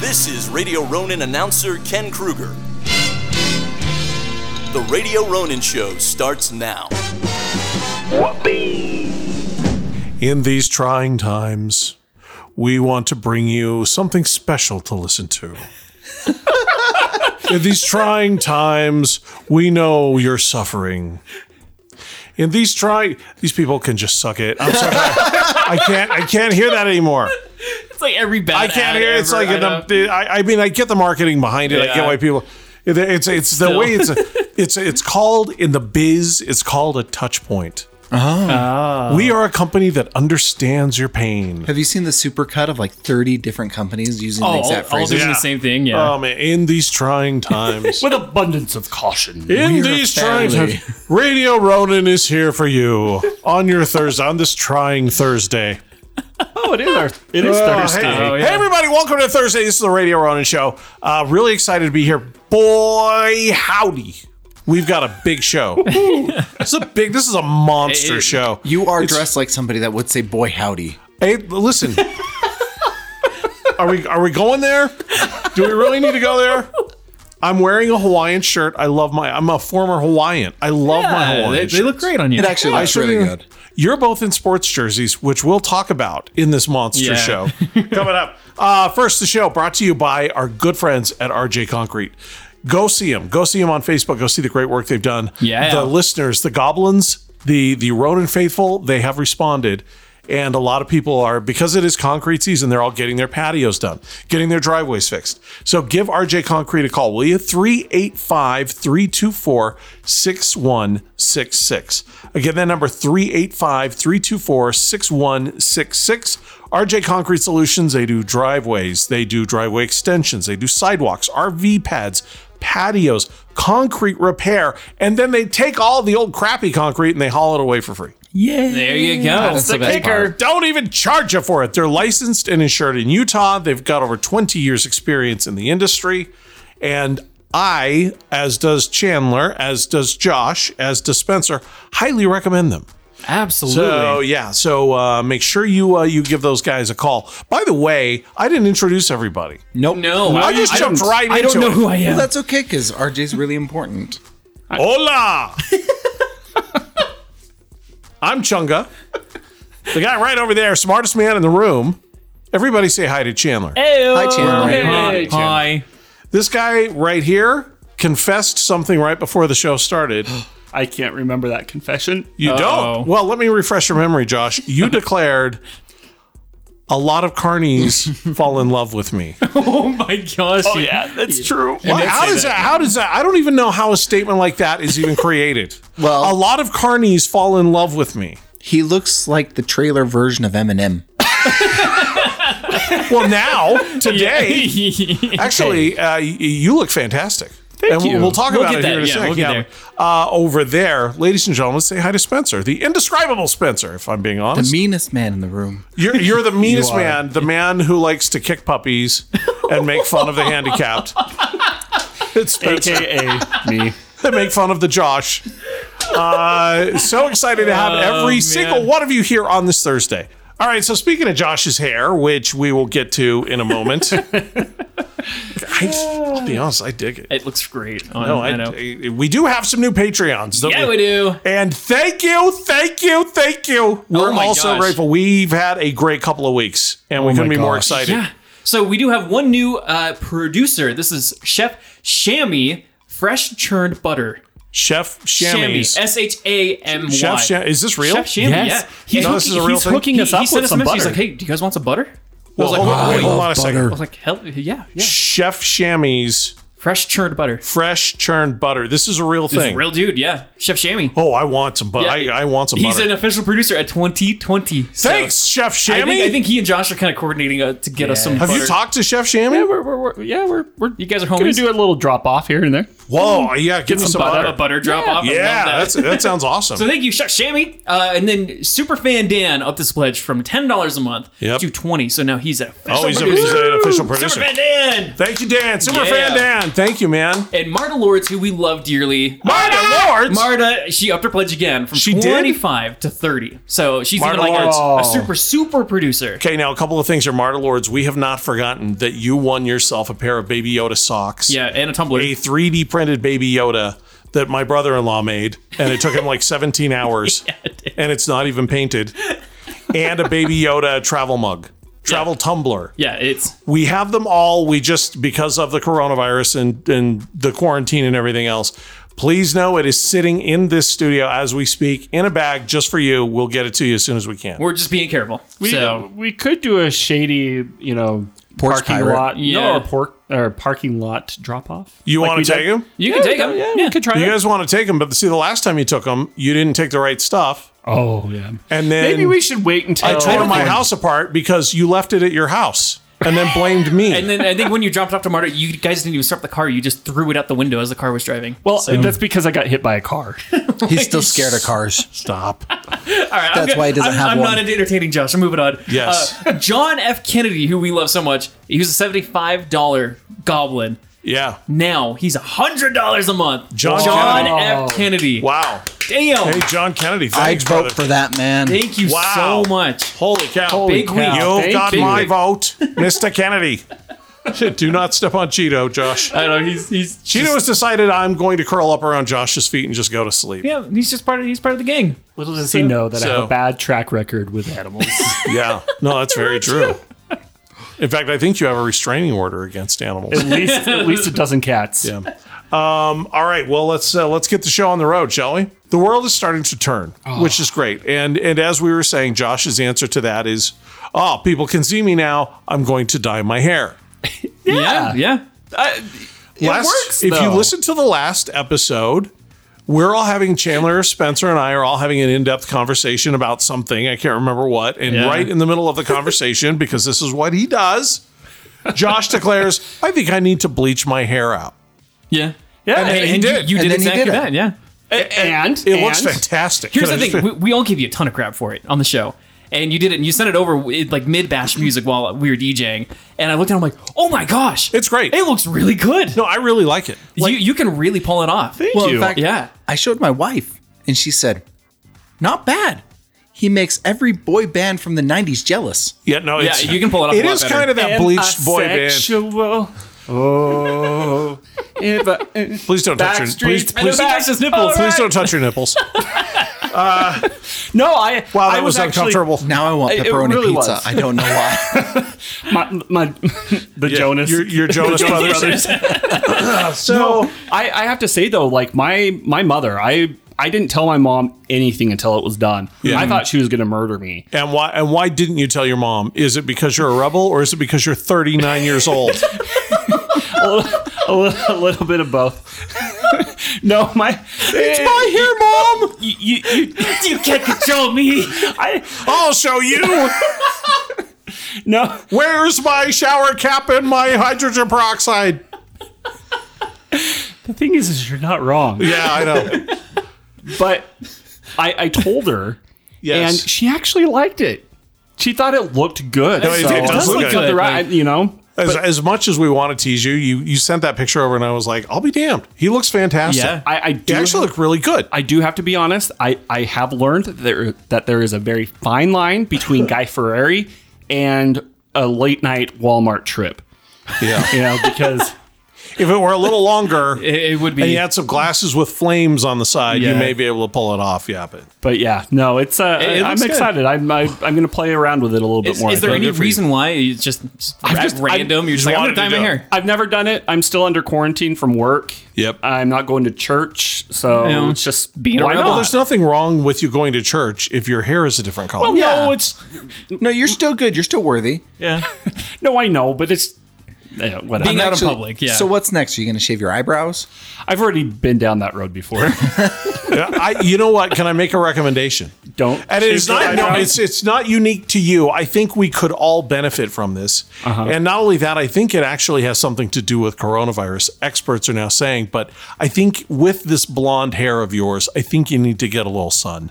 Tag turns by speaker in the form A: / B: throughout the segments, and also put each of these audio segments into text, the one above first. A: This is Radio Ronin announcer Ken Kruger. The Radio Ronin Show starts now.
B: In these trying times, we want to bring you something special to listen to. In these trying times, we know you're suffering. In these try, these people can just suck it. I'm sorry, I can't. I can't hear that anymore.
C: It's like every bad.
B: I can't
C: ad
B: hear. It's
C: ever,
B: like
C: I
B: an,
C: know.
B: I, I mean, I get the marketing behind it. I
C: Yeah.
B: get why people. it- It's it's the
C: Still.
B: way it's it's it's called in the biz. It's called a touch point. We are a company that understands your pain.
D: Have you seen the supercut of like 30 different companies using the
C: oh, all,
D: exact
C: all
D: phrases?
C: doing the same thing. Yeah.
B: Um, in these trying times.
E: With abundance of caution.
B: in
D: we're
B: these
D: a
B: trying
D: family.
B: times, Radio Ronin is here for you on your Thursday, on this trying Thursday.
E: Oh, it is our it is
B: Oh,
E: Thursday.
B: Hey,
C: Oh,
B: hey,
C: yeah.
B: everybody, welcome to Thursday. This is the Radio Ronin Show. Uh, really excited to be here. Boy, howdy. We've got a big show. it's a big, this is a monster
C: Hey,
B: show.
D: You are dressed like somebody that would say boy howdy.
B: Hey, listen. are we are we going there? Do we really need to go there? I'm wearing a Hawaiian shirt. I love my I'm a former Hawaiian. I love my
C: Yeah,
B: Hawaiian
C: they, they
B: shirt.
C: look great on you.
D: It actually
B: I
D: looks
B: should've-
D: really good.
B: You're both in sports jerseys, which we'll talk about in this monster
C: Yeah.
B: show coming up. Uh, first, the show brought to you by our good friends at RJ Concrete. Go see them. Go see them on Facebook. Go see the great work they've done.
C: Yeah.
B: The listeners, the goblins, the the Ronin faithful, they have responded. And a lot of people are, because it is concrete season, they're all getting their patios done, getting their driveways fixed. So give RJ Concrete a call, will you? 385 324 6166. Again, that number 385 324 6166. RJ Concrete Solutions, they do driveways, they do driveway extensions, they do sidewalks, RV pads, patios, concrete repair, and then they take all the old crappy concrete and they haul it away for free.
C: there you go.
D: That's the best
B: Or don't even charge you for it. They're licensed and insured in Utah. They've got over 20 years experience in the industry. And I, as does Chandler, as does Josh, as does Spencer, highly recommend them.
C: Absolutely.
B: So yeah, so uh, make sure you uh, you give those guys a call. By the way, I didn't introduce everybody.
D: Nope.
C: no,
B: I just jumped
C: don't-
B: right
C: I don't
B: into
C: know
B: it.
C: who I
D: Well,
C: am.
D: that's okay because RJ's really important.
B: Hola! I'm Chunga. The guy right over there, smartest man in the room. Everybody say hi to Chandler.
D: Hi, Chandler.
C: Hi. Hi.
B: This guy right here confessed something right before the show started.
E: I can't remember that confession.
B: You
C: Uh-oh.
B: don't? Well, let me refresh your memory, Josh. You declared a lot of carnies fall in love with me.
C: Oh my gosh.
E: Oh yeah, that's true.
B: Why- how does that, How does that? I don't even know how a statement like that is even created.
D: Well-
B: a lot of carnies fall in love with me.
D: He looks like the trailer version of Eminem.
B: Well, now today, actually, uh, y- you look fantastic. Thank and we'll-
C: you.
B: we'll talk
C: We'll
B: about
C: get
B: it
C: that.
B: here in a
C: Yeah,
B: second.
C: we'll get there.
B: Uh, over there, ladies and gentlemen, say hi to Spencer, the indescribable Spencer. If I'm being honest,
D: The meanest man in the room.
B: You're, you're the meanest man, the man who likes to kick puppies and make fun of the handicapped. It's Spencer.
E: AKA me.
B: They make fun of the Josh. Uh, so excited to have every single one of you here on this Thursday. All right, so speaking of Josh's hair, which we will get to in a moment, I, will be honest, I dig it.
C: It looks great. On,
B: No, Oh, I,
C: Mm, I, know.
B: I- we do have some new Patreons. Don't
C: yeah, we do. Oh
B: and thank you, thank you, thank you. We're
C: my
B: also
C: gosh.
B: grateful. We've had a great couple of weeks, and we couldn't be more
D: gosh.
B: excited.
C: Yeah. So we do have one new uh, producer. This is Chef Shammy, fresh churned butter.
B: Chef
C: Shammy.
B: Shammy's.
C: S H A M Y.
B: Chef Sham- is this real?
C: Chef Shammy.
E: Yes.
C: Yeah. He's,
B: No, this is a
C: he's
B: real thing?
E: hooking us up
C: he sent
E: with
C: us a
E: some
C: message. He's
E: butter.
C: like, hey, do you guys want some butter?
B: Well,
C: I was
B: hold
C: like,
B: on,
C: "Oh,
B: wait,
C: I
B: hold
D: love
B: on a second.
D: butter.
C: I was like, hell, yeah, yeah.
B: Chef Shammy's
C: Fresh churned butter.
B: fresh churned butter. This is a real
C: He's
B: thing.
C: a real dude, yeah. Chef Shammy.
B: oh, I want some butter.
C: Yeah.
B: I, I want some
C: He's
B: butter.
C: an official producer at 2020. so
B: Thanks, Chef
C: I
B: Shammy.
C: think, I think he and Josh are kind of coordinating uh, to get us some.
B: Have you
C: butter.
B: talked to Chef Shammy?
E: Yeah, we're, we're, we're, yeah, we're, we're
C: You guys are
E: gonna
C: homies.
E: do a little drop off here and there.
B: Whoa, yeah, give me some
C: Butter-
B: butter.
C: a butter drop off. I love
B: Yeah,
C: that.
B: that's that sounds awesome.
C: So thank you, Chef Shammy. Uh, and then Superfan Dan upped his pledge from ten dollars a month
B: Yep.
C: to twenty. So now he's at
B: oh, he's, a,
C: producer.
B: he's an official producer.
C: Superfan Dan.
B: Thank you, Dan. Super
C: Yeah.
B: fan Dan. Thank you, man.
C: And Marta Lords, who we love dearly.
E: Marta Lords.
C: Marta, she upped her pledge again from
B: She did?
C: 25 to 30. So she's
B: Marta
C: even like a, a
B: Lords.
C: super, super producer.
B: Okay, now a couple of things here, Marta Lords. We have not forgotten that you won yourself a pair of Baby Yoda socks.
C: Yeah, and a Tumblr.
B: A 3D printed Baby Yoda that my brother in law made, and it took him like 17 hours, and it's not even painted, and a Baby Yoda travel mug, travel tumbler.
C: Yeah, it's
B: we have them all. We just because of the coronavirus and and the quarantine and everything else. Please know it is sitting in this studio as we speak in a bag just for you. We'll get it to you as soon as we can.
C: we're just being careful.
E: We,
C: so
E: we could do a shady, you know,
D: Porch
E: parking
D: pirate.
E: lot.
C: Yeah.
E: No, or, pork, or parking lot drop off.
B: You
E: Like we
B: want to take
E: did-
B: them?
C: you can take them.
E: Yeah, we could try
B: You
E: that.
B: guys want to take them, but see, the last time you took them, you didn't take the right stuff,
E: oh, yeah.
B: and then
E: Maybe we should wait until.
B: I tore my house apart because you left it at your house and then blamed me.
C: And then I think when you dropped off to Marta, you guys didn't even start the car. You just threw it out the window as the car was driving.
E: Well, that's because I got hit by a car.
D: He's still scared of cars.
B: Stop.
D: That's why he
C: Oh,
D: doesn't
C: I'm,
D: have
C: I'm
D: one.
C: not into entertaining Josh. I'm moving on.
B: Yes.
C: Uh, John F. Kennedy, who we love so much, he was a $75 goblin.
B: Yeah.
C: Now he's $100 a month.
B: John
C: F. Kennedy.
B: Wow.
C: Damn.
B: Hey, John Kennedy.
D: I'd
B: Thanks,
D: vote
B: brother.
D: for that man.
C: Thank you
B: Wow.
C: so much.
B: Holy cow.
C: Big week.
B: You've
E: Thank
B: got
E: you.
B: my vote, Mr. Kennedy. Do not step on Cheeto, Josh.
C: I know he's he's
B: Cheeto has decided I'm going to curl up around Josh's feet and just go to sleep.
C: yeah, he's just part of he's part of the gang.
E: Little does he know that I have
B: so-
E: a bad track record with animals.
B: Yeah. No, that's very true. In fact, I think you have a restraining order against animals.
E: at least, at least a dozen cats.
B: Yeah. Um, all right. Well, let's uh, let's get the show on the road, shall we? The world is starting to turn, which is great. And and as we were saying, Josh's answer to that is, "Oh, people can see me now. I'm going to dye my hair."
C: Yeah. Yeah.
B: Last-
E: works,
B: if you
E: though.
B: listen to the last episode, we're all having Chandler, Spencer, and I are all having an in-depth conversation about something. I can't remember what. And
C: Yeah.
B: right in the middle of the conversation, because this is what he does, Josh declares, "I think I need to bleach my hair out."
C: Yeah.
E: Yeah,
C: And,
E: and
C: and
E: he
C: you-
E: did.
C: you,
D: And
C: did
D: then he
C: exactly
D: did it.
C: that, yeah.
E: And
B: It looks
E: and-
B: fantastic.
C: Here's
B: Can I
C: the
B: just
C: thing: we, we all gave you a ton of crap for it on the show, and you did it. And you sent it over with, like mid bash music while we were DJing, and I looked at it, I'm like, oh my gosh,
B: It's great.
C: It looks really good.
B: No, I really like it.
C: you you can really pull it off.
D: well,
E: you.
D: in fact,
C: Yeah.
D: I showed my wife, and she said, "Not bad." He makes every boy band from the '90s jealous.
B: Yeah, no,
C: Yeah,
B: it's,
C: you can pull it off
B: It
C: a lot
B: is
C: better.
B: kind of that bleached boy band.
E: Asexual. Oh. If I-
B: Please don't touch your
E: Backstreets
B: please,
E: and the
B: please,
E: back-
C: his nipples.
E: All
B: please
E: right.
B: don't touch your nipples.
E: No, I.
B: Wow, that
E: I
B: was,
E: actually-
B: uncomfortable.
D: Now I want
E: It- it
D: pepperoni
E: really
D: pizza.
E: was.
D: I don't know why.
E: my, my the
B: Yeah,
E: Jonas.
B: your, your Jonas brothers. so
E: I, I have to say though, like my my mother, I I didn't tell my mom anything until it was done.
B: Yeah.
E: I thought she was gonna murder me.
B: And why and why didn't you tell your mom? Is it because you're a rebel or is it because you're 39 years old?
E: A little, a little bit of both. no, my it's
B: my hair, mom.
E: You, you, you,
C: you can't control me.
E: I
B: I'll show you.
E: no.
B: Where's my shower cap and my hydrogen peroxide?
E: The thing is, is you're not wrong.
B: Yeah, I know.
E: But I I told her,
B: Yes.
E: and she actually liked it. She thought it looked good.
B: No, it-
E: so
B: it does
E: that's
B: look
E: like
B: good.
E: the right, you know.
B: as, as much as we want to tease you, you you sent that picture over, and I was like, I'll be damned. He looks fantastic.
C: Yeah.
E: I, I
B: He
E: do
B: actually looked really good.
E: I do have to be honest. I, I have learned that there that there is a very fine line between Guy Ferrari and a late night Walmart trip.
B: Yeah.
E: You know, because
B: if it were a little longer,
C: It, it would
B: and
C: be.
B: you had some glasses with flames on the side, you
E: Yeah.
B: may be able to pull it off. Yeah, but
E: but yeah, no, it's uh,
C: It- it
E: I'm
C: looks good.
E: excited. I'm I, I'm gonna play around with it a little bit
C: Is,
E: more.
C: is
E: I
C: there
E: think.
C: any
B: good for you.
C: reason why it's just, just, ra-
E: just- I
C: random? You're
B: just
C: just like, I'm
B: wanted
C: gonna dye
B: to
C: my
B: do
C: hair.
E: I've never done it. I'm still under quarantine from work.
B: Yep.
E: I'm not going to church, so
C: Yeah.
E: it's just
C: Being a
E: why
C: rebel.
E: not?
B: well, there's nothing wrong with you going to church if your hair is a different color.
E: Well,
D: Yeah.
E: Oh, no, it's
D: No, you're still good. You're still worthy.
C: Yeah.
E: no, I know, but it's yeah, whatever.
C: Being out in
D: Actually-
C: public. Yeah.
D: So what's next? Are you going to shave your eyebrows?
E: I've already been down that road before.
B: Yeah, I, you know what? Can I make a recommendation?
E: Don't.
B: And it is
E: shave your
B: not. No,
E: eyebrows.
B: it's it's not unique to you. I think we could all benefit from this.
E: Uh-huh.
B: And not only that, I think it actually has something to do with coronavirus. Experts are now saying, but I think with this blonde hair of yours, I think you need to get a little sun.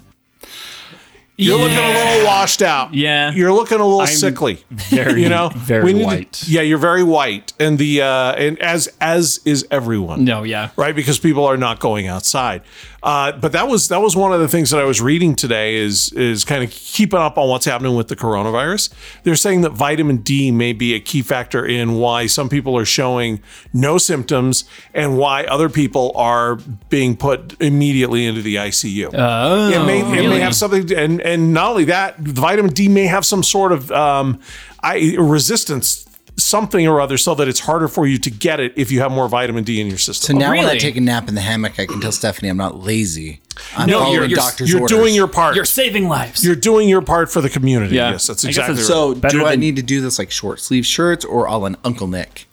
B: You're looking
C: Yeah.
B: a little washed out.
C: Yeah.
B: You're looking a little
E: I'm
B: sickly.
E: very,
B: you know,
E: very
B: We need to-
E: white.
B: yeah, you're very white, and the uh, and as as is everyone.
C: No, yeah.
B: right because people are not going outside uh, but that was that was one of the things that i was reading today is is kind of keeping up on what's happening with the coronavirus they're saying that vitamin d may be a key factor in why some people are showing no symptoms and why other people are being put immediately into the icu
C: Oh,
B: it may, it may
C: really?
B: have something, to- and and not only that, vitamin D may have some sort of um, I, resistance, something or other, so that it's harder for you to get it if you have more vitamin D in your
D: So
B: system.
D: now when I
C: really?
D: take a nap in the hammock, I can tell Stephanie I'm not lazy. I'm
C: No,
D: following
C: you're- you're-
D: doctor's
B: you're
D: orders.
B: doing your part.
C: You're
B: You're,
C: saving lives.
B: doing your part for the community.
C: Yeah.
B: Yes, that's
C: I guess
B: exactly
C: that's-
B: right.
D: So
E: Better
D: do I
E: than-
D: need to do this like short sleeve shirts or all an Uncle Nick?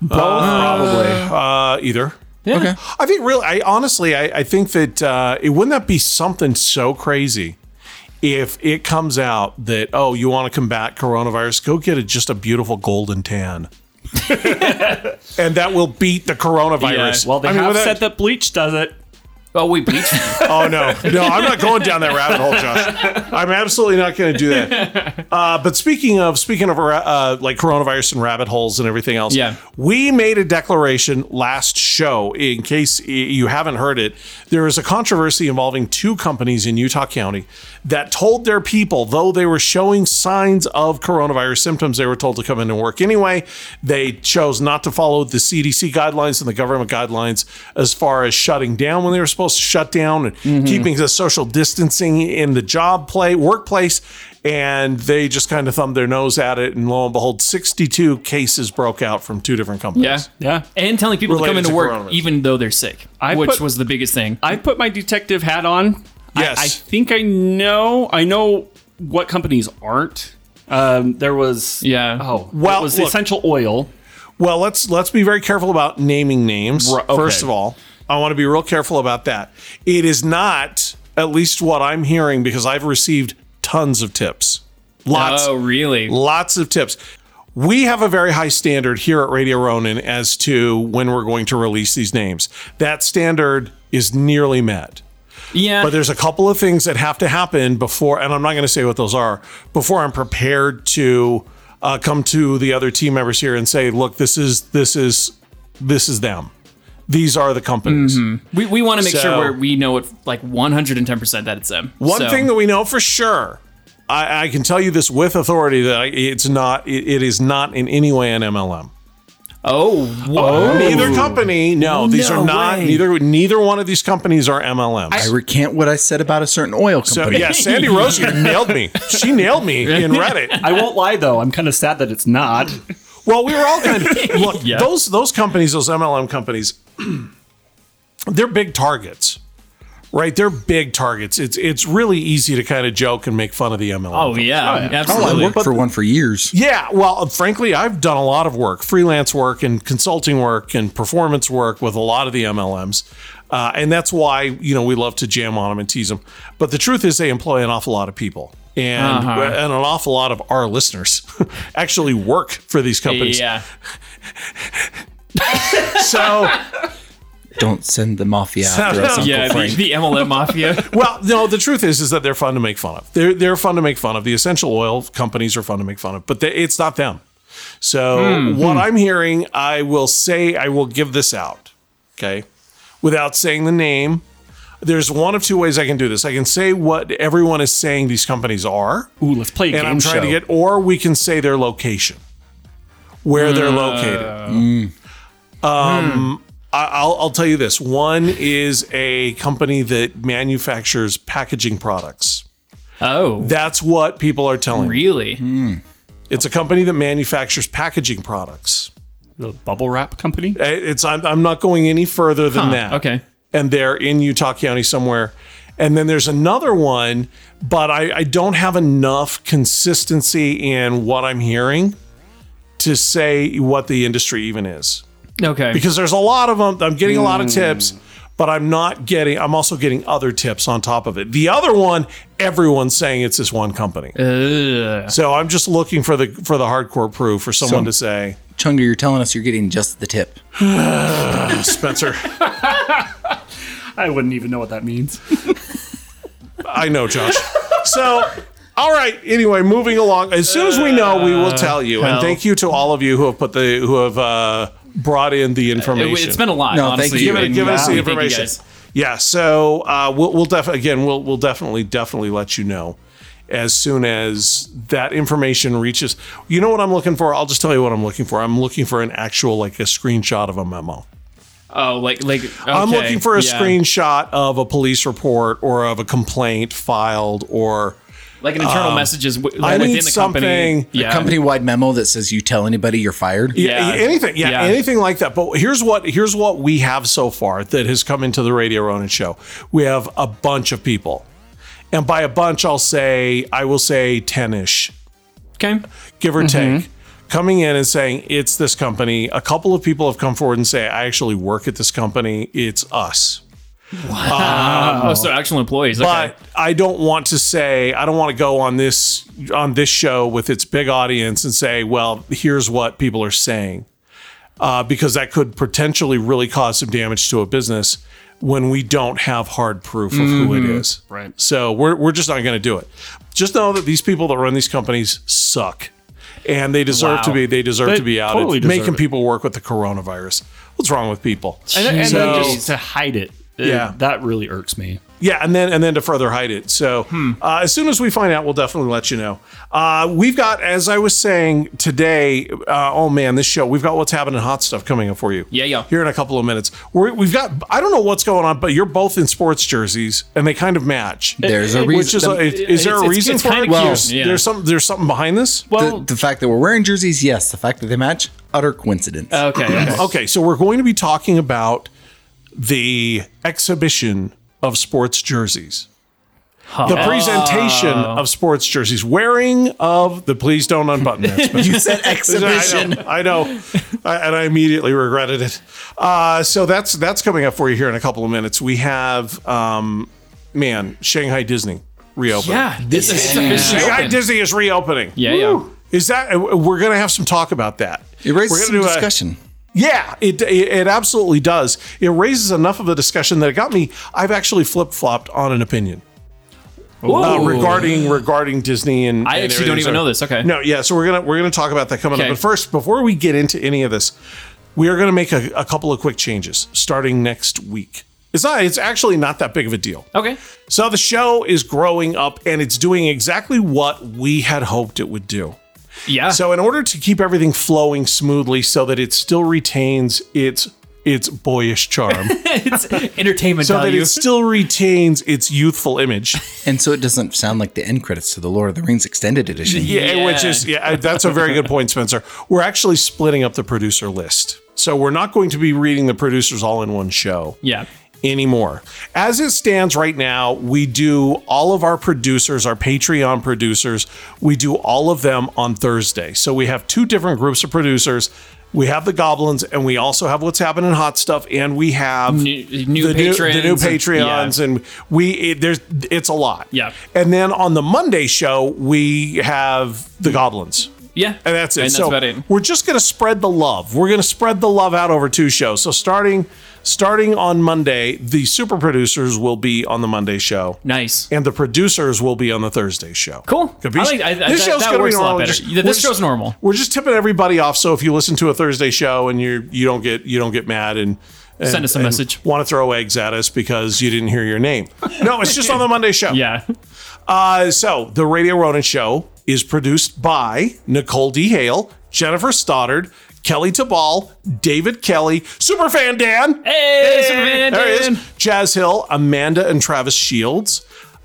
E: Both probably.
B: uh, either.
C: Yeah.
D: Okay.
B: I think really, I honestly, I, I think that uh, it wouldn't that be something so crazy if it comes out that oh, you want to combat coronavirus, go get a, just a beautiful golden tan, and that will beat the coronavirus.
E: Well, they
B: I mean,
E: have
B: without-
E: said that bleach does it.
C: Oh, we bleached. you.
B: Oh no, no, I'm not going down that rabbit hole, Josh. I'm absolutely not going to do that. Uh, but speaking of speaking of uh, like coronavirus and rabbit holes and everything else,
C: Yeah.
B: we made a declaration last show. In case y- you haven't heard it, there is a controversy involving two companies in Utah County that told their people, though they were showing signs of coronavirus symptoms, they were told to come in and work anyway. They chose not to follow the CDC guidelines and the government guidelines as far as shutting down when they were supposed to shut down and
E: Mm-hmm.
B: keeping the social distancing in the job play workplace. And they just kind of thumbed their nose at it, and lo and behold, 62 cases broke out from two different companies.
C: Yeah.
E: Yeah.
C: And telling people
B: Related
C: to come
B: to
C: into
B: coronavirus.
C: work even though they're sick,
E: I
C: which
E: put-
C: was the biggest thing.
E: I put my detective hat on. I-
B: Yes.
E: I, think I know. I know what companies aren't. Um, there was
C: Yeah.
E: Oh,
B: Well,
E: well, was
B: look.
E: essential oil.
B: Well, let's let's be very careful about naming names.
E: Ru- okay.
B: First of all, I want to be real careful about that. It is not, at least what I'm hearing, because I've received tons of tips. Lots,
C: oh, really?
B: lots of tips. We have a very high standard here at Radio Ronin as to when we're going to release these names. That standard is nearly met.
C: yeah.
B: But there's a couple of things that have to happen before, and I'm not going to say what those are, before I'm prepared to uh, come to the other team members here and say, look, this is this is this is them. These are the companies.
C: we we want to make
B: So-
C: sure we're, we know it like 110% that it's them.
B: One
C: So-
B: thing that we know for sure, I, I can tell you this with authority that I, it's not it, it is not in any way an MLM.
C: Oh, whoa.
B: Neither company, no, these
C: No
B: are not.
C: way.
B: Neither neither one of these companies are MLMs.
D: I recant what I said about a certain oil
B: so
D: company.
B: yeah, Sandy Rose nailed me. She nailed me in Reddit.
E: I won't lie though. I'm kind of sad that it's not.
B: Well, we were all kind of look those those companies, those MLM companies, they're big targets, right? They're big targets. It's it's really easy to kind of joke and make fun of the MLM.
C: Oh, yeah.
D: Oh, I
C: Absolutely.
D: worked for one for years.
B: Yeah, well, uh, frankly, I've done a lot of work, freelance work and consulting work and performance work with a lot of the MLMs. Uh, and that's why, you know, we love to jam on them and tease them. But the truth is, they employ an awful lot of people. And,
C: Uh-huh.
B: and an awful lot of our listeners actually work for these companies.
C: yeah.
B: So,
D: Don't send the mafia after us, Uncle
C: Yeah. The,
D: Frank.
C: the MLM mafia.
B: well, no, the truth is, is that they're fun to make fun of. They're, they're fun to make fun of. The essential oil companies are fun to make fun of, but they, it's not them. So what I'm hearing, I will say, I will give this out, okay, without saying the name. There's one of two ways I can do this. I can say what everyone is saying these companies are,
E: Ooh, let's play a
B: and
E: game
B: I'm trying
E: show.
B: to get, or we can say their location, where they're located. Um, I, I'll, I'll tell you this: one is a company that manufactures packaging products.
C: Oh,
B: That's what people are telling. me.
C: really?
B: It's a company that manufactures packaging products.
E: the bubble wrap company.
B: Uh, It's I'm, I'm not going any further than
C: Huh,
B: that.
C: okay.
B: and they're in Utah County somewhere. And then there's another one, but I, I don't have enough consistency in what I'm hearing to say what the industry even is.
C: Okay.
B: Because there's a lot of them. I'm getting a lot of tips, but I'm not getting, I'm also getting other tips on top of it. The other one, everyone's saying it's this one company.
C: Ugh.
B: So I'm just looking for the for the hardcore proof for someone to say,
D: Chunga, you're telling us you're getting just the tip.
B: Spencer,
E: I wouldn't even know what that means.
B: I know, Josh. So, all right. Anyway, moving along. As soon as we know, we will tell you. and
C: Uh, hell.
B: thank you to all of you who have put the who have uh, brought in the information.
C: It, has been a lot.
D: No, thank
C: honestly. uh,
D: you. Give
B: Give, it- give us the
C: Thank you
B: information.
C: guys.
B: Yeah. So uh, we'll we'll def- again we'll we'll definitely definitely let you know as soon as that information reaches. You know what I'm looking for? I'll just tell you what I'm looking for. I'm looking for an actual like a screenshot of a memo.
C: Oh, like like
B: I'm
C: okay,
B: looking for a
C: yeah.
B: screenshot of a police report or of a complaint filed or
C: like an internal messages w-
B: um, I
C: within
B: need
C: the company.
B: something-
C: Yeah.
D: Company wide memo that says you tell anybody you're fired.
B: yeah,
C: Uh, Yeah.
B: anything yeah,
C: Yeah.
B: anything like that but here's what here's what we have so far that has come into the radio ronin show we have a bunch of people and by a bunch i'll say i will say 10ish
C: Okay.
B: give or
C: Mm-hmm.
B: take coming in and saying it's this company a couple of people have come forward and say i actually work at this company it's us
C: oh, so actual employees. okay.
B: but I don't want to say I don't want to go on this on this show with its big audience and say, well, here's what people are saying, uh, because that could potentially really cause some damage to a business when we don't have hard proof of who it is.
E: Mm-hmm. Right.
B: So we're we're just not going to do it. Just know that these people that run these companies suck, and they deserve to
C: Wow.
B: be they deserve
E: They
B: to be outed.
E: totally deserve
B: Making
E: it.
B: people work with the coronavirus. What's wrong with people?
E: And, and
C: So-
E: then just to hide it.
B: Yeah.
E: Yeah. That really irks me.
B: Yeah, and then and then to further hide it. So
C: Hmm.
B: uh, as soon as we find out, we'll definitely let you know. Uh, we've got, as I was saying today, uh, oh man, this show we've got what's happening hot stuff coming up for you.
C: Yeah, yeah.
B: Here in a couple of minutes, We're, we've got. I don't know what's going on, but you're both in sports jerseys, and they kind of match.
D: There's a
B: Which
D: reason.
B: is, a,
D: The,
B: is there a
C: it's-
B: reason
C: it's
B: for
C: kinda
B: it?
C: cute.
B: There's,
C: Yeah.
B: there's some there's something behind this.
D: the, the fact that we're wearing jerseys, yes. The fact that they match, utter coincidence.
C: okay.
B: Okay, so we're going to be talking about the exhibition of sports jerseys. The presentation
C: Oh.
B: of sports jerseys, wearing of the please don't unbutton that. Spencer.
D: you said exhibition.
B: I know, I know. I, and I immediately regretted it. Uh, so that's that's coming up for you here in a couple of minutes. We have, um, man, Shanghai Disney reopening.
C: Yeah. This is
B: Shanghai Disney is reopening.
C: Yeah, yeah.
B: Is that uh, we're going to have some talk about that?
D: It
B: We're
D: raises
B: gonna
D: some
B: do a-
D: discussion.
B: yeah, it, it it absolutely does. It raises enough of a discussion that it got me. I've actually flip flopped on an opinion uh, regarding regarding Disney and.
C: Oh. I
B: and
C: actually don't
B: everything.
C: even know this. Okay.
B: No, yeah. So we're gonna we're gonna talk about that coming
C: Okay.
B: up. But first, before we get into any of this, we are gonna make a, a couple of quick changes starting next week. It's not. It's actually not that big of a deal.
C: Okay.
B: So the show is growing up, and it's doing exactly what we had hoped it would do.
C: Yeah.
B: So in order to keep everything flowing smoothly so that it still retains its its boyish charm,
C: it's entertainment
B: so that
C: value.
B: it still retains its youthful image.
D: And so it doesn't sound like the end credits to the Lord of the Rings extended edition.
B: Yeah,
C: Yeah.
B: which is yeah, I- that's a very good point, Spencer. We're actually splitting up the producer list. So we're not going to be reading the producers all in one show.
C: Yeah.
B: anymore. As it stands right now, we do all of our producers, our Patreon producers, we do all of them on Thursday. So we have two different groups of producers. We have the goblins, and we also have what's happening hot stuff, and we have
C: New- new
B: the, new, the new
C: patrons and-
B: patreons, and we it, there's it's a lot.
C: Yeah.
B: And then on the Monday show, we have the goblins.
C: Yeah.
B: And that's it.
C: And that's
B: so
C: about it.
B: we're just going to spread the love. We're going to spread the love out over two shows. So starting starting on Monday, the super producers will be on the Monday show.
C: Nice.
B: And the producers will be on the Thursday show.
C: Cool.
B: Capisce?
C: I like- I- I- that- that
B: gonna
C: works a lot
B: normal.
C: better.
B: Just- we're
C: This show's
B: just-
C: normal.
B: We're just tipping everybody off. So if you listen to a Thursday show and you you don't get you don't get mad and, and-
C: Send us a
B: and
C: message.
B: Want to throw eggs at us because you didn't hear your name? No, it's just on the Monday show.
C: Yeah.
B: Uh, so the Radio Ronin show is produced by Nicole D. Hale, Jennifer Stoddard, Kelly Tabal, David Kelly, Superfan Dan.
C: Hey, Superman.
B: There he
C: Dan.
B: is. Jazz Hill, Amanda and Travis Shields.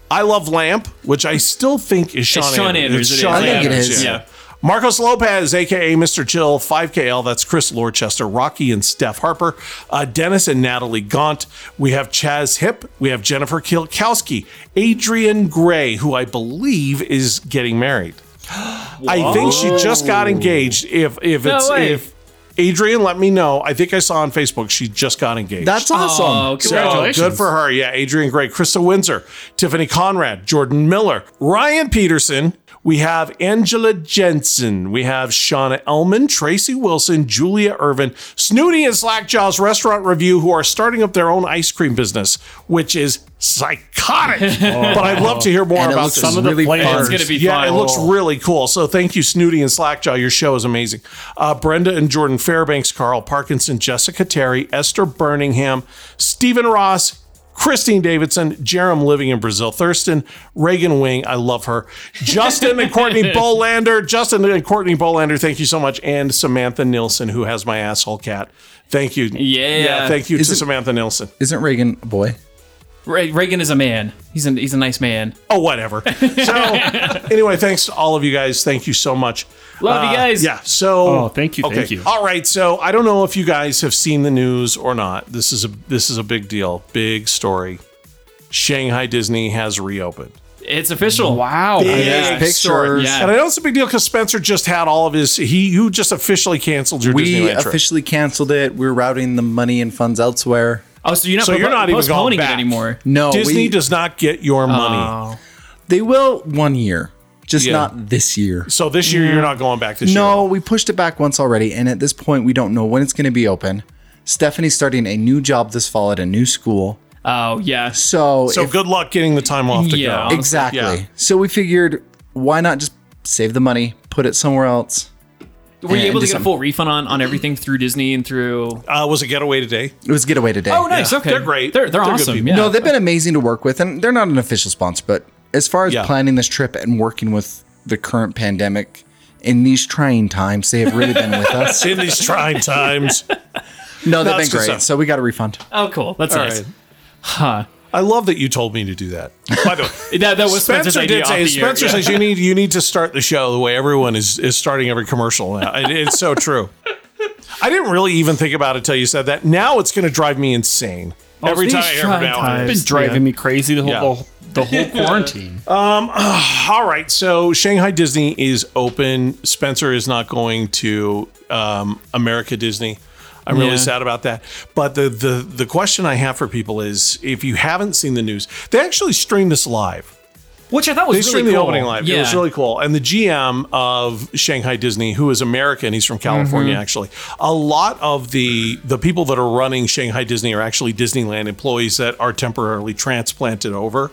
B: I Love Lamp, which I still think is Sean,
C: Sean
B: Anders.
C: Anders, it
B: It's
C: is.
B: Sean
C: I think
D: it
B: Anders,
D: is.
B: Yeah. Marcos Lopez, aka Mr. Chill, 5KL, that's Chris Lorchester, Rocky and Steph Harper, uh, Dennis and Natalie Gaunt. We have Chaz Hip, we have Jennifer Kilkowski, Adrian Gray, who I believe is getting married. I think she just got engaged. If if
C: No
B: it's
C: way.
B: if Adrian, let me know. I think I saw on Facebook she just got engaged.
D: That's awesome.
C: Oh,
B: So
C: congratulations.
B: good for her. Yeah, Adrian Gray, Krista Windsor, Tiffany Conrad, Jordan Miller, Ryan Peterson, We have Angela Jensen. We have Shauna Ellman, Tracy Wilson, Julia Irvin, Snooty and Slackjaw's restaurant review, who are starting up their own ice cream business, which is psychotic. But I'd love to hear more
D: And it
B: about
D: looks
B: this.
D: some of the really
E: flavors.
C: It's gonna be
B: yeah,
C: fun.
B: it looks really cool. So thank you, Snooty and Slackjaw. Your show is amazing. Uh, Brenda and Jordan Fairbanks, Carl Parkinson, Jessica Terry, Esther Birmingham, Stephen Ross, Christine Davidson, Jerem living in Brazil, Thurston, Reagan Wing. I love her. Justin and Courtney Bolander. Justin and Courtney Bolander, thank you so much. And Samantha Nilsson, who has my asshole cat. Thank you.
C: Yeah.
B: Yeah, thank you to
D: Isn't-
B: Samantha Nilsson.
D: Isn't Reagan a boy?
C: Re- Reagan is a man. He's a he's a nice man.
B: Oh, whatever. So, anyway, thanks to all of you guys. Thank you so much.
C: Love you guys.
B: Uh, Yeah. So.
E: Oh, thank you, thank you.
B: All right. So I don't know if you guys have seen the news or not. This is a this is a big deal, big story. Shanghai Disney has reopened.
C: It's official.
E: Wow.
B: Yeah.
D: Pictures.
B: Story.
C: Yeah.
B: And I know it's a big deal because Spencer just had all of his. He you just officially canceled your
D: We
B: Disneyland trip.
D: officially canceled it. We're routing the money and funds elsewhere.
C: Oh, so you're not
B: So you're
C: propo-
B: not even going
C: postponing
B: back.
C: it anymore.
D: No,
B: Disney
D: we, Oh.
B: does not get your money.
D: they will one year, just
B: Yeah.
D: not this year.
B: So this year you're not going back this year.
D: No, we pushed it back once already, and at this point, we don't know when it's going to be open. Stephanie's starting a new job this fall at a new school,
C: Oh yes.
D: so,
B: So
D: if-
B: good luck getting the time off to
C: Yeah.
B: go.
D: exactly.
B: Yeah.
D: So we figured, why not just save the money, put it somewhere else?
C: Were you
D: And
C: able to
D: just-
C: get a full refund on, on everything through Disney and through?
B: Uh, was a getaway today.
D: It was getaway today.
C: Oh, nice.
B: Yeah.
C: Okay,
B: They're great.
C: They're
B: They're
C: they're,
B: good
C: awesome.
B: people.
C: Yeah.
D: No, they've been amazing to work with, and they're not an official sponsor, but as far as
B: Yeah.
D: planning this trip and working with the current pandemic in these trying times, they have really been with us.
B: In these trying times.
D: No, they've
B: that's good
D: been great.
B: stuff.
D: So we got a refund.
C: oh, cool. That's
B: All
C: nice.
B: right. I love that you told me to do that. By the way,
C: That, that was Spencer's
B: Spencer
C: idea.
B: did
C: off
B: say.
C: the year.
B: Spencer
C: Yeah.
B: says you need you need to start the show the way everyone is is starting every commercial now. It- it's so true. I didn't really even think about it till you said that. Now it's going to drive me insane every
C: Oh, these
B: time I hear
C: trying
B: from now. on.
C: times.
E: It's been driving me crazy the whole,
B: Yeah.
E: the, whole quarantine.
B: All right, so Shanghai Disney is open. Spencer is not going to um, America Disney. I'm really
C: Yeah.
B: sad about that. But the the the question I have for people is, if you haven't seen the news, they actually streamed this live.
C: which I thought was
B: They
C: really
B: streamed
C: cool.
B: the opening live. It was really cool. And the GM of Shanghai Disney, who is American, he's from California
C: Mm-hmm.
B: actually. A lot of the the people that are running Shanghai Disney are actually Disneyland employees that are temporarily transplanted over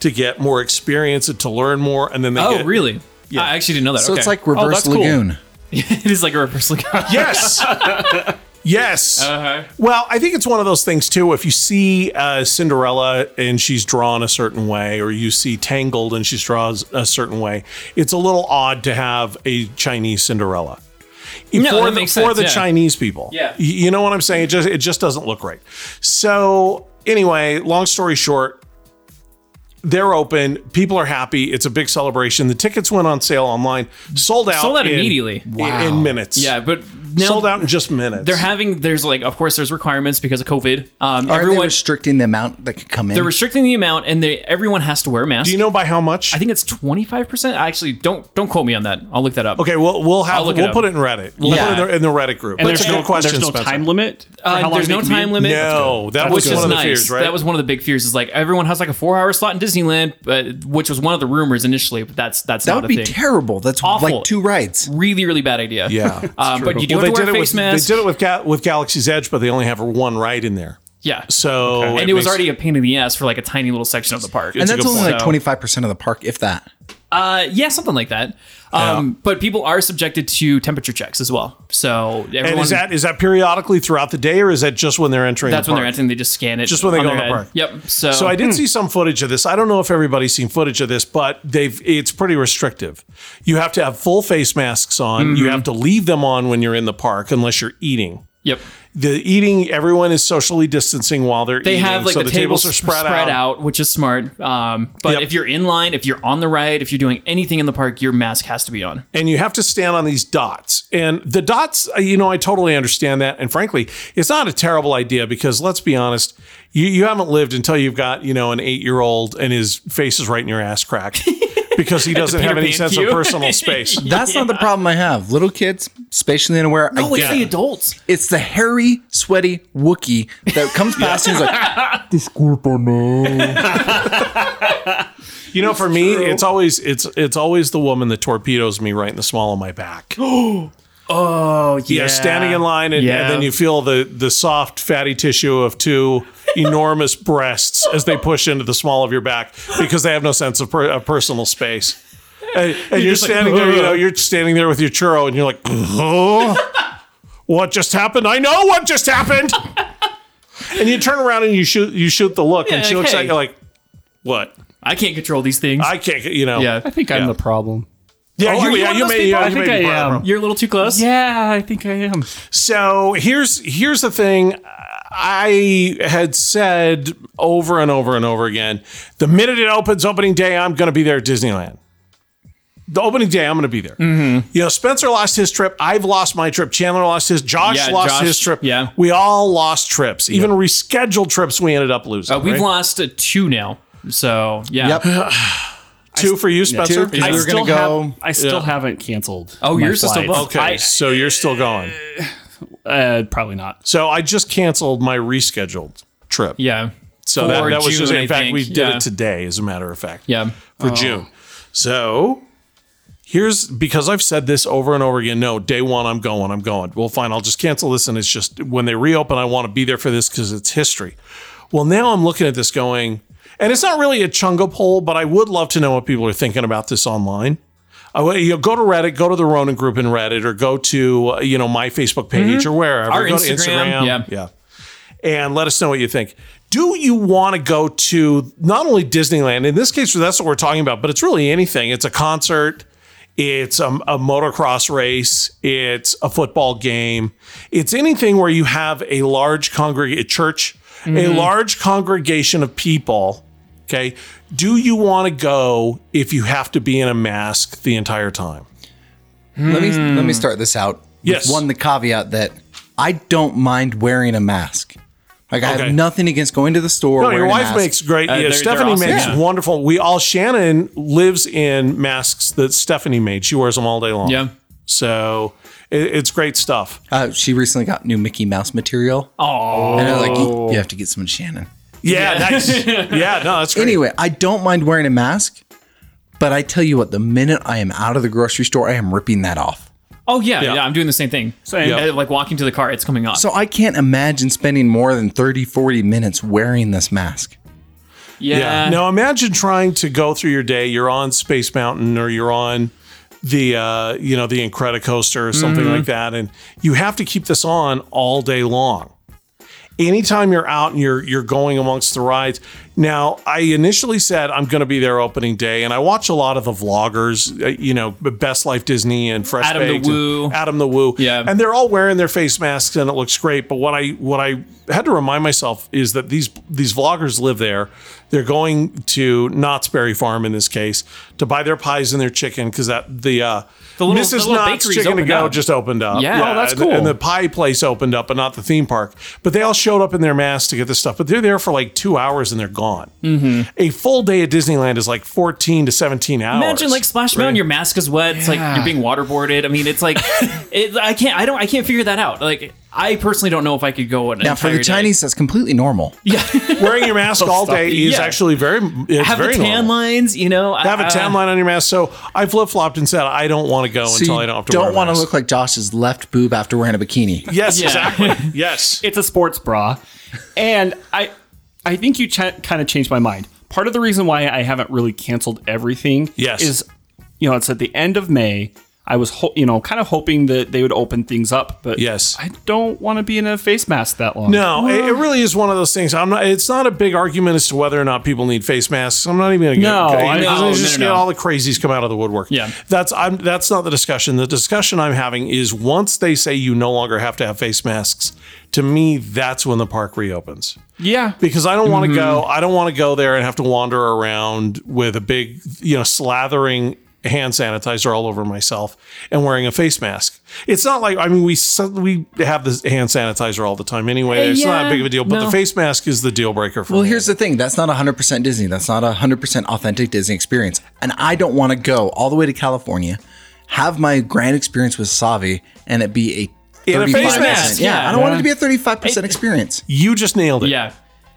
B: to get more experience and to learn more. And then they
C: Oh,
B: get,
C: really? I actually didn't know that.
D: So
C: okay. Oh,
D: it's like reverse
E: that's cool.
D: lagoon.
C: it is like a reverse look.
B: Yes. yes.
C: Uh-huh.
B: Well, I think it's one of those things too. If you see uh, Cinderella and she's drawn a certain way, or you see Tangled and she draws a certain way, it's a little odd to have a Chinese Cinderella. for
C: that
B: the,
C: makes
B: for
C: sense,
B: the
C: yeah.
B: Chinese people.
C: Yeah.
B: Y- You know what I'm saying? It just it just doesn't look right. So anyway, long story short, they're open. People are happy. It's a big celebration. The tickets went on sale online, sold out,
C: Sold out
B: in-
C: immediately.
B: in- in minutes.
C: Yeah, but now
B: sold out in just minutes.
C: They're having there's like of course there's requirements because of COVID. Um,
D: Are they
C: everyone
D: restricting the amount that could come in?
C: they're restricting the amount and they everyone has to wear a mask.
B: Do you know by how much?
C: I think it's twenty five percent. I actually don't don't quote me on that. I'll look that up.
B: okay, we'll we'll have
C: I'll look it
B: we'll
C: up.
B: put it in Reddit. We'll
C: Yeah.
B: put it in the, in the Reddit group.
E: and
B: That's
E: there's
B: a
E: no,
B: good question.
E: there's no
B: Spencer.
E: time limit. for how
C: Uh,
E: long
C: there's
E: they
C: no
E: can be
C: time
E: in?
C: limit.
B: No, that
C: which
B: was one
C: is
B: of the
C: nice.
B: fears, right?
C: That was one of the big fears. Is like everyone has like a four-hour slot in Disneyland, but which was one of the rumors initially. But that's that's
D: that
C: not
D: would
C: a
D: be
C: thing.
D: terrible. That's
C: Awful.
D: like two rides.
C: really, really bad idea.
B: Yeah,
C: um, but you do
B: Well,
C: have to wear a
B: it
C: face
B: with
C: mask.
B: they did it with Ga- with Galaxy's Edge, but they only have one ride in there.
C: yeah.
B: So
C: and it was
B: makes-
C: already a pain in the ass for like a tiny little section of the park.
D: And
B: a
D: that's
B: good
D: only
B: point.
D: like twenty five percent of the park, if that.
C: Uh, yeah, something like that. Um, But people are subjected to temperature checks as well. So everyone,
B: And is that is that periodically throughout the day, or is that just when they're entering?
C: that's
B: the
C: when they're
B: park?
C: entering. They just scan it.
B: Just when they
C: on
B: go in
C: their
B: the
C: head.
B: park.
C: Yep. So, hmm.
B: So I did see some footage of this. I don't know if everybody's seen footage of this, but they've it's pretty restrictive. You have to have full face masks on.
C: Mm-hmm.
B: You have to leave them on when you're in the park unless you're eating.
C: Yep.
B: the eating everyone is socially distancing while they're
C: They
B: eating
C: have like
B: so
C: the, tables, are spread, out. which is smart. Um, but
B: Yep.
C: if you're in line, if you're on the ride, if you're doing anything in the park, your mask has to be on.
B: and you have to stand on these dots and the dots uh, you know i totally understand that and frankly it's not a terrible idea because let's be honest you, you haven't lived until you've got you know an eight year old and his face is right in your ass crack because he doesn't have
C: Peter
B: any
C: Pan
B: sense
C: cue.
B: of personal space.
D: That's not the problem I have. Little kids, spatially unaware.
C: No,
D: I
C: it's
D: get
C: the
D: it.
C: adults.
D: It's the hairy, sweaty Wookie that comes past and is like,
B: You know, for me, it's always it's it's always the woman that torpedoes me right in the small of my back.
C: Oh yeah,
B: yeah, standing in line, and,
C: Yeah.
B: and then you feel the the soft fatty tissue of two enormous breasts as they push into the small of your back because they have no sense of, per, of personal space. And, and you're,
C: just like,
B: standing there, you know,
C: "Ugh."
B: you're standing there with your churro, and you're like, "Ugh. "What just happened? I know what just happened." and you turn around and you shoot you shoot the look, and
C: Yeah,
B: she looks
C: okay.
B: at you like, "What?
C: I can't control these things.
B: I can't." get-" You know,
C: yeah,
E: I think I'm
B: Yeah.
E: the problem.
B: yeah,
C: Oh, are
B: you,
C: you
B: yeah,
C: one of
B: you
C: those
B: may,
C: people?
B: yeah,
C: I um,
B: you
E: think
B: may
E: I
B: be
E: am.
B: problem.
C: you're a little too close.
E: Yeah, I think I am.
B: So here's here's the thing. I had said over and over and over again, the minute it opens opening day, I'm going to be there at Disneyland. The opening day, I'm going to be there.
C: Mm-hmm.
B: You know, Spencer lost his trip. I've lost my trip. Chandler lost his. Josh
C: Yeah,
B: lost
C: Josh,
B: his trip.
C: yeah.
B: we all lost trips. Even rescheduled trips, we ended up losing.
C: Uh, we've
B: right?
C: lost uh, two now. So yeah.
D: yep.
B: two for you, Spencer.
D: Two.
E: I
D: We're
E: still
D: gonna go-
E: have- I still haven't canceled.
C: Oh,
E: my
C: yours is still
E: flights.
C: booked.
B: Okay, so you're still going.
E: Uh, probably not.
B: So I just canceled my rescheduled trip.
C: Yeah.
B: So that,
C: For
B: that was just
C: June,
B: in
C: I
B: fact
C: think.
B: we did
C: Yeah.
B: it today, as a matter of fact.
C: Yeah. Oh.
B: For June. So here's because I've said this over and over again. No, day one, I'm going, I'm going. Well, fine, I'll just cancel this. And it's just when they reopen, I want to be there for this because it's history. Well, now I'm looking at this going, and it's not really a chunga poll, but I would love to know what people are thinking about this online. I would- you know, go to Reddit, go to the Ronin group in Reddit, or go to uh, you know my Facebook page or wherever.
C: Mm-hmm. Our
B: go
C: Instagram,
B: to Instagram,
C: yeah.
B: yeah, and let us know what you think. Do you want to go to not only Disneyland? In this case, that's what we're talking about, but it's really anything. It's a concert. It's a, a motocross race. It's a football game. It's anything where you have a large congreg a church, a
C: Mm-hmm.
B: large congregation of people. Okay. Do you want to go if you have to be in a mask the entire time?
D: Let me let me start this out. with
B: Hmm. Yes.
D: One the caveat that I don't mind wearing a mask. Like I
B: Okay.
D: have nothing against going to the store.
B: No, your
D: wearing a
B: wife
D: mask.
B: makes great. yeah,
C: Uh, they're- they're
B: Stephanie
C: awesome,
B: makes
C: yeah.
B: wonderful. We all Shannon lives in masks that Stephanie made. She wears them all day long.
C: Yeah.
B: So it, it's great stuff.
D: Uh, she recently got new Mickey Mouse material.
C: Oh.
D: And I was like, you, you have to get some in Shannon.
B: Yeah, nice. yeah, no, that's great.
D: Anyway, I don't mind wearing a mask, but I tell you what, the minute I am out of the grocery store, I am ripping that off.
C: Oh yeah,
B: Yeah.
C: yeah. I'm doing the same thing.
E: Same.
C: Uh, Like walking to the car, it's coming off.
D: So I can't imagine spending more than 30, 40 minutes wearing this mask.
C: yeah.
B: Yeah. Now imagine trying to go through your day. You're on Space Mountain or you're on the uh, you know the Incredicoaster or something
C: Mm-hmm.
B: like that, and you have to keep this on all day long. Anytime you're out and you're you're going amongst the rides. Now, I initially said I'm going to be there opening day, and I watch a lot of the vloggers, uh, you know, Best Life Disney and Fresh
C: Adam the
B: Baked and
C: Woo.
B: Adam the Woo,
C: Yeah.
B: and they're all wearing their face masks, and it looks great. But what I what I had to remind myself is that these these vloggers live there. They're going to Knott's Berry Farm in this case to buy their pies and their chicken because that the uh,
C: The little-
B: Mrs.
C: the little
B: Knott's
C: bakery's
B: Chicken to
C: opened
B: Go
C: up.
B: just opened up.
C: Yeah. Oh, that's
B: and-
C: cool.
B: And the pie place opened up, but not the theme park. But they all showed up in their masks to get this stuff. But they're there for like two hours and they're gone.
C: Mm-hmm.
B: A full day at Disneyland is like fourteen to seventeen hours.
C: Imagine like Splash Mountain, your mask is wet. It's like you're being waterboarded. I mean, it's like it, I can't. I don't. I can't figure that out. Like I personally don't know if I could go an
D: Now, for the
C: entire day.
D: Chinese, that's completely normal.
B: wearing your mask all day is
C: Yeah.
B: actually very it's
C: have the
B: very
C: tan
B: normal.
C: lines. You know,
B: have a tan line on your mask. So I flip flopped and said I don't want to go
D: So
B: until
D: you
B: I don't have to. wear
D: don't
B: a
D: want to
B: mask."
D: look like Josh's left boob after wearing a bikini.
B: Yes,
C: Yeah.
B: exactly. Yes.
E: It's a sports bra, and I, I think you ch- kind of changed my mind. Part of the reason why I haven't really canceled everything,
B: Yes.
E: is you know it's at the end of May. I was, ho- you know, kind of hoping that they would open things up, but
B: Yes.
E: I don't want to be in a face mask that long.
B: No, it, it really is one of those things. I'm not. It's not a big argument as to whether or not people need face masks. I'm not even going to.
E: No, I
C: know.
B: Just
C: No, no,
B: get
C: no.
B: all the crazies come out of the woodwork.
C: Yeah.
B: that's I'm. That's not the discussion. The discussion I'm having is once they say you no longer have to have face masks. To me, that's when the park reopens.
E: yeah,
B: because I don't want
C: Mm-hmm.
B: to go. I don't want to go there and have to wander around with a big, you know, slathering hand sanitizer all over myself and wearing a face mask. It's not like I mean we s- we have this hand sanitizer all the time anyway.
C: Eh,
B: It's not
C: yeah,
B: that big of a deal, but
C: no.
B: the face mask is the deal breaker for
D: Well,
B: me.
D: here's the thing. That's not 100% Disney. That's not a 100% authentic Disney experience. And I don't want to go all the way to California, have my grand experience with Savi, and it be a 35%.
B: In a face mask,
D: Yeah,
C: yeah.
D: I don't want it to be a 35% experience.
B: you just nailed it.
C: Yeah.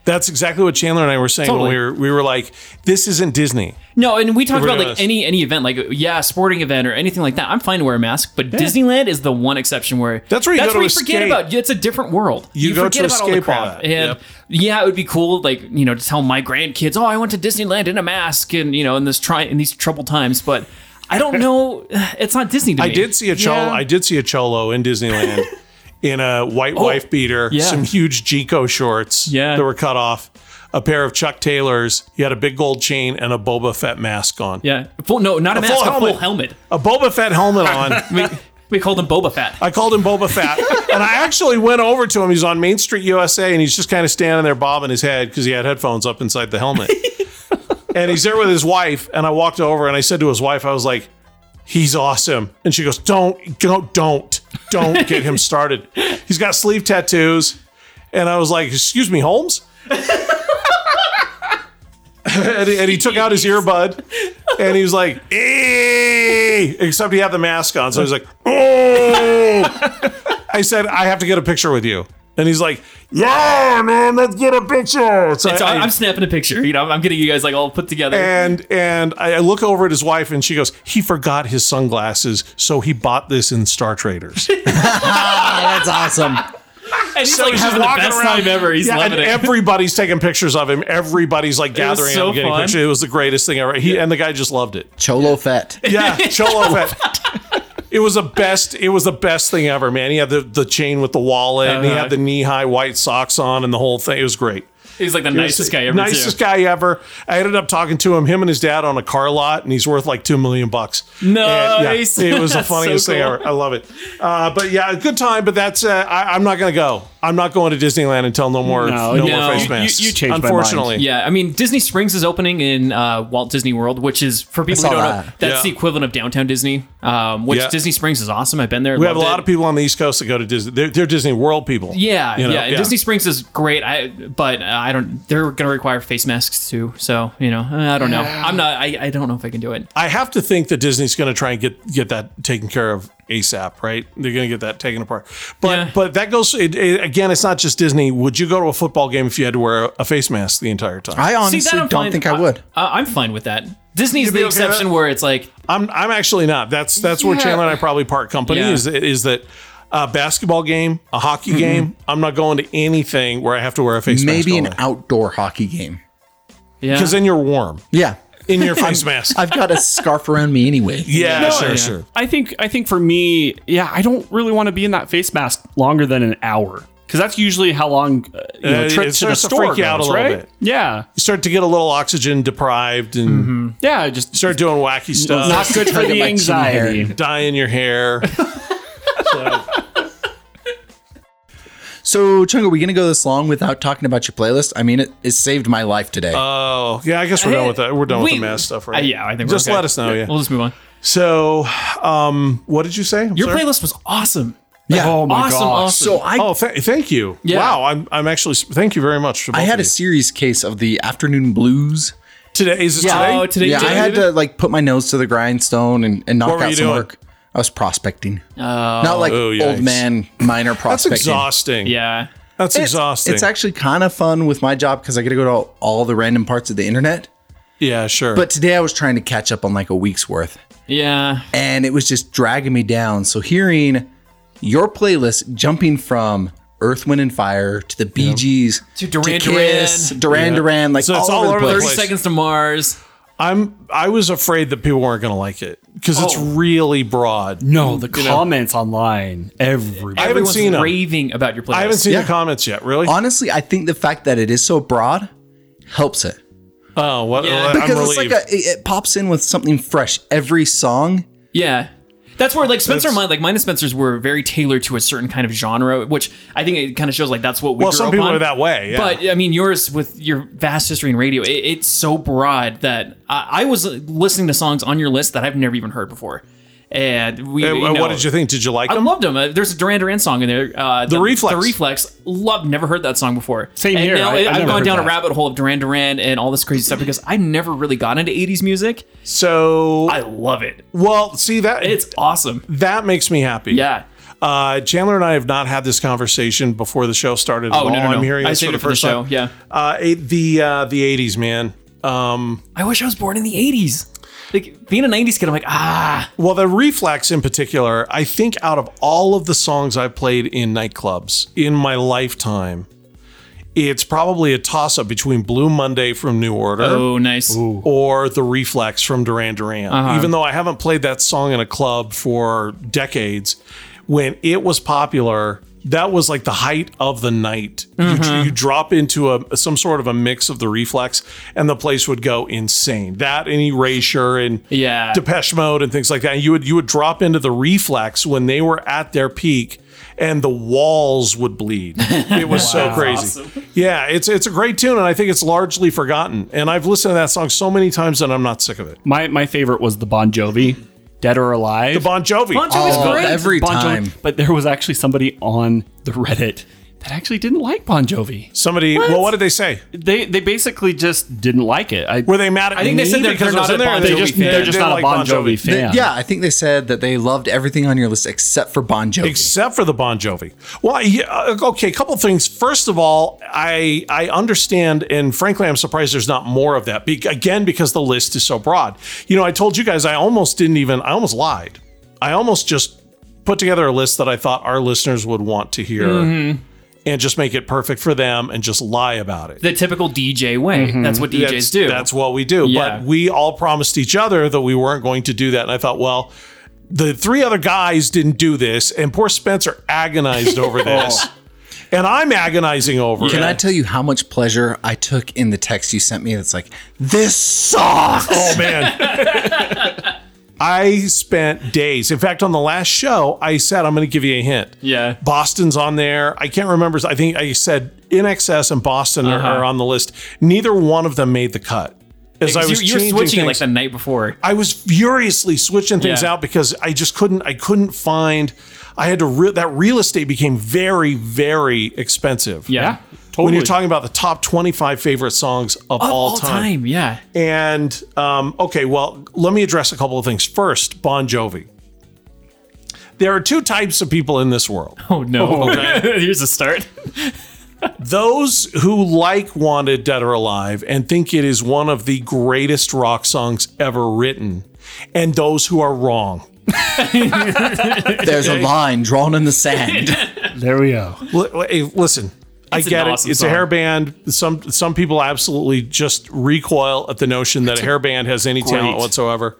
B: That's exactly what Chandler and I were saying
C: Totally.
B: when we were we were like, this isn't Disney.
C: No, and we talked
B: We're
C: about like
B: honest.
C: any any event, like yeah, a sporting event or anything like that. I'm fine to wear a mask, but Disneyland is the one exception where
B: That's where you go to
C: forget
B: escape.
C: about. It's a different world.
B: You go
C: forget
B: to
C: about all the
B: escape all
C: crap.
B: that.
C: And
B: Yep.
C: yeah, it would be cool, like you know, to tell my grandkids, oh, I went to Disneyland in a mask, and you know, in this try in these troubled times. But I don't know, it's not Disney to
B: I
C: me.
B: did see a cholo. I did see a cholo in Disneyland in a white wife beater,
C: Oh, yeah.
B: some huge Jinko shorts
C: Yeah.
B: that were cut off, a pair of Chuck Taylors. He had a big gold chain and a Boba Fett mask on.
C: Yeah, full no, not a, mask,
B: full
C: a full
B: helmet.
C: helmet.
B: A Boba Fett helmet on.
C: We, we called him Boba Fett.
B: I called him Boba Fett, and I actually went over to him. He's on Main Street USA, and he's just kind of standing there bobbing his head because he had headphones up inside the helmet. and he's there with his wife, and I walked over and I said to his wife, I was like, "He's awesome," and she goes, "Don't, don't, don't, don't get him started. He's got sleeve tattoos." And I was like, "Excuse me, Holmes." and, he, and he took out his earbud and he was like, "Eh," except he had the mask on. So he's like, oh. I said, I have to get a picture with you. And he's like, yeah, man, let's get a picture. So
C: So
B: I-
C: I, am snapping a picture. You know, I'm getting you guys like all put together.
B: and and I I look over at his wife and she goes, he forgot his sunglasses, so he bought this in Star Traders.
D: Ah, that's awesome.
C: And he's
B: So
C: like
B: he's
C: having the
B: walking
C: best
B: around-
C: time ever. He's
B: yeah,
C: loving
B: and
C: it.
B: everybody's taking pictures of him. Everybody's like
C: was
B: gathering
C: so
B: and getting
C: fun.
B: pictures. It was the greatest thing ever. He and the guy just loved it.
D: Cholo Fett.
B: Yeah, Cholo Fett. It was the best. It was the best thing ever, man. He had the, the chain with the wallet, and he
C: Uh-huh.
B: had the knee high white socks on, and the whole thing. It was great.
C: He's like the nicest guy ever.
B: Nicest
C: too.
B: guy ever. I ended up talking to him, him and his dad on a car lot, and he's worth like two million bucks.
C: Nice.
B: And, it was the
C: That's so
B: funniest thing
C: cool.
B: ever. I love it. Uh, but yeah, good time. But that's uh, I, I'm not gonna go. I'm not going to Disneyland until no more
E: No,
B: no,
E: you-
B: more
E: you-
B: face
E: you-
B: masks.
E: you changed my
B: Unfortunately,
C: Yeah, I mean Disney Springs is opening in uh, Walt Disney World, which is for people who
D: saw
C: don't know,
D: that.
C: that's
B: Yeah.
C: the equivalent of downtown Disney. Um, which
B: Yeah.
C: Disney Springs is awesome. I've been there.
B: we have a lot of people on the East Coast that go to Disney. They're, they're Disney World people.
C: Yeah,
B: You know,
C: yeah, and Disney Springs is great. I but uh, I don't. They're going to require face masks too. So you know, uh, I don't know. I'm not. I, I don't know if I can do it.
B: I have to think that Disney's going to try and get get that taken care of ASAP, right? They're going to get that taken apart. But
C: Yeah.
B: but that goes it, it- again. It's not just Disney. Would you go to a football game if you had to wear a face mask the entire time?
D: I honestly
C: I'm
D: don't
C: fine-
D: think I would.
C: I, I'm fine with that. Disney's
B: You'd be okay
C: the
B: with
C: exception
B: that?
C: where it's like
B: I'm I'm actually not. That's that's where
C: Yeah.
B: Chandler and I probably part company.
C: Yeah. Mm-hmm.
B: Is is that a basketball game, a hockey game? I'm not going to anything where I have to wear a face
D: Maybe
B: mask.
D: an outdoor hockey game.
C: yeah.
B: because then you're warm
D: Yeah.
B: in your face mask.
D: I've got a scarf around me anyway.
B: yeah, sure,
E: yeah.
B: sure.
E: I think I think for me, yeah, I don't really want to be in that face mask longer than an hour because that's usually how long uh, you know,
B: Uh,
E: trip
B: it
E: to the
B: starts to
E: store
B: freak you out
E: goes,
B: a little
E: right?
B: bit.
E: Yeah,
B: You start to get a little oxygen deprived and
C: Mm-hmm.
E: yeah, it just
B: start doing wacky stuff.
E: not good for
D: Trying to
E: the
D: get my chin hair.
E: anxiety.
B: dye in your hair.
D: So, Chung, are we going to go this long without talking about your playlist? I mean, it, it saved my life today.
B: Oh, yeah. I guess we're done with that. We're done with
C: We-
B: the mask stuff,
C: Uh,
B: right?
C: yeah, I think we're
B: Just
C: okay.
B: let us know. Yeah.
C: We'll just move on.
B: so, um, what did you say? I'm
C: Your
B: sorry.
C: playlist was awesome.
D: yeah.
E: Oh my
C: awesome,
E: gosh.
C: awesome.
D: so, I
B: Oh, th- thank you.
C: Yeah.
B: Wow. I'm, I'm actually. Thank you very much. to
D: I
B: both
D: had a
B: of you.
D: serious case of the afternoon blues.
B: today. Is this
C: Oh,
B: today?
C: today
D: yeah,
C: you
D: I
C: did-
D: had to like put my nose to the grindstone and, and knock
B: What were
D: out
B: you
D: some
B: doing?
D: work. I was prospecting, not like
B: Oh,
D: old
B: yikes.
D: man minor
B: That's
D: prospecting.
B: exhausting.
C: Yeah.
B: That's
D: It's,
B: exhausting.
D: it's actually kind of fun with my job because I get to go to all, all the random parts of the internet.
B: yeah, sure.
D: But today I was trying to catch up on like a week's worth,
C: Yeah.
D: and it was just dragging me down. So hearing your playlist jumping from Earth, Wind, and Fire to the Bee Gees
C: To Duran
D: Kiss,
C: Duran.
D: Duran Duran, like
B: So
D: all,
B: it's all
D: over,
B: over
D: the
B: the
D: place.
C: 30
B: place.
C: Seconds to Mars.
B: I'm. I was afraid that people weren't going to like it because
C: Oh.
B: it's really broad.
E: No, the comments online, everybody.
B: I haven't
C: Everyone's
B: seen 'em.
C: raving about your playlist.
B: I haven't seen
D: Yeah.
B: the comments yet. Really?
D: Honestly, I think the fact that it is so broad helps it.
B: oh, what?
C: Yeah.
B: well, I'm
D: because it's
B: relieved.
D: like a, it, it pops in with something fresh every song
C: Yeah. That's where like Spencer
B: That's-
C: and mine, like mine and Spencer's were very tailored to a certain kind of genre, which I think it kind of shows like that's what we.
B: Well,
C: grew
B: some
C: up
B: people
C: on.
B: are that way, yeah.
C: But I mean, yours with your vast history in radio, it, it's so broad that I, I was listening to songs on your list that I've never even heard before, and we.
B: And-
C: you
B: and
C: know,
B: Uh, what did you think? Did you like
C: I
B: them?
C: loved them. Uh, there's a Duran Duran song in there. Uh, the,
B: Reflex.
C: The Reflex. Love. Never heard that song before.
E: Same
C: and
E: here.
C: Now
E: I- I've
C: I, have
E: never
C: gone
E: heard
C: down a
E: that.
C: rabbit hole of Duran Duran and all this crazy stuff because I never really got into 80s music.
B: So,
C: I love it.
B: well, see that
C: It's awesome.
B: that makes me happy.
C: Yeah.
B: Uh, Chandler and I have not had this conversation before the show started. at
C: Oh no,
B: all.
C: no, no.
B: I'm hearing
C: I
B: this for
C: saved
B: the
C: it for the
B: first
C: show.
B: time.
C: Yeah.
B: Uh, it- the uh, the 80s, man. Um,
C: I wish I was born in the 80s. Like being a 90s kid, I'm like, ah,
B: well, the reflex in particular, I think out of all of the songs I've played in nightclubs in my lifetime, it's probably a toss up between Blue Monday from New Order.
C: oh, nice.
B: or the reflex from Duran Duran. Even though I haven't played that song in a club for decades, when it was popular, that was like the height of the night. You- You, drop into a some sort of a mix of the reflex, and the place would go insane. That and Erasure and
C: Yeah.
B: Depeche Mode and things like that. You would you would drop into the reflex when they were at their peak. And the walls would bleed. It was so crazy. Yeah, it's it's a great tune, and I think it's largely forgotten. And I've listened to that song so many times that I'm not sick of it.
E: My my favorite was the Bon Jovi, Dead or Alive.
B: The Bon Jovi.
C: Bon Jovi's
D: Oh,
C: great.
D: every
E: Bon Jovi-
D: time.
E: But there was actually somebody on the Reddit that actually didn't like Bon Jovi.
B: Somebody. Well, what did they say?
E: They they basically just didn't like it. I,
B: Were they mad at
C: I think
B: me
C: they said they're-
B: because
C: they're
B: I was
C: not
B: in
C: a
B: there?
C: Bon
E: they
C: Jovi
E: just
C: fan.
E: they're just
B: Didn't
E: not
B: like
E: a Bon Jovi,
D: They-
E: fan.
D: yeah, I think they said that they loved everything on your list except for Bon Jovi.
B: Except for the Bon Jovi. Well, yeah, uh, okay, a couple things. First of all, I I understand, and frankly, I'm surprised there's not more of that. Be- again, because the list is so broad. You know, I told you guys I almost didn't even. I almost lied. I almost just put together a list that I thought our listeners would want to hear, and just make it perfect for them, and just lie about it.
C: The typical DJ way. That's what DJs
B: that's,
C: do.
B: That's what we do.
C: Yeah.
B: But we all promised each other that we weren't going to do that. And I thought, well, the three other guys didn't do this, and poor Spencer agonized over this.
C: Oh.
B: And I'm agonizing over
D: Can
B: it.
D: I tell you how much pleasure I took in the text you sent me? That's like, this sucks.
B: oh man. I spent days. In fact, on the last show, I said I'm going to give you a hint.
C: Yeah.
B: Boston's on there. I can't remember. I think I said in excess and Boston
C: Uh-huh.
B: are- are on the list. Neither one of them made the cut. As I
C: Because
B: was
C: you, you're
B: changing
C: switching like
B: things-
C: the night before.
B: I was furiously switching things
C: Yeah.
B: out because I just couldn't. I couldn't find. I had to. Re- that real estate became very, very expensive.
C: Yeah.
E: totally.
B: When you're talking about the top 25 favorite songs of,
C: Of
B: all, time.
C: Yeah.
B: And um, okay, well, let me address a couple of things. First, Bon Jovi. There are two types of people in this world
C: Oh, no. Here's a start.
B: those who like Wanted Dead or Alive and think it is one of the greatest rock songs ever written, and those who are wrong.
D: There's a line drawn in the sand.
E: there we go.
B: L- l- hey, listen, I
C: It's an
B: get it.
C: awesome
B: It's
C: song.
B: a hair band. Some some people absolutely just recoil at the notion that a hair band has any talent
E: great-
B: whatsoever.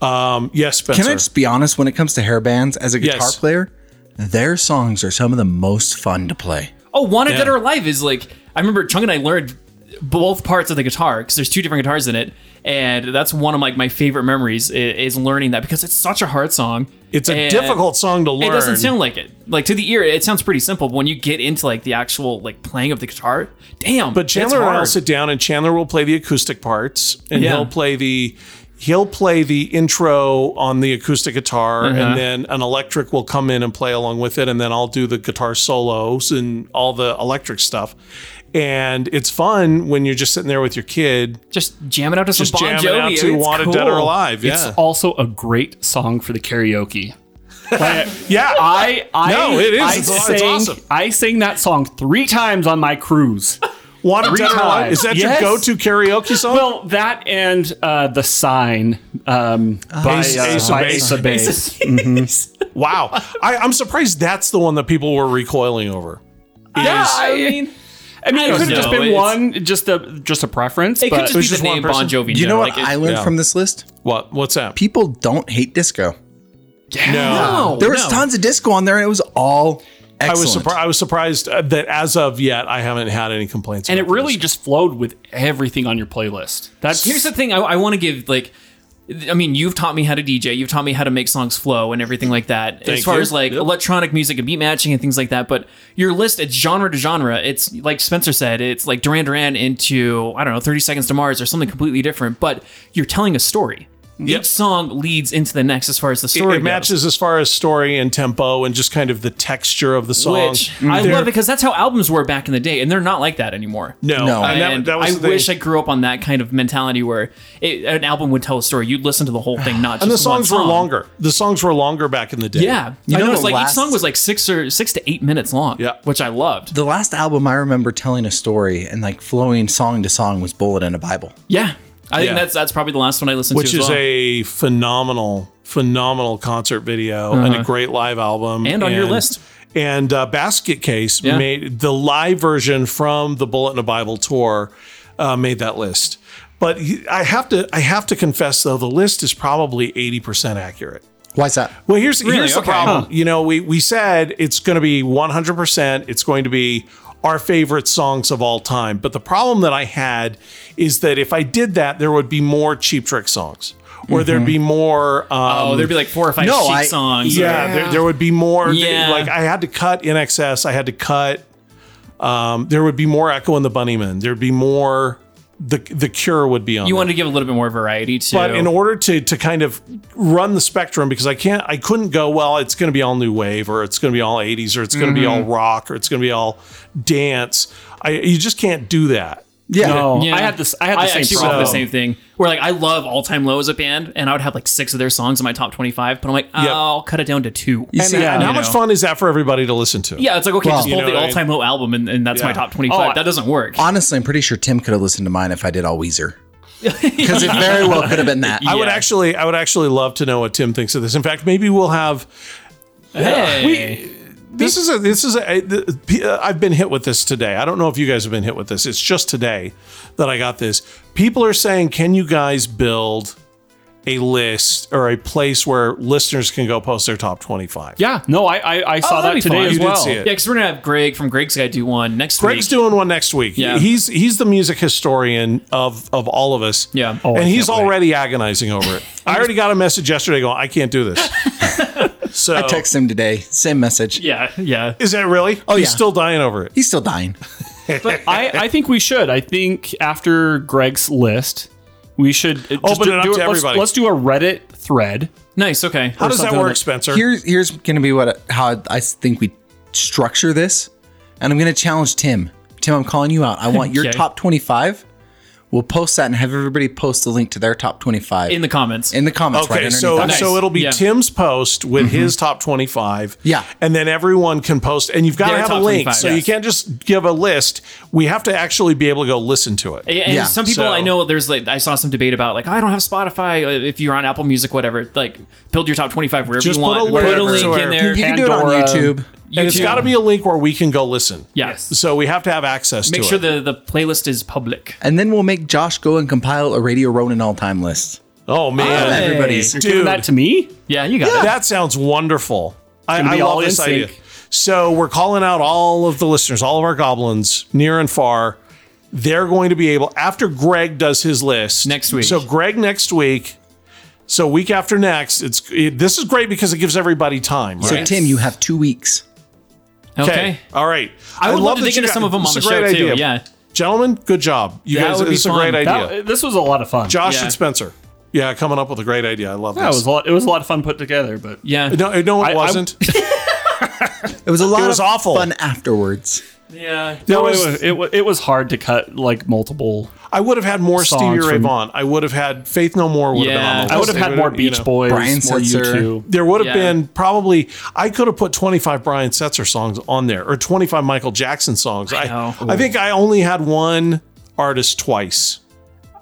B: Um, yes, Spencer.
D: Can I just be honest when it comes to hair bands as a guitar
B: Yes.
D: player? Their songs are some of the most fun to play.
C: Oh, Wanted Dead or Alive is like I remember Chung and I learned both parts of the guitar because there's two different guitars in it, and that's one of like my favorite memories i- is, learning that because it's such a hard song.
B: it's a
C: and
B: difficult song to learn.
C: Eh, It doesn't sound like it. Like to the ear, it sounds pretty simple. But when you get into like the actual like playing of the guitar, damn.
B: But Chandler
C: it's
B: and I'll
C: hard.
B: sit down, and Chandler will play the acoustic parts, and
C: Yeah.
B: he'll play the he'll play the intro on the acoustic guitar,
C: Uh-huh.
B: and then an electric will come in and play along with it, and then I'll do the guitar solos and all the electric stuff. And it's fun when you're just sitting there with your kid,
C: just jamming out to some
B: just
C: Bon
B: jamming
C: Jovi.
B: out to
C: it's
B: "Wanted
C: cool.
B: Dead or Alive." Yeah,
E: It's also a great song for the karaoke. Play it.
B: yeah.
E: I, I
B: No, it is.
E: I
B: It's- it's
E: sang,
B: awesome.
E: I sang that song three times on my cruise.
B: "Wanted Dead or
E: Retime.
B: Alive" is that
E: Yes.
B: your go-to karaoke song?
E: Well, that and uh, the sign um, by
B: Ace-
E: uh,
B: Ace of
E: by
B: Base.
E: Ace of Base.
B: wow, I, I'm surprised that's the one that people were recoiling over.
E: Yeah,
B: Is-
E: I mean, I mean, it
C: don't
E: could have just
C: know.
E: been
C: It's-
E: one, just a just a preference.
C: It
E: but
C: could just
B: It
C: be
B: was
C: the
B: just one
C: name Bon
B: person.
C: Jovi. in
D: You know
C: general,
D: what
C: like, it-
D: I learned
B: yeah.
D: from this list?
B: what? What's that?
D: People don't hate disco.
B: no.
C: Oh,
D: There was
C: no.
D: tons of disco on there, and it was all excellent.
B: I was surprised. I was surprised uh, that as of yet, I haven't had any complaints.
E: and it
B: about
E: really
B: this.
E: just flowed with everything on your playlist. That's
C: Here's the thing I, I want to give like I mean, you've taught me how to DJ, you've taught me how to make songs flow and everything like that. as far
B: you.
C: as like electronic music and beat matching and things like that, but your list it's genre to genre. It's like Spencer said, it's like Duran Duran into I don't know, 30 Seconds to Mars or something completely different, but you're telling a story. Each song leads into the next as far as the story
B: It
C: goes.
B: matches as far as story and tempo and just kind of the texture of the song. Mm-hmm.
C: Which I
B: They're-
C: love because that's how albums were back in the day, and they're not like that anymore.
B: No,
D: No.
B: and that,
C: And
B: that was
C: I
B: the
C: wish
B: thing.
C: I grew up on that kind of mentality where it, an album would tell a story. You'd listen to the whole thing, not just
B: and the
C: one
B: songs
C: song.
B: were longer. The songs were longer back in the day.
C: Yeah,
D: You
C: I
D: know
C: noticed
D: the
C: like
D: last-
C: each song was like six or six to eight minutes long.
B: Yeah.
C: which I loved.
D: The last album I remember telling a story and like flowing song to song was Bullet in a Bible.
C: yeah, I
B: Yeah.
C: think that's that's probably the last one I listened
B: which
C: to. as
B: is
C: well.
B: a phenomenal, phenomenal concert video and a great live album,
C: Uh-huh. And on your list.
B: And uh, Basket Case
C: Yeah.
B: made the live version from the Bullet in a Bible tour, uh, made that list. But he- I have to, I have to confess though, the list is probably eighty percent accurate.
D: Why's that?
B: Well, here's here's the
C: Okay.
B: problem. You know, we we said it's going to be 100%. It's going to be our favorite songs of all time. But the problem that I had is that if I did that, there would be more cheap trick songs, or there'd be more. Um,
C: Mm-hmm. oh, there'd be like four or five
D: No,
C: sheet
D: I-
C: songs.
B: yeah, There, there would be more.
C: Yeah.
B: Like I had to cut in excess. I had to cut. Um, there would be more Echo and the Bunnymen. There'd be more. The the Cure would be on.
C: you
B: there.
C: wanted to give a little bit more variety to.
B: But in order to to kind of run the spectrum, because I can't, I couldn't go. Well, it's going to be all new wave, or it's going to be all '80s, or it's going to be all rock, or it's going to be all dance. I you just can't do that.
D: Yeah.
E: No,
C: Yeah.
E: I had this. I had the same
C: actually
E: problem.
C: went with the same thing. Where like I love All Time Low as a band, and I would have like six of their songs in my top twenty-five, but I'm like,
B: Yep.
C: I'll cut it down to two.
D: You
B: And,
D: see,
B: and how
C: you
B: much
C: know.
B: fun is that for everybody to listen to?
C: Yeah, it's like okay,
D: Well,
C: just
D: you
C: hold
B: know
C: the
B: what I
C: all-time low album, and, and that's my
B: Yeah.
C: top twenty-five.
E: Oh, I-
C: that doesn't work.
D: honestly, I'm pretty sure Tim could have listened to mine if I did all Weezer. Because it very well could have been that.
B: I would actually, I would actually love to know what Tim thinks of this. In fact, maybe we'll have
C: hey,
B: this is a this is a the- p- uh, I've been hit with this today. I don't know if you guys have been hit with this. It's just today that I got this. People are saying, "Can you guys build a list or a place where listeners can go post their top 25?"
E: Yeah, no, I I, I saw
C: that'd
E: that
C: be
E: today
C: fun.
E: as
C: You
B: did
E: well.
B: see it.
C: yeah, because we're gonna have Greg from Greg's guy do one next
B: Greg's
C: week.
B: doing one next week.
C: Yeah.
B: He's he's the music historian of of all of us.
C: Yeah. Oh, I
B: and he's
E: can't wait.
B: already agonizing over it. I already got a message yesterday going, "I can't do this." so
D: I text him today, same message.
C: yeah, yeah.
B: is that really? Oh, he's
D: yeah.
B: still dying over it.
D: He's still dying.
E: I, I think we should. I think after Greg's list, we should uh, just
B: Open
E: do-
B: it up
E: do
B: to
E: let's-
B: everybody.
E: Let's, do a Reddit thread.
C: Nice. Okay.
B: How does that
E: something
B: work,
E: like-
B: Spencer?
D: Here's here's going to be what how I think we structure this, and I'm going to challenge Tim. Tim, I'm calling you out. I want your
C: Okay.
D: top 25. We'll post that and have everybody post the link to their top 25
C: in the comments.
D: in the comments right
B: Okay,
D: underneath.
B: so
D: that. Mm-hmm.
B: so it'll be
C: Yeah.
B: Tim's post with his top twenty five.
D: Yeah.
B: and then everyone can post, and you've got
C: Their
B: to have a
C: top
B: link,
C: 25,
B: so you
C: yes.
B: can't just give a list. We have to actually be able to go listen to it.
C: Yeah, and
D: Yeah,
C: some people
B: so-
C: I know there's like I saw some debate about like I don't have Spotify. uh, If you're on Apple Music, whatever, like build your top 25 wherever
B: Just
C: you
B: put
C: want.
B: a wherever,
C: link in
B: wherever.
C: there.
D: you can do it on
E: Pandora.
D: YouTube.
B: and it's
C: YouTube.
B: got to be a link where we can go listen.
C: Yeah.
B: so we have to have access
C: Make
B: to
C: sure
B: it.
C: the the playlist is public.
D: And then we'll make Josh go and compile a Radio Ronin all time list.
B: oh man,
C: Hey.
D: Everybody's-
E: Give
B: dude,
E: that
B: that,
E: to me.
C: Yeah, you got it.
B: sounds wonderful. I,
E: gonna
B: I
E: be all
B: love
E: in
B: this idea.
E: sync.
B: So we're calling out all of the listeners, all of our goblins, near and far. They're going to be able after Greg does his list
C: Next week.
B: So Greg next week. So week after next, it's it, this is great because it gives everybody time. Right?
D: So Tim, you have two weeks.
C: Okay.
B: All right.
C: I would love, to
B: that
C: dig
B: you
C: into
B: got-
C: some of them
B: this
C: on the
B: is
C: show
B: a great
C: too.
B: idea.
C: Yeah.
B: Gentlemen, good job. You
C: That
B: guys,
C: would be
B: this is a
C: fun.
B: great idea.
E: That, This was a lot of fun.
B: Josh
C: Yeah.
B: and Spencer. Yeah, coming up with a great idea. I love
E: Yeah, it
B: this.
E: was a lot. It was a lot of fun put together, but
C: Yeah.
B: no, no, it
E: I-
B: wasn't.
D: It was a lot
B: was
D: of
B: awful.
D: fun afterwards.
C: Yeah.
B: There
E: No, it
B: was-
E: was, it, wa- it was hard to cut like multiple.
B: I would have had more Stevie
E: Songs
B: Ray
E: from-
B: Vaughan. I would have had Faith No More. Would
C: Yeah.
B: have been on the
E: I would
B: list.
E: have
B: They
E: had more
B: would've, you
E: Beach
B: know.
E: Boys,
D: Brian
E: more
D: Setzer.
E: U2.
B: There would have
C: Yeah.
B: been probably I could have put 25 Brian Setzer songs on there or 25 Michael Jackson songs. I
C: know.
B: I, think I only had one artist twice.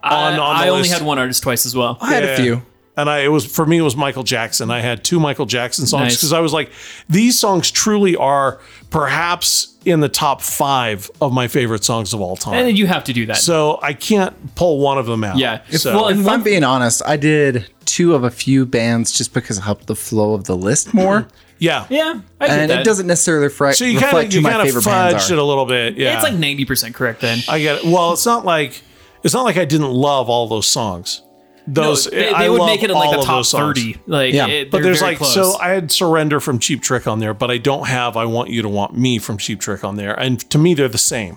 B: On, on the
C: I only
B: list.
C: had one artist twice as well.
D: I had a few.
B: And I, it was for me, it was Michael Jackson. I had two Michael Jackson songs
C: Nice.
B: because I was like, these songs truly are perhaps in the top five of my favorite songs of all time.
C: And then you have to do that.
B: so I can't pull one of them out.
C: yeah.
B: So,
C: well, and
D: If I'm
C: one,
D: being honest, I did two of a few bands just because it helped the flow of the list more.
B: yeah.
C: yeah. I get
D: and
C: that.
D: it doesn't necessarily reflect,
B: So you kind
D: reflect
B: of
D: who
B: you
D: my
B: kind of
D: favorite bands
B: fudged
D: are.
B: it a little bit. Yeah.
C: It's like 90% correct then.
B: I get it. Well, it's not like it's not like I didn't love all those songs. those
C: they,
B: I
C: they would
B: love
C: make it in
B: all
C: like the
B: of
C: top
B: those songs.
C: thirty. Like,
D: Yeah,
C: it,
B: But
C: they're
B: there's
C: very
B: like
C: close.
B: so I had surrender from Cheap Trick on there, but I don't have I want you to want me from Cheap Trick on there. And to me they're the same.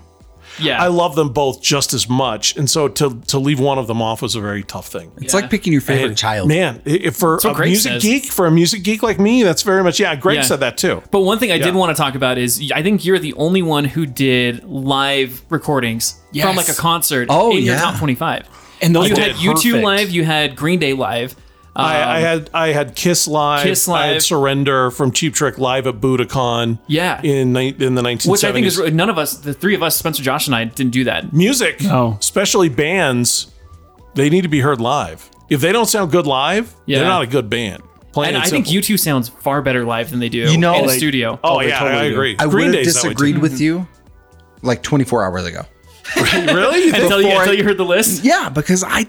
C: yeah,
B: I love them both just as much. And so to to leave one of them off was a very tough thing.
D: It's like picking your favorite child.
B: Man, i- if for
C: what
B: a
C: Greg
B: music
C: says.
B: geek, for a music geek like me, that's very much yeah, Greg
C: Yeah.
B: said that too.
C: But one thing I did
B: Yeah.
C: want to talk about is I think you're the only one who did live recordings from
E: Yes.
C: like a concert
D: Oh,
C: in your
D: yeah.
C: top 25.
E: And those
C: you
E: were
C: had U2
E: perfect.
C: live, you had Green Day live. Um,
B: I, I had I had Kiss Live,
C: Kiss
B: I
C: Live.
B: had Surrender from Cheap Trick live at Budokan.
C: Yeah.
B: in ni- in the nineteen seventies.
C: which I think is none of us, the three of us, Spencer, Josh, and I didn't do that.
B: music,
E: No.
B: especially bands, they need to be heard live. If they don't sound good live,
C: Yeah.
B: they're not a good band. Plain
C: And I think
B: simple.
C: U2 sounds far better live than they do
D: You know,
C: in the
D: like-
C: studio.
B: Oh,
E: they
B: yeah,
E: totally
B: I
E: do.
B: agree.
D: I would have
B: Day's that way, too.
D: disagreed with you like 24 hours ago.
B: really? You think-
C: until, you,
D: before-
C: until you heard the list.
D: Yeah, because I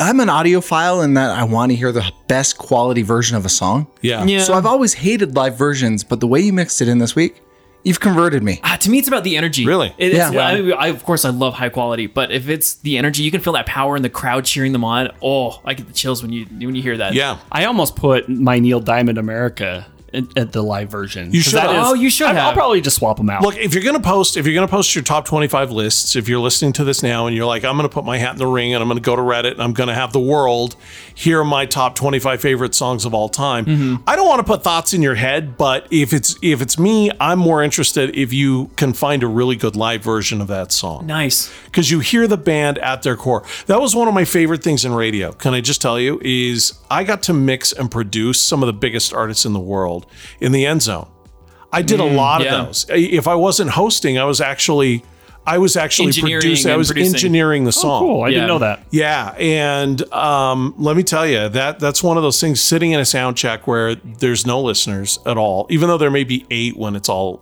D: I'm an audiophile in that I want to hear the best quality version of a song.
B: yeah.
C: Yeah.
D: So I've always hated live versions, but the way you mixed it in this week, you've converted me.
C: Ah, to me, it's about the energy.
B: Really?
C: It is-
D: Yeah.
C: I, I- of course, I love high quality, but if it's the energy, you can feel that power in the crowd cheering them on. Oh, I get the chills when you when you hear that.
B: Yeah.
E: I almost put my Neil Diamond America at, at the live version.
B: You
E: 'Cause
B: should
E: that
B: have.
E: is-
C: Oh, you should
E: I- I'll
C: have.
E: probably just swap them out.
B: Look, if you're gonna post, if you're gonna post your top 25 lists, if you're listening to this now and you're like, I'm gonna put my hat in the ring and I'm gonna go to Reddit and I'm gonna have the world hear my top 25 favorite songs of all time. I don't want to put thoughts in your head, but if it's if it's me, I'm more interested if you can find a really good live version of that song
C: Nice.
B: because you hear the band at their core. That was one of my favorite things in radio. Can I just tell you? Is I got to mix and produce some of the biggest artists in the world in the end zone. I did a lot
C: Mm, yeah.
B: of those. I- If I wasn't hosting, I was actually, I was actually
C: Engineering
B: producing. I
C: and
B: was
C: producing. Oh,
B: engineering the song.
E: cool. I
C: Yeah.
E: didn't know that.
B: Yeah, and um, let me tell you that that's one of those things. Sitting in a sound check where there's no listeners at all, even though there may be eight when it's all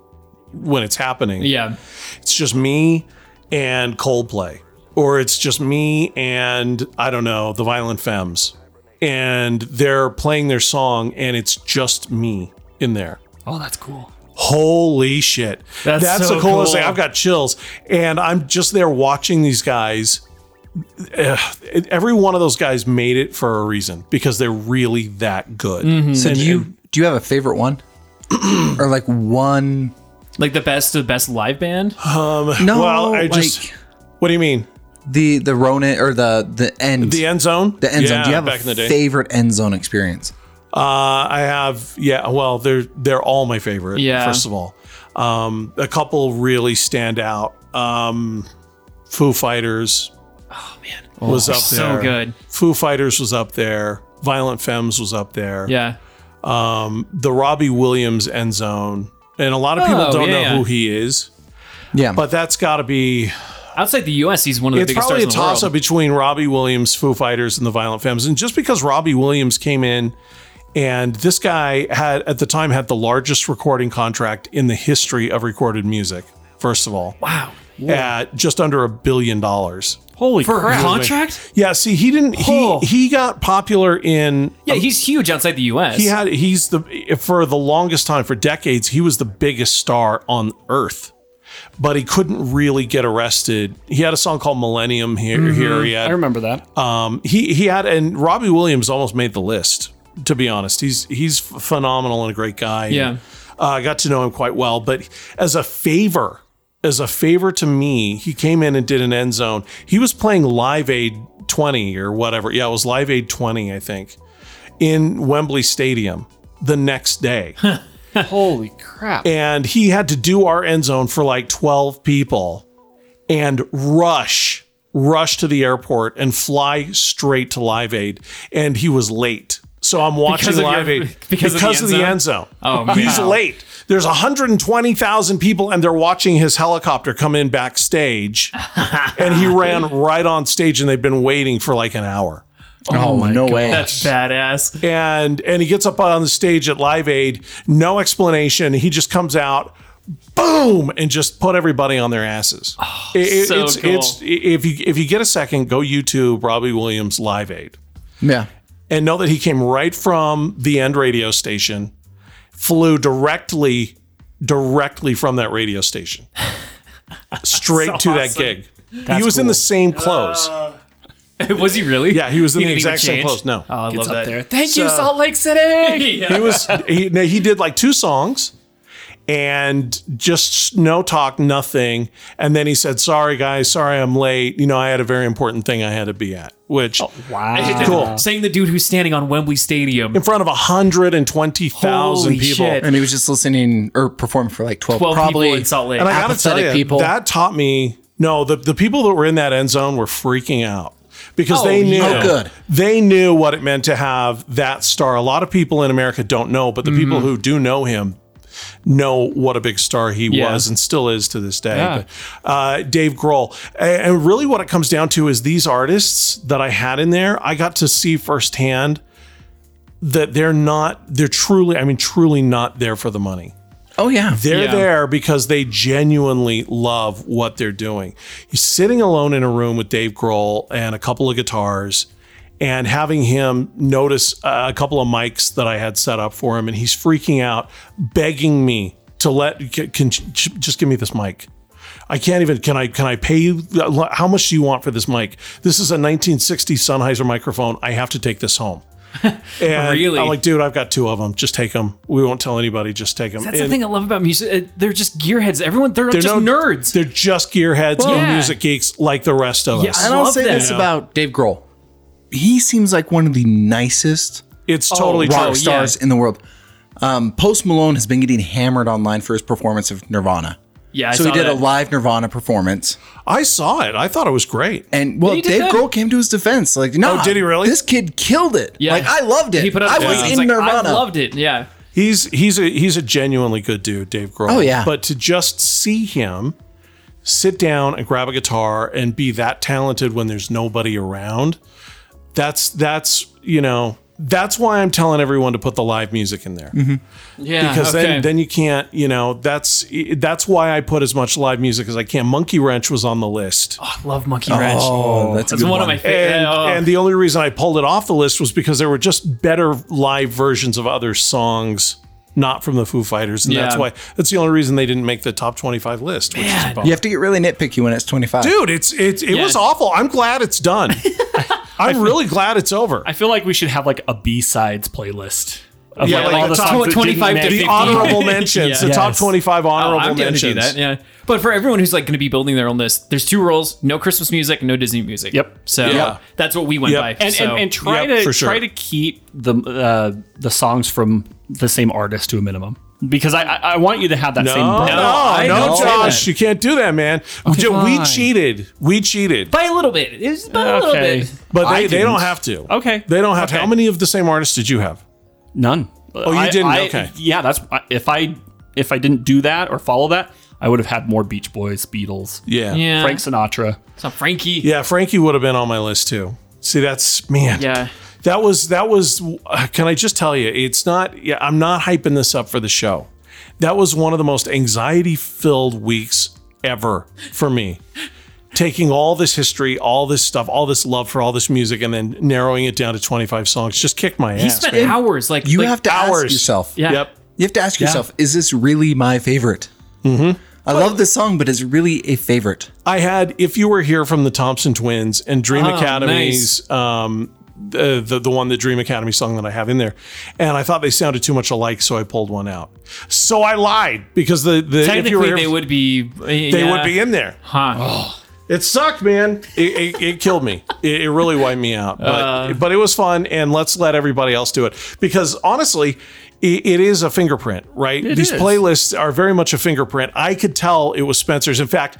B: when it's happening.
C: Yeah.
B: it's just me and Coldplay, or it's just me and I don't know the Violent Femmes, and they're playing their song, and it's just me in there.
E: Oh, that's cool.
B: Holy shit!
C: That's so
B: the coolest
C: cool.
B: thing. I've got chills, and I'm just there watching these guys. Ugh, Every one of those guys made it for a reason because they're really that good.
D: So do you do you have a favorite one? or like one
C: Like the best of the best live band.
D: No,
B: well, I just-
D: like
B: What do you mean?
D: the the Ronin or the the end
B: The end zone.
D: the end zone.
B: Yeah,
D: Do you have
B: back in the
D: a
B: day?
D: favorite end zone experience?
B: Uh, I have, yeah. Well, they're they're all my favorite.
C: Yeah.
B: First of all, um, a couple really stand out. Um, Foo Fighters. Oh man, was up
C: so
B: there.
C: good.
B: Foo Fighters was up there. Violent Femmes was up there.
C: Yeah.
B: The Robbie Williams end zone, and a lot of
C: Oh,
B: people don't
C: yeah,
B: know
C: yeah.
B: who he is,
D: Yeah.
B: but that's got to be.
C: Outside the U.S., he's one of the
B: It's
C: biggest
B: probably a
C: stars in the world.
B: toss up between Robbie Williams, Foo Fighters, and the Violent Femmes. And just because Robbie Williams came in and this guy had at the time had the largest recording contract in the history of recorded music, first of all. Wow. At just under a billion dollars.
E: Holy
C: For a
E: crap!
C: contract?
B: Yeah, see, he didn't
C: Oh.
B: he he got popular in
C: Yeah, he's huge outside the U.S.
B: Um, he had he's the for the longest time for decades he was the biggest star on earth but he couldn't really get arrested he had a song called millennium here here
C: Mm-hmm.
B: he
E: I
B: had
E: remember that.
B: um, he he had and Robbie Williams almost made the list. To be honest, he's he's f- phenomenal and a great guy.
C: Yeah.
B: uh, I got to know him quite well. But as a favor, as a favor to me, he came in and did an end zone. He was playing Live Aid 20 or whatever. Yeah, it was Live Aid 20, I think, in Wembley Stadium the next day
E: Holy crap!
B: and he had to do our end zone for like 12 people and rush rush to the airport and fly straight to live aid and he was late so i'm watching
C: Because of
B: live
C: your-
B: aid
C: because of the end zone?
B: end zone
C: Oh,
B: he's
C: wow.
B: late there's 120000 people and they're watching his helicopter come in backstage and he ran right on stage and they've been waiting for like an hour
D: oh, no way.
C: That's badass.
B: and and he gets up on the stage at Live Aid, no explanation. He just comes out, boom, and just put everybody on their asses. It- it-
C: Oh, so
B: it's,
C: cool.
B: it's if you if you get a second, go YouTube Robbie Williams Live Aid,
D: Yeah.
B: and know that he came right from the end radio station, flew directly directly from that radio station. Straight to that
C: awesome.
B: gig. he was in the same clothes.
C: was he really?
B: Yeah, he was in the
C: didn't even
B: exact same
C: change?
B: clothes. No.
C: oh, I
E: up
C: love that.
E: there.
C: Thank
B: So-
C: Lake City.
B: He was he, no, he did like two songs and just no talk, nothing. And then he said, "Sorry guys, sorry I'm late. You know, I had a very important thing I had to be at." Which
C: Oh,
E: Wow.
B: cool.
C: Saying the dude who's standing on Wembley Stadium.
B: In front of 120,000
C: Holy
B: people.
C: shit.
D: And he was just listening or performing for like 12,
C: 12
D: probably
C: people in Salt Lake.
B: And I got to tell
D: apathetic
B: you,
D: people.
B: that taught me no, the, the people that were in that end zone were freaking out because
C: Oh,
B: they knew
C: yeah.
D: Oh, good.
B: they knew what it meant to have that star. A lot of people in America don't know, but the people who do know him know what a big star he
C: Yeah.
B: was and still is to this day.
C: Yeah.
B: But, uh, Dave Grohl. A- And really what it comes down to is these artists that I had in there, I got to see firsthand that they're not they're truly I mean truly not there for the money.
D: oh, yeah.
B: They're
C: Yeah.
B: there because they genuinely love what they're doing. He's sitting alone in a room with Dave Grohl and a couple of guitars and having him notice uh, a couple of mics that I had set up for him and he's freaking out begging me to let can, can just give me this mic. I can't even can I can I pay you how much do you want for this mic? This is a 1960 Sennheiser microphone. I have to take this home. And
C: Really?
B: I'm like, dude, I've got two of them. Just take them. We won't tell anybody. Just take them.
C: That's the thing I love about music. Uh, They're just gearheads. Everyone, they're, just
B: no-
C: nerds.
B: They're just gearheads and
C: Yeah.
B: music geeks like the rest of
C: Yeah,
B: us.
C: I
D: And I'll
C: love
D: say
C: that.
D: this about Dave Grohl. He seems like one of the nicest
B: It's
C: Oh,
B: totally
D: rock
B: true.
D: stars in the world. Um, Post Malone has been getting hammered online for his performance of Nirvana.
C: yeah, I
D: so
C: saw
D: he did
C: that.
D: a live Nirvana performance,
B: I saw it. I thought it was great.
D: and well,
C: he Oh, did
D: Dave
C: that?
D: Grohl came to his defense. Like, no,
B: did he really?
D: This kid killed it.
C: Yeah.
D: like I loved it.
C: He put up.
D: I
C: a-
D: was
C: he's
D: in
C: like,
D: Nirvana.
C: I loved it. Yeah.
B: He's he's a he's a genuinely good dude, Dave Grohl.
D: Oh, yeah.
B: But to just see him sit down and grab a guitar and be that talented when there's nobody around, that's that's you know that's why I'm telling everyone to put the live music in there.
C: Yeah.
B: because
C: Mm-hmm. okay.
B: then then you can't you know that's that's why I put as much live music as I can. Monkey Wrench was on the list.
C: love Monkey Wrench.
D: Oh, that's, a
C: That's
D: good
C: one, of my oh, favorite.
B: and, and the only reason I pulled it off the list was because there were just better live versions of other songs not from the Foo Fighters, and that's
C: Yeah.
B: why that's the only reason they didn't make the top twenty-five list. Which is a
C: Man.
B: bummer.
D: You have to get really nitpicky when it's twenty five.
B: dude, it's it's it
C: Yeah.
B: was awful. I'm glad it's done. I'm really glad it's over.
E: I feel like we should have like a B sides playlist. Of
B: Yeah, like the top
E: songs that
C: 25
E: didn't
C: to
E: make
B: the
E: it.
C: 50.
B: honorable mentions, the
E: Yeah.
B: top
E: Yes.
B: twenty-five
C: Oh,
B: honorable
C: I'm down to
B: mentions.
C: do that. Yeah. But for everyone who's like going to be building their own list, there's two rules: no Christmas music, no Disney music.
E: Yep.
C: So
B: Yeah.
C: that's what we went
B: Yep.
C: by.
E: and,
C: so.
E: and, and try
B: Yep, for
E: to
B: sure.
E: try to keep the uh, the songs from the same artist to a minimum because I I, I want you to have that
B: No,
E: same brand.
C: I
B: no, no,
C: don't say
B: Josh,
C: that.
B: you can't do that, man. We- we
E: fine.
B: cheated. We cheated.
C: by a little bit, it's by a little
E: Okay.
C: bit.
B: But
E: I
B: they, they
E: didn't.
B: don't have to.
E: Okay.
B: They don't have to.
E: Okay.
B: How many of the same artists did you have?
E: none. Oh,
B: you didn't? Okay.
E: Yeah, that's I- if I if I didn't do that or follow that, I would have had more Beach Boys, Beatles,
B: Yeah.
C: Yeah.
E: Frank Sinatra.
C: It's not Frankie.
B: Yeah, Frankie would have been on my list too. See, that's man.
C: Yeah.
B: That was that was uh, can I just tell you, it's not yeah, I'm not hyping this up for the show. That was one of the most anxiety-filled weeks ever for me. Taking all this history, all this stuff, all this love for all this music and then narrowing it down to 25 songs just kicked my
C: He
B: ass.
C: spent
B: man.
C: hours like
D: You
C: like-
D: have to ask
B: hours.
D: yourself.
C: Yeah.
B: Yep.
D: You have to ask yourself: Is this really my favorite? Mm-hmm. I love this song, but it's really a favorite.
B: I had if you were here from the Thompson Twins and Dream
C: Oh,
B: Academy's um the, the the one the Dream Academy song that I have in there, and I thought they sounded too much alike, so I pulled one out. So I lied because the the if you were
C: Technically,
B: here,
C: they would be.
B: they would be in there.
C: Huh.
B: It sucked, man. It, it, it killed me. It, it really wiped me out. But, but it was fun, and let's let everybody else do it because honestly, it, it is a fingerprint, right? These
E: is.
B: playlists are very much a fingerprint. I could tell it was Spencer's. In fact,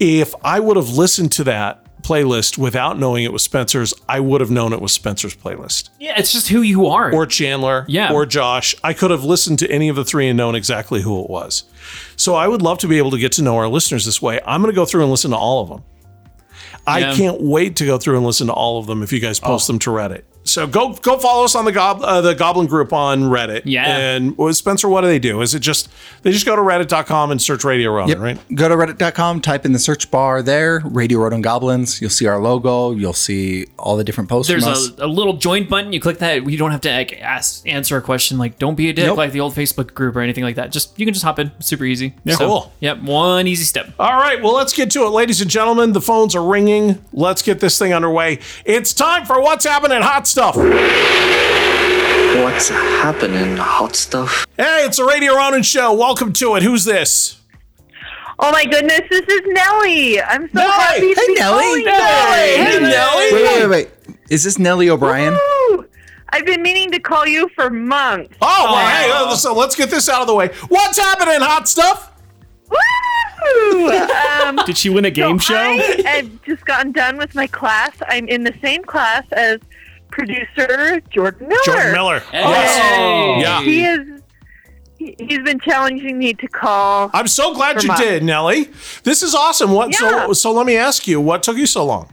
B: if I would have listened to that playlist without knowing it was Spencer's, I would have known it was Spencer's playlist
C: Yeah, it's just who you are.
B: or Chandler
C: Yeah.
B: or Josh. I could have listened to any of the three and known exactly who it was. So I would love to be able to get to know our listeners this way. I'm going to go through and listen to all of them. I
C: Yeah. Oh.
B: can't wait to go through and listen to all of them if you guys post them to Reddit. So go go follow us on the gob, uh, the Goblin Group on Reddit.
C: Yeah.
B: And well, Spencer, what do they do? Is it just they just go to reddit.com and search Radio Ronin, right?
D: Go to reddit.com, type in the search bar there, Radio Road and Goblins. You'll see our logo. You'll see all the different posts
C: There's
D: from us.
C: a, a little join button. You click that. You don't have to like, ask answer a question like "Don't be a dick"
D: Nope.
C: like the old Facebook group or anything like that. Just you can just hop in. Super easy.
B: Cool. Oh,
C: Yep, one easy step.
B: All right, well, let's get to it, ladies and gentlemen. The phones are ringing. Let's get this thing underway. It's time for what's happening hot stuff. Hey,
F: What's happening, hot stuff?
B: it's the Radio Ronin show. Welcome to it. Who's this?
G: Oh my goodness, this is Nellie. I'm so
B: Nellie!
G: happy to
D: Hey,
G: be
D: Nellie!
G: calling
D: Nellie!
G: today.
D: Hey,
B: Nellie.
D: Wait, wait, wait, wait. Is this Nellie O'Brien?
G: Woo! I've been meaning to call you for months.
B: Oh, well, hey, uh, so let's get this out of the way. What's happening hot stuff?
G: Woo! Um,
E: Did she win a game
G: so
E: show?
G: I have just gotten done with my class. I'm in the same class as producer Jordan Miller.
B: Jordan Miller.
C: Hey.
B: Yeah.
G: He is. he- He's been challenging me to call.
B: I'm so glad
G: For
B: you
G: mine.
B: did, Nellie. This is awesome. What so
G: Yeah.
B: so let me ask you, what took you so long?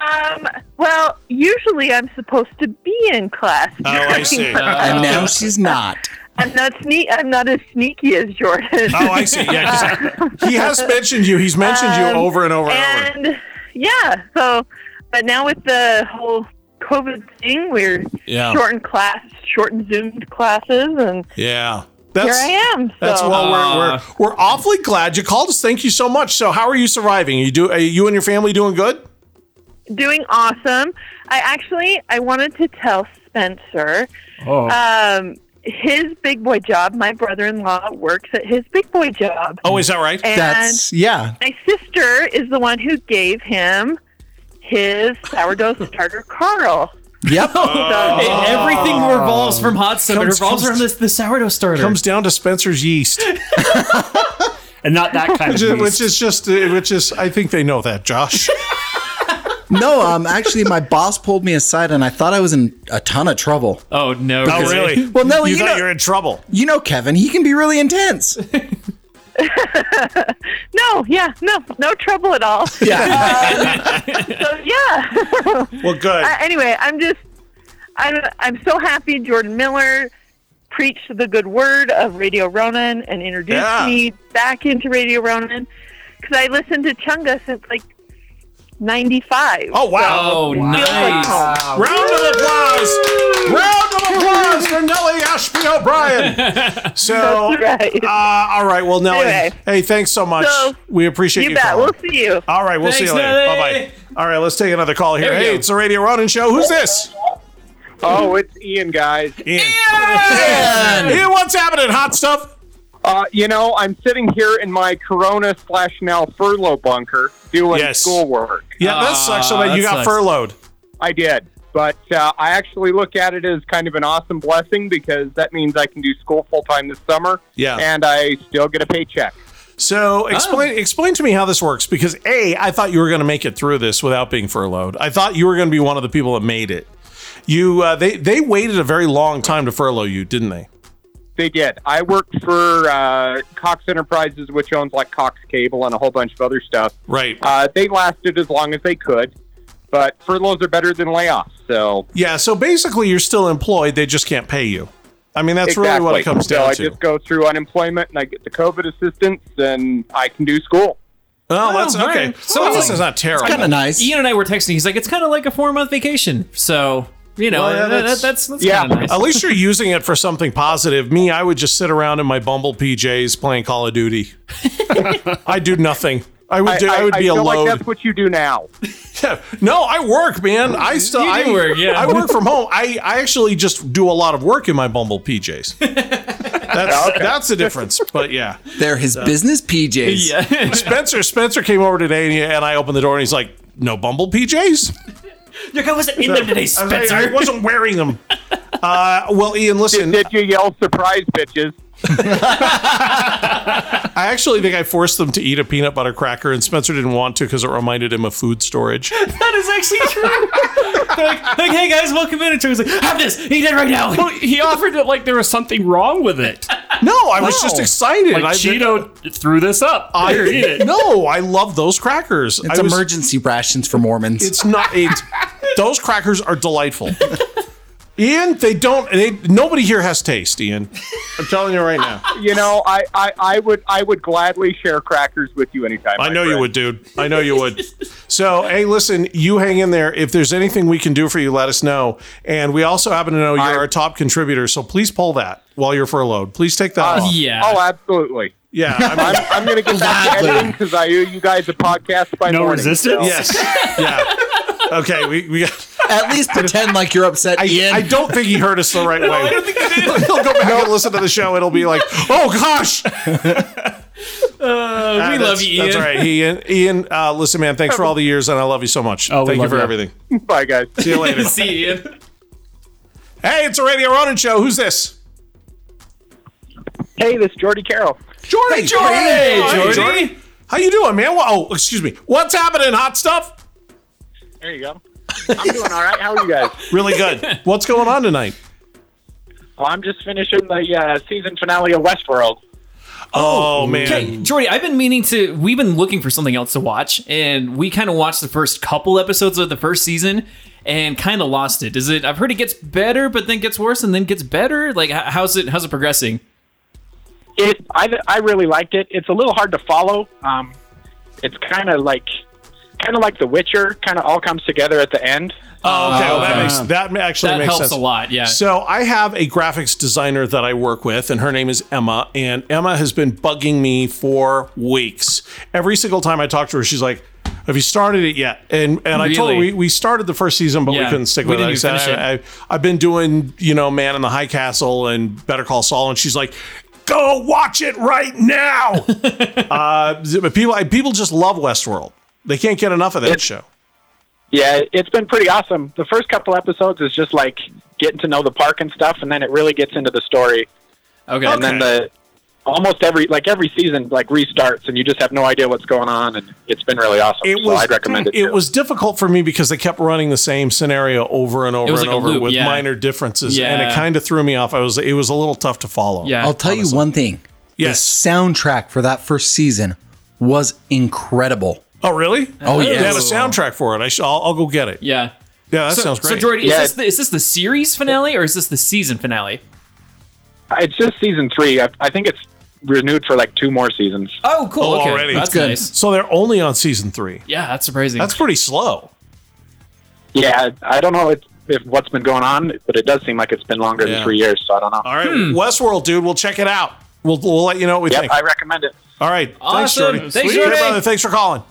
G: Um, well, usually I'm supposed to be in class.
B: Oh, I see.
G: during class.
D: and now she's not.
G: I'm not sneak. I'm not as sneaky as Jordan.
B: Oh, I see. Yeah, 'cause he has mentioned you. He's mentioned you
G: Uh, Um,
B: over and over and over.
G: and yeah, so but now with the whole COVID thing, we're
B: Yeah.
G: shortened class, shortened Zoomed classes, and
B: Yeah. That's
G: here I am. So
B: That's well.
C: Uh,
B: we're, we're we're awfully glad you called us. Thank you so much. So, how are you surviving? You do are you and your family doing good?
G: doing awesome. I actually I wanted to tell Spencer,
E: oh.
G: um, his big boy job. My brother-in-law works at his big boy job,
B: Oh, is that right?
G: and
D: That's, yeah.
G: my sister is the one who gave him his sourdough starter, Carl.
D: Yep.
B: Oh.
G: So-
C: Hey, everything revolves from hot stuff. It
B: Comes-
C: revolves
B: comes-
C: around this the sourdough starter.
B: Comes down to Spencer's yeast,
E: and not that kind of
B: which is-
E: beast.
B: which is just uh, which is I think they know that, Josh.
D: No, um, actually, my boss pulled me aside, and I thought I was in a ton of trouble.
C: oh no!
D: Well, Nellie,
B: you,
D: you
B: thought
D: know-
B: you're in trouble.
D: You know, Kevin, he can be really intense.
G: No, yeah, no, no trouble at all. Um,
D: Yeah.
G: So yeah.
B: Well, good.
G: Uh, anyway, I'm just I'm I'm so happy Jordan Miller preached the good word of Radio Ronan and introduced
B: Yeah.
G: me back into Radio Ronan because I listened to Chunga since like '95.
B: oh wow!
C: Oh,
G: like
C: nice.
G: home.
B: Round of applause! Round of applause for Nellie Ashby O'Brien. So,
G: That's right.
B: uh, all right. Well, Nellie,
G: Anyway.
B: hey, thanks so much.
G: So,
B: we appreciate you.
G: you, bet.
B: calling.
G: We'll see you.
B: All right, we'll see you
C: Thanks,
B: later. Bye
C: Nelly.
B: bye. All right, let's take another call here.
C: There we
B: Hey,
C: go.
B: it's the Radio Ronin Show. Who's this?
H: Oh, it's Ian, guys.
B: Ian. Ian, what's happening? Hot stuff.
H: Uh, you know, I'm sitting here in my Corona slash now furlough bunker doing
B: Yes.
H: schoolwork.
B: Yeah, that
C: Ah,
B: sucks. So that
C: that
B: you got
C: sucks.
B: furloughed.
H: I did, but uh, I actually look at it as kind of an awesome blessing because that means I can do school full time this summer.
B: Yeah.
H: and I still get a paycheck.
C: Oh.
B: So explain explain to me how this works because a I thought you were going to make it through this without being furloughed. I thought you were going to be one of the people that made it. You uh, they they waited a very long time to furlough you, didn't they?
H: They did. I worked for uh, Cox Enterprises, which owns like Cox Cable and a whole bunch of other stuff.
B: Right.
H: Uh, they lasted as long as they could, but furloughs are better than layoffs. So
B: Yeah. So basically, you're still employed. They just can't pay you. I mean, that's really what it comes
H: so
B: down
H: I
B: to.
H: just go through unemployment and I get the COVID assistance and I can do school.
B: oh, that's
C: all
B: okay.
C: right.
B: So this
C: So it's-
B: is not terrible.
D: kind of nice.
C: Ian and I were texting. He's like, "It's kind of like a four month vacation." So you know,
B: Well, yeah, Oh.
C: that-
B: that's-
C: that- that's that's
H: yeah.
C: kind of nice.
B: At least you're using it for something positive. Me, I would just sit around in my Bumble PJs playing Call of Duty. I do nothing. I would do, I, would be
H: feel
B: alone.
H: like that's what you do now.
B: no, I work, man. I still
C: You do
B: I,
C: work, yeah.
B: I work from home. I, I actually just do a lot of work in my Bumble PJs. That's that's the difference. But yeah.
D: They're his business PJs.
C: yeah.
B: Spencer Spencer came over today and, he- and I opened the door and he's like, "No Bumble PJs?"
C: Look, I wasn't in them today,
B: I was like,
C: Spencer.
B: I wasn't wearing them. Uh, well, Ian, listen.
H: Did you yell surprise bitches?
B: I actually think I forced them to eat a peanut butter cracker, and Spencer didn't want to because it reminded him of food storage.
C: that is actually true. They're like, like, hey guys, welcome in. And Charlie's like, have this. Eat it right now.
E: Well, he offered it like there was something wrong with it.
B: No, I was just excited.
E: Like
B: I,
E: Cheeto threw this up.
B: I-
E: Here, eat it.
B: No, I love those crackers.
D: It's
B: I was-
D: emergency rations for Mormons.
B: It's not. It's, those crackers are delightful. Ian, they don't. They, nobody here has taste. Ian, I'm telling you right now.
H: You know, I, I, I would I would gladly share crackers with you anytime.
B: I
H: my
B: know you
H: friend.
B: would, dude. I know you would. So, hey, listen, you hang in there. If there's anything we can do for you, let us know. And we also happen to know you're
H: I-
B: our top contributor, so please pull that while you're furloughed. Please take that off.
C: yeah.
H: Oh, absolutely.
B: Yeah. I mean,
H: I'm, I'm going to get back to editing because I owe you guys a podcast by
E: No
H: morning.
E: resistance?
H: so-
B: yes. Yeah. Okay. We, we got.
D: At least pretend like you're upset,
B: I,
D: Ian.
B: I don't think he heard us the right way. He'll go back and listen to the show. It'll be like, oh gosh.
C: Uh, we
B: Ah,
C: love
B: that's-
C: you, Ian.
B: That's all right, Ian. Ian, uh, listen, man, thanks for all the years, and I love you so much.
E: Oh, we
B: Thank you
E: love
B: for
E: you.
B: everything.
H: Bye, guys.
B: See you later.
C: See you, Ian.
B: hey, it's a Radio Ronin show. Who's this?
H: Hey, this is Jordy Carroll.
B: Jordy. Hey, Jordy.
C: Jordy.
B: How you doing, man? Wha- Oh, excuse me. What's happening? Hot stuff.
H: There you go. I'm doing all right. How are you guys?
B: Really good. What's going on tonight?
H: Well, I'm just finishing the uh, season finale of Westworld.
B: Oh, man.
C: Okay, Jordy, I've been meaning to. We've been looking for something else to watch, and we kind of watched the first couple episodes of the first season and kind of lost it. Is it? I've heard it gets better, but then gets worse, and then gets better. Like, h- how's it? How's it progressing?
H: It, I, I really liked it. It's a little hard to follow. Um, it's kind of like, kind of like The Witcher. Kind of all comes together at the end.
B: Oh, okay. well, that
E: okay.
B: makes that ma- actually
C: Uh, That
B: makes
C: helps
B: sense.
C: a lot. Yeah.
B: So I have a graphics designer that I work with, and her name is Emma. And Emma has been bugging me for weeks. Every single time I talk to her, she's like, "Have you started it yet?" And and I told her we,
C: Really?
B: we started the first season, but we
C: Yeah,
B: couldn't stick
C: we
B: with it.
C: didn't
B: I
C: even
B: said,
C: finish
B: I, I, I've been doing you know Man in the High Castle and Better Call Saul, and she's like. Go watch it right now. uh, but people, I- people just love Westworld. They can't get enough of that show.
H: Yeah, it's been pretty awesome. The first couple episodes is just like getting to know the park and stuff, and then it really gets into the story.
C: okay.
H: And then the almost every like every season like restarts, and you just have no idea what's going on, and it's been really awesome.
B: it
H: so
B: was
H: I'd recommend it.
B: it
H: too.
B: was difficult for me because they kept running the same scenario over and over
C: was
B: and
C: like a
B: over
C: loop,
B: with
C: yeah.
B: minor differences and it
C: Yeah.
B: kind of threw me off i was it was a little tough to follow
C: yeah.
D: I'll tell you one thing.
B: yes
D: The soundtrack for that first season was incredible.
B: oh really
D: Oh,
B: they
D: yes.
B: have a soundtrack for it i shall i'll, I'll go get it yeah,
C: yeah.
B: that
C: so,
B: sounds
C: so
B: great
C: Jordy,
H: Yeah.
C: is, this the, is this the series finale or is this the season finale?
H: It's just season three. I, I think it's renewed for like two more seasons.
C: Oh, cool.
B: Oh,
C: okay.
B: already.
C: That's
B: That's good.
C: nice.
B: so they're only on season three
C: Yeah, that's surprising.
B: that's pretty slow
H: Yeah, I don't know if, if what's been going on, but it does seem like it's been longer
B: Yeah.
H: than three years. So I don't know.
B: all right Hmm. westworld dude we'll check it out we'll, we'll let you know what we
H: Yep,
B: think
H: I recommend it.
B: all right thanks
C: Awesome.
B: jordy
C: Thanks,
B: Sweet.
C: Jordy.
B: Hey, brother thanks for calling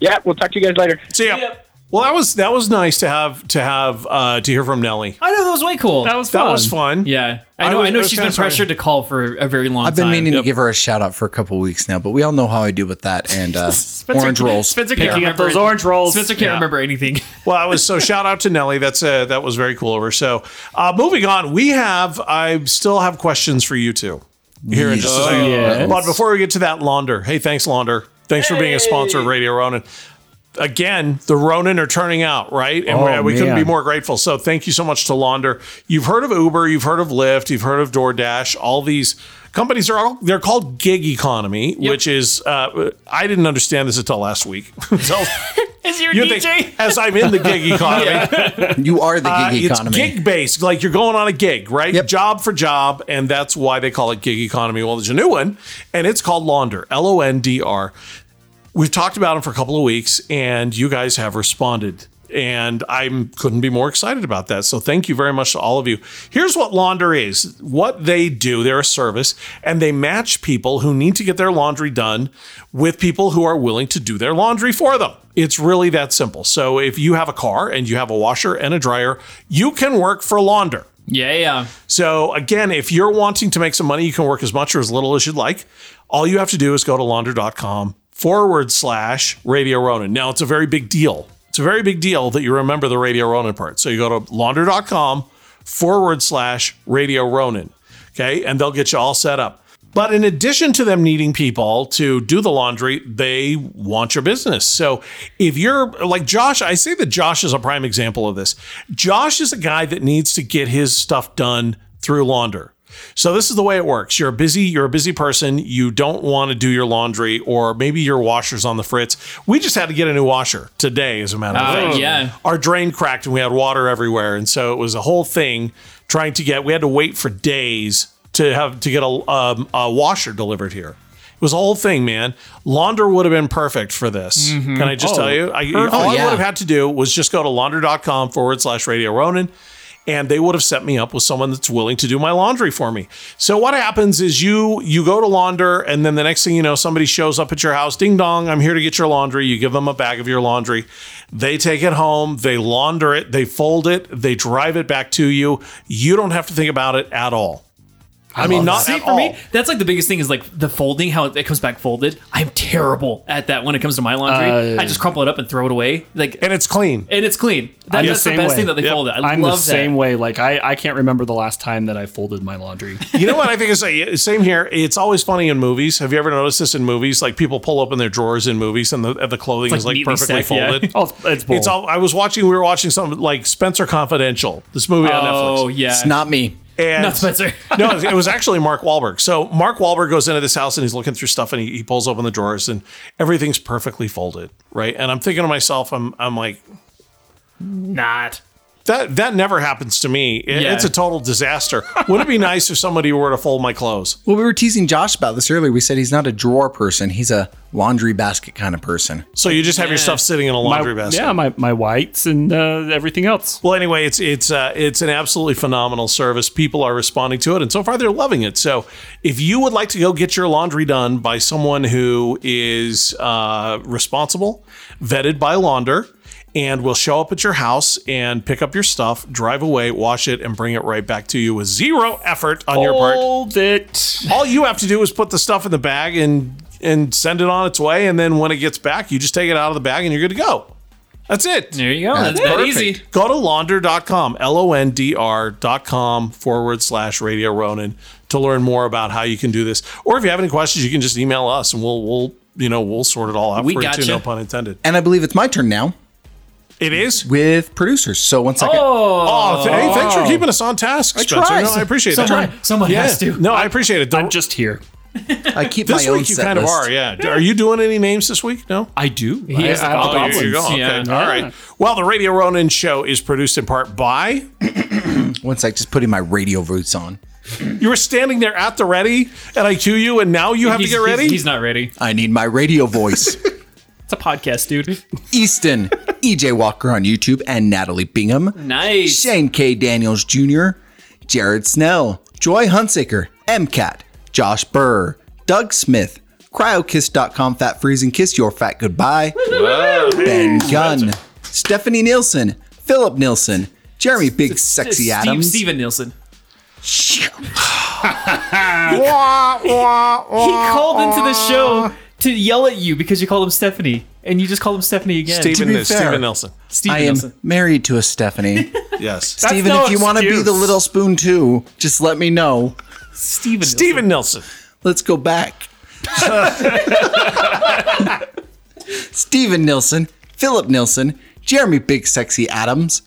H: Yeah, we'll talk to you guys later.
B: see ya
C: Yep.
B: well that was that was nice to have to have uh to hear from nelly
C: I know that was way cool.
E: That was
B: that
E: fun.
B: was fun
C: yeah, I
B: I
C: know. I,
B: was- I
C: know
B: was
C: she's
B: kinda
C: been
B: sorry.
C: pressured to call for a very long
D: I've
C: time.
D: been meaning to give her a shout out for a couple weeks now, but we all know how I do with that and uh, orange rolls.
C: Spencer can't
E: Picking up
C: remember
E: those orange rolls.
C: Spencer can't
E: Yeah.
C: remember anything.
B: Well, I was so shout out to Nelly. That's uh that was very cool of her. So, uh, moving on, we have I still have questions for you two here in just a
D: Yes.
B: second.
E: Yes.
B: But before we get to that, Launder, hey, thanks, Launder. Thanks for being a sponsor of Radio Ronin. Again, the Ronin are turning out right, and
E: Oh,
B: we- we couldn't
E: man.
B: be more grateful. So, thank you so much to Launder. You've heard of Uber, you've heard of Lyft, you've heard of DoorDash. All these companies are all they're called gig economy, which is uh, I didn't understand this until last week. Until-
C: Is your
B: you think as I'm in the gig economy,
D: You are the
B: uh,
D: gig economy.
B: it's gig based. Like you're going on a gig, right?
D: Yep.
B: Job for job, and that's why they call it gig economy. Well, there's a new one, and it's called Launder. L O N D R. We've talked about them for a couple of weeks, and you guys have responded. And I couldn't be more excited about that. So thank you very much to all of you. Here's what Launder is what they do they're a service, and they match people who need to get their laundry done with people who are willing to do their laundry for them. It's really that simple. So if you have a car and you have a washer and a dryer, you can work for Launder.
C: Yeah, yeah.
B: So again, if you're wanting to make some money, you can work as much or as little as you'd like. All you have to do is go to launder.com forward slash Radio Ronin. Now it's a very big deal. It's a very big deal that you remember the Radio Ronin part. So you go to launder.com forward slash Radio Ronin. Okay. And they'll get you all set up. But in addition to them needing people to do the laundry, they want your business. So if you're like Josh, I say that Josh is a prime example of this. Josh is a guy that needs to get his stuff done through Launder. So this is the way it works. You're a busy, you're a busy person. You don't want to do your laundry, or maybe your washer's on the fritz. We just had to get a new washer today, as a matter of fact.
C: yeah.
B: Our drain cracked and we had water everywhere, and so it was a whole thing trying to get. We had to wait for days to have to get a, um, a washer delivered here. It was a whole thing, man. Launder would have been perfect for this. Can I just tell you? I, all I
D: yeah.
B: would have had to do was just go to launder.com forward slash Radio Ronin and they would have set me up with someone that's willing to do my laundry for me. So what happens is you you go to launder and then the next thing you know somebody shows up at your house ding dong I'm here to get your laundry you give them a bag of your laundry they take it home they launder it they fold it they drive it back to you you don't have to think about it at all. I, mean not
C: See,
B: at
C: for
B: all.
C: me, that's like the biggest thing is like the folding, how it comes back folded. I'm terrible at that when it comes to my laundry.
E: Uh,
C: I just crumple it up and throw it away. Like,
B: and it's clean.
C: and it's clean. That-
E: I'm the
C: that's the,
E: same
C: best
E: way.
C: thing that they
B: Yep.
C: folded. I
E: I'm
C: love
E: the same
C: that.
E: way. Like I, I can't remember the last time that I folded my laundry.
B: You know what I think is like, same here. It's always funny in movies. Have you ever noticed this in movies? Like people pull open their drawers in movies, and the and the clothing
C: It's
B: is
C: like
B: like
C: neatly
B: perfectly
C: stacked, yeah.
B: folded.
E: oh, it's bold.
B: It's all. I was watching. We were watching something like Spencer Confidential, this movie on
C: Oh
B: Netflix.
C: yeah,
D: It's not me.
B: And
C: not Spencer.
B: no, it was actually Mark Wahlberg. So Mark Wahlberg goes into this house and he's looking through stuff and he, he pulls open the drawers and everything's perfectly folded, right? And I'm thinking to myself, I'm I'm like,
C: not.
B: that that never happens to me. It-
C: Yeah.
B: It's a total disaster. Would it be nice if somebody were to fold my clothes?
D: Well, we were teasing Josh about this earlier. We said he's not a drawer person, he's a laundry basket kind of person.
B: So you just have your stuff sitting in
E: my,
B: a laundry basket.
E: Yeah, my, my whites and uh, everything else.
B: Well, anyway, it's it's uh, it's an absolutely phenomenal service. People are responding to it, and so far they're loving it. So, if you would like to go get your laundry done by someone who is uh, responsible, vetted by Launder, and will show up at your house and pick up your stuff, drive away, wash it, and bring it right back to you with zero effort on your part.
E: Fold it.
B: All you have to do is put the stuff in the bag and and send it on its way, and then when it gets back, you just take it out of the bag and you're good to go. That's it.
C: There you go. That's that
D: perfect.
C: easy.
B: Go to launder.com, L O N D R.com forward slash Radio Ronin to learn more about how you can do this. Or if you have any questions, you can just email us and we'll, we'll, you know, we'll sort it all out
C: We
B: for you
C: gotcha.
B: too, no pun intended.
D: And I believe it's my turn now
B: It is.
D: with producers. So, one second.
B: Oh, th- hey, thanks for keeping us on task, Spencer.
D: try.
B: No, I appreciate that.
C: Someone, someone
B: Yeah.
C: has to.
B: No, I appreciate it.
E: I'm
B: The-
E: just here.
D: I keep
B: this
D: my own
B: week you
D: set
B: kind of
D: list.
B: are, yeah. Are you doing any names this week? No? Oh,
E: I do.
C: He is the
E: I- I-
C: goblin.
B: you- you go. Okay.
C: Yeah.
B: All right. Well, the Radio Ronin show is produced in part by
D: One sec, just putting my radio boots on.
B: you were standing there at the ready and I cue you and now you have
C: He's-
B: to get ready?
C: He's, he's not ready.
D: I need my radio voice.
C: It's a podcast, dude.
D: Easton, EJ Walker on YouTube, and Natalie Bingham.
C: Nice.
D: Shane K. Daniels Jr., Jared Snell, Joy Hunsaker, MCAT, Josh Burr, Doug Smith, CryoKiss.com Fat Freeze and Kiss Your Fat Goodbye, Ben Gunn, Stephanie Nielsen, Philip Nielsen, Jeremy Big Sexy
C: Steve-
D: Adams.
C: Steven Nielsen.
B: Wah, wah, wah.
C: He called into the show to yell at you because you called him Stephanie, and you just called him Stephanie again.
B: Steven,
D: To be
B: Nil- Steven
D: fair.
B: Nelson.
C: Steven
D: I am
C: Nielsen.
D: married to a Stephanie.
B: Yes.
D: Steven,
E: no
D: if you want to be
E: excuse.
D: the little spoon too, just let me know.
C: Steven. Nielsen.
B: Steven Nelson.
D: Let's go back. Steven Nilsson, Philip Nilsson, Jeremy Big Sexy Adams,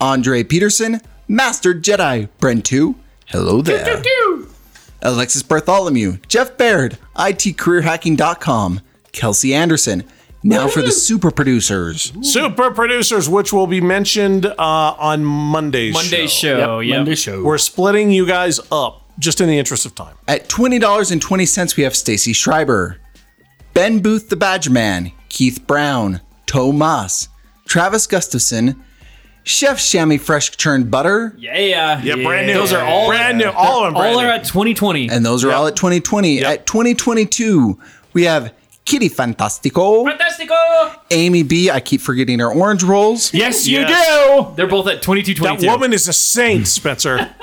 D: Andre Peterson, Master Jedi Brentu. Hello there. Alexis Bartholomew, Jeff Baird, ITCareerHacking.com, Kelsey Anderson. Now for the super producers.
B: Super producers, which will be mentioned uh, on Monday's
C: Monday
B: show.
C: show. Oh, yeah.
E: Monday show.
B: We're splitting you guys up just in the interest of time.
D: At $20.20, we have Stacy Schreiber, Ben Booth the Badger Man, Keith Brown, Tomas, Travis Gustafson, Chef Chamois Fresh Churned Butter,
C: Yeah.
B: Yeah, brand new.
C: Those are all
B: brand new. All of them brand
C: all
B: new.
C: are at 2020.
D: and those are all at 2020. At 2022, we have Kitty Fantastico,
C: Fantastico.
D: Amy B. I keep forgetting her orange rolls.
E: Yes, you do.
C: They're both at 22,
B: That
C: 22.
B: woman is a saint, Spencer.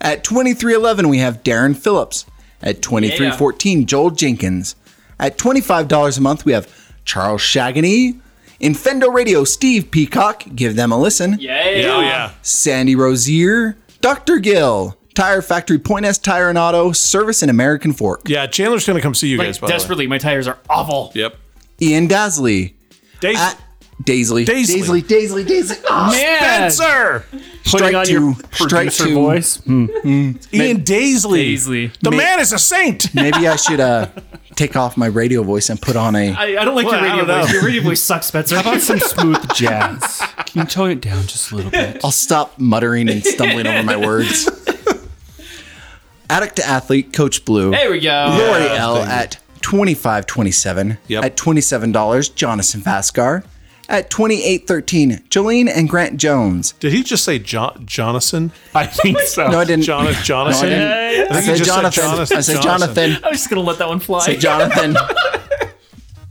D: At 2311, we have Darren Phillips. At 2314, Joel Jenkins. At $25 a month, we have Charles Shagany, Infendo Radio, Steve Peacock, give them a listen,
C: Yeah.
B: oh, yeah.
D: Sandy Rozier, Dr. Gill, Tire Factory, Point S Tire and Auto, Service and American Fork,
B: Yeah, Chandler's going to come see you guys,
C: Like,
B: by
C: desperately, my tires are awful.
B: the way. Yep.
D: Ian Dasley,
B: Daisy.
D: at
B: Daisley.
D: Daisley. Uh, Daisley. Daisley. Daisley. Oh,
E: Man,
B: Spencer!
E: putting
D: strike
E: on
D: two.
E: your
D: Strike
E: producer
D: two.
E: voice. Hmm.
B: Ian Daisley.
C: Daisley.
B: The man is a saint.
D: Maybe I should uh, take off my radio voice and put on a.
C: I, I don't like
B: Well,
C: your
B: I
C: radio
B: don't
C: voice.
B: know.
C: Your radio voice sucks, Spencer.
E: How about some smooth jazz? Can you tone it down just a little bit?
D: I'll stop muttering and stumbling over my words. Addict to athlete, Coach Blue.
C: There we go.
D: Lori L at twenty five twenty seven.
B: Yep.
D: At twenty seven dollars, Jonathan Vascar. At twenty eight thirteen, Jolene and Grant Jones.
B: Did he just say John Jonathan?
E: I think so.
D: No, I didn't.
B: John
D: No, I
B: Jonathan?
D: didn't.
B: I
D: I
B: think he just
D: said
B: said
D: Jonathan.
B: Jonathan.
D: I said
B: Johnson.
D: Jonathan.
C: I'm just gonna let that one fly.
D: Say Jonathan.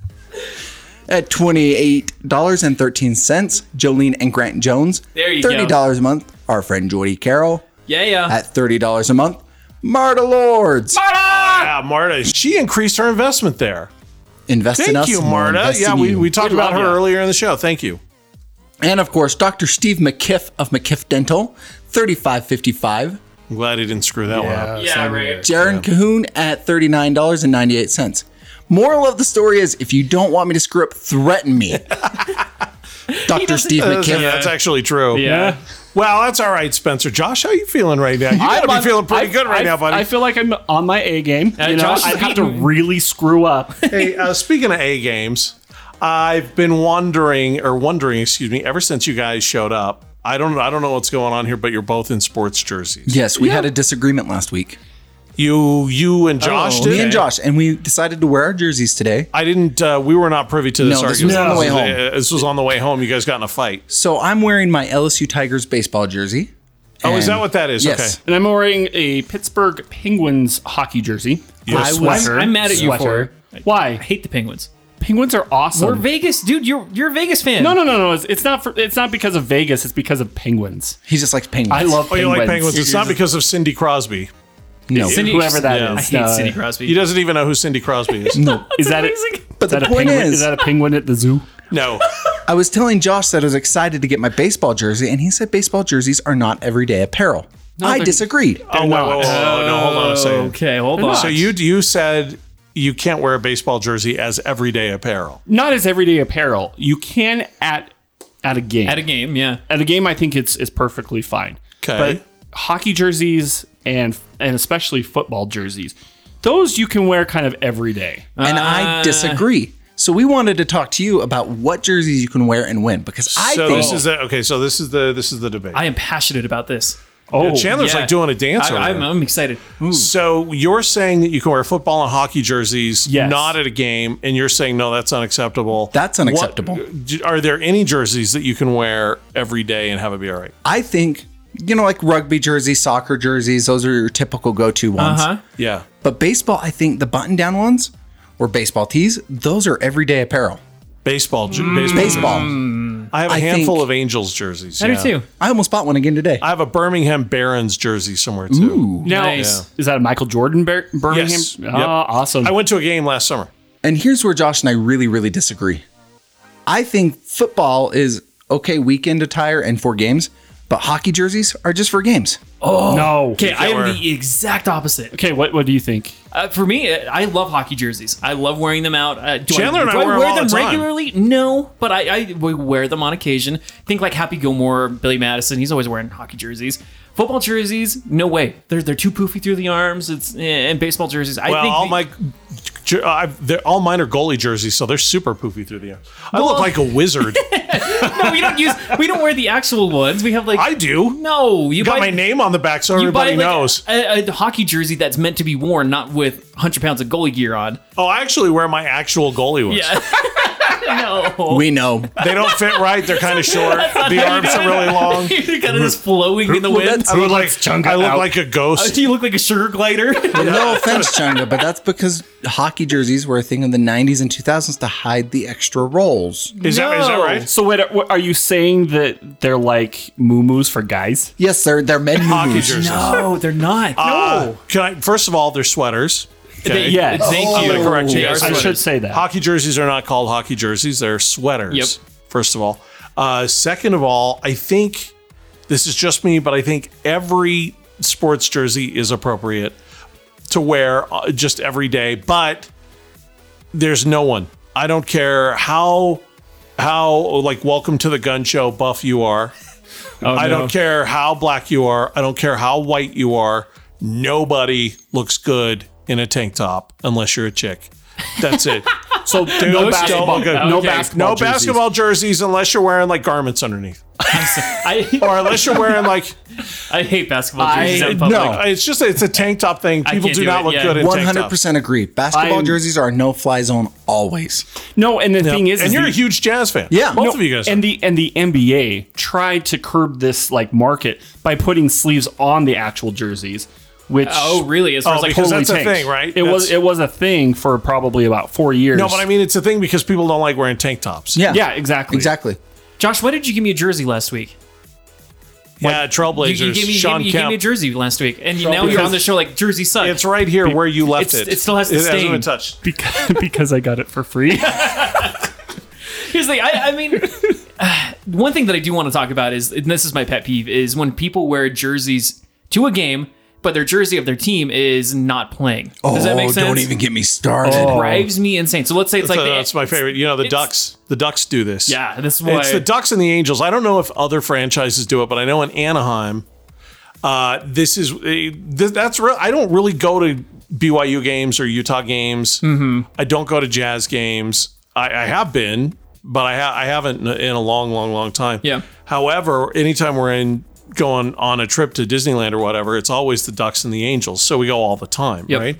D: At $28.13, Jolene and Grant Jones.
C: There you go.
D: $30 a month, our friend Jordy Carroll.
C: yeah, yeah.
D: At $30 a month, Marta Lords.
B: Yeah, Marta. She increased her investment there.
D: Invest in
B: Thank
D: us.
B: you,
D: and we'll
B: Marta.
D: invest
B: Yeah,
D: in
B: we,
D: you.
B: we talked about
C: love
B: her
C: ya.
B: earlier in the show. Thank you.
D: And of course, Dr. Steve McKiff of McKiff Dental, $35.55.
B: I'm glad he didn't screw that one up.
C: yeah, right.
D: Jaron Cahoon at $39.98. Moral of the story is if you don't want me to screw up, threaten me. Dr. Steve
B: That's,
D: McKiff.
B: Uh, that's actually true.
E: Yeah.
B: Well, that's all right, Spencer. Josh, how you feeling right now? You gotta
E: on-
B: be feeling pretty
E: I-
B: good right
E: I-
B: now, buddy.
E: I feel like I'm on my A game.
C: Uh,
E: you know,
C: Josh is
E: I have to
C: beating-
E: really screw up.
B: Hey, uh, speaking of A games, I've been wondering or wondering, excuse me, ever since you guys showed up. I don't I don't know what's going on here, but you're both in sports jerseys.
D: Yes, we had a disagreement last week.
B: You you Oh, and Josh did.
D: Me and Josh, and we decided to wear our jerseys today.
B: I didn't uh, we were not privy to this
D: No, this
B: argument.
D: was on the way home.
B: uh, This was on the way home. You guys got in a fight.
D: So I'm wearing my LSU Tigers baseball jersey.
B: Oh, is
D: And-
B: that what that is?
D: Yes.
E: And I'm wearing a Pittsburgh Penguins hockey jersey.
B: You're
E: I
B: a
E: was-
C: I'm- I'm mad at you
E: Sweater.
C: I
E: Why?
C: hate the Penguins.
E: Penguins are awesome.
C: We're Vegas, dude. You're you're a Vegas fan.
E: no, no, no, no. It's, it's not. For, it's not because of Vegas. It's because of Penguins.
D: He just likes penguins.
E: I love.
B: Okay. Oh, you like Penguins? It's not because of Cindy Crosby.
D: no.
E: Cindy- whoever that
B: Yeah.
E: is.
C: I hate
E: No.
C: Sidney Crosby.
B: He doesn't even know who Cindy Crosby is.
D: no.
E: Is that,
C: amazing.
E: a, is that
D: the
E: a
D: point
E: penguin?
D: is-
E: Is that a penguin at the zoo?
B: No.
D: I was telling Josh that I was excited to get my baseball jersey, and he said baseball jerseys are not everyday apparel. I
E: they're-
D: disagreed.
B: Oh, whoa, whoa, whoa, whoa, no, hold on a second.
C: Okay, hold on.
B: So you you said you can't wear a baseball jersey as everyday apparel.
E: Not as everyday apparel. You can at at a game.
C: at a game, yeah.
E: at a game, I think it's is perfectly fine.
B: 'Kay.
E: But hockey jerseys and and especially football jerseys, those you can wear kind of every day.
D: and I disagree. So we wanted to talk to you about what jerseys you can wear and when, because I
B: so
D: think
B: this is the okay. So this is the this is the debate.
C: I am passionate about this.
E: Oh,
B: Chandler's
C: yeah.
B: like doing a dance. over
C: I,
B: there.
C: I'm, I'm excited. Ooh.
B: so you're saying that you can wear football and hockey jerseys,
E: Yes.
B: not at a game, and you're saying no, that's unacceptable.
D: That's
B: What-
D: unacceptable.
B: d- are there any jerseys that you can wear every day and have it be all right?
D: I think you know, like rugby jerseys, soccer jerseys, those are your typical go-to ones.
C: Uh-huh.
B: Yeah.
D: But baseball, I think the button-down ones or baseball tees, those are everyday apparel.
B: Baseball,
C: Mm.
B: ju- baseball,
D: Baseball.
B: jerseys. I have a
D: I
B: handful
D: think-
B: of Angels jerseys.
C: I do
B: yeah.
C: too.
D: I almost bought one again today.
B: I have a Birmingham Barons jersey somewhere too.
E: now
C: Nice.
E: is that a Michael Jordan Bir- Birmingham?
B: Yes.
E: Ah,
B: Yep.
E: awesome.
B: I went to a game last summer.
D: And here's where Josh and I really, really disagree. I think football is okay weekend attire and for games, but hockey jerseys are just for games.
E: no.
C: Okay, I
B: wear-
C: am the exact opposite.
E: Okay, what what do you think?
C: Uh, for me, uh, I love hockey jerseys. I love wearing them out. Uh, do
B: Chandler
C: I,
B: and
C: do
B: I wear them all the time.
C: regularly? No, but I, I we wear them on occasion. Think like Happy Gilmore, Billy Madison. He's always wearing hockey jerseys. Football jerseys, no way. They're they're too poofy through the arms. It's eh, and baseball jerseys. I
B: Well,
C: think
B: all
C: the-
B: my jer- I've, they're all mine are goalie jerseys, so they're super poofy through the air. I look
C: Well-
B: like a wizard.
C: no, we don't use we don't wear the actual ones. We have like
B: I do.
C: no. You
B: Got
C: buy,
B: my name on the back, so
C: You
B: everybody
C: buy like,
B: knows.
C: a, a hockey jersey that's meant to be worn, not with 100 pounds of goalie gear on.
B: oh, I actually wear my actual goalie ones.
C: Yeah. no.
D: We know.
B: They don't fit right. They're kind of short. The arms are really long.
C: You're kind of just flowing in the
B: Well,
C: wind.
B: that's- I look like I look
E: out?
B: like a ghost.
C: You look like a sugar glider.
D: No offense, Changa, but that's because hockey jerseys were a thing in the 90s and 2000s to hide the extra rolls.
B: Is that is that
C: No.
B: right?
E: So wait, what, are you saying that they're like moo-moos for guys?
D: Yes, they're, they're men
B: Hockey
D: moves.
B: jerseys.
C: no, they're not.
B: Uh, can I? First of all, they're sweaters. Okay.
E: Yes.
C: Thank
B: Oh, I'm
C: you.
B: gonna correct you
C: They are
B: guys.
E: I
C: sweaters.
E: should say that.
B: Hockey jerseys are not called hockey jerseys; they're sweaters.
C: Yep.
B: First of all, uh, second of all, I think this is just me, but I think every sports jersey is appropriate to wear uh, just every day. But there's no one. I don't care how how like welcome to the gun show buff you are. I don't care how black you are. I don't care how white you are. Nobody looks good in a tank top unless you're a chick. That's it.
E: So
B: no
E: no basketball,
B: basketball,
E: no
C: okay.
E: basketball,
B: no
E: jerseys.
B: basketball jerseys unless you're wearing like garments underneath,
C: I,
B: or unless you're wearing like
C: I hate basketball jerseys
E: I-
C: in public.
B: no. It's just it's a tank top thing. People
C: can't
B: do
C: do
B: not
C: it,
B: look
C: yeah.
B: good in tank
D: One hundred
B: tops.
D: percent agree. Basketball
E: I'm-
D: jerseys are no fly zone always.
E: No, and the thing is,
B: and
E: is
B: you're
E: the-
B: a huge jazz fan.
D: Yeah.
B: both
D: No,
B: of you guys.
E: and the and the NBA tried to curb this like market by putting sleeves on the actual jerseys, which
C: Oh, really? As far
B: Oh,
C: as like
B: because
E: totally
B: that's a
E: tanked.
B: thing, right?
E: It was
B: That's-
E: it was a thing for probably about four years.
B: no, but I mean it's a thing because people don't like wearing tank tops.
D: Yeah.
E: yeah, exactly,
D: Exactly.
C: Josh, why did you give me a jersey last week?
B: yeah,
C: You,
B: Trailblazers.
C: you gave me, you
B: Sean
C: gave me- you gave
B: Kemp.
C: me a jersey last week, and now you're on the show like jersey sucks.
B: It's right here where you left
C: It's-
B: it.
C: it still has the
B: It hasn't
C: stain.
B: been touched.
E: Because because I got it for free.
C: Here's the thing. I, I mean, one thing that I do want to talk about is, and this is my pet peeve, is when people wear jerseys to a game, but their jersey of their team is not playing. Does that make sense?
D: Oh, Don't even get me started.
C: drives me insane. So let's say it's
B: That's,
C: like the-
B: that's my favorite. You know the
C: it's-
B: Ducks. The Ducks do this.
C: Yeah, that's why.
B: It's the Ducks and the Angels. I don't know if other franchises do it, but I know in Anaheim, uh, this is eh, th- that's real. I don't really go to BYU games or Utah games.
C: Mm-hmm.
B: I don't go to Jazz games. I, I have been, but I ha- I haven't in a- in a long, long, long time.
C: Yeah.
B: However, anytime we're in going on a trip to Disneyland or whatever, it's always the Ducks and the Angels. So we go all the time,
C: Yep.
B: right?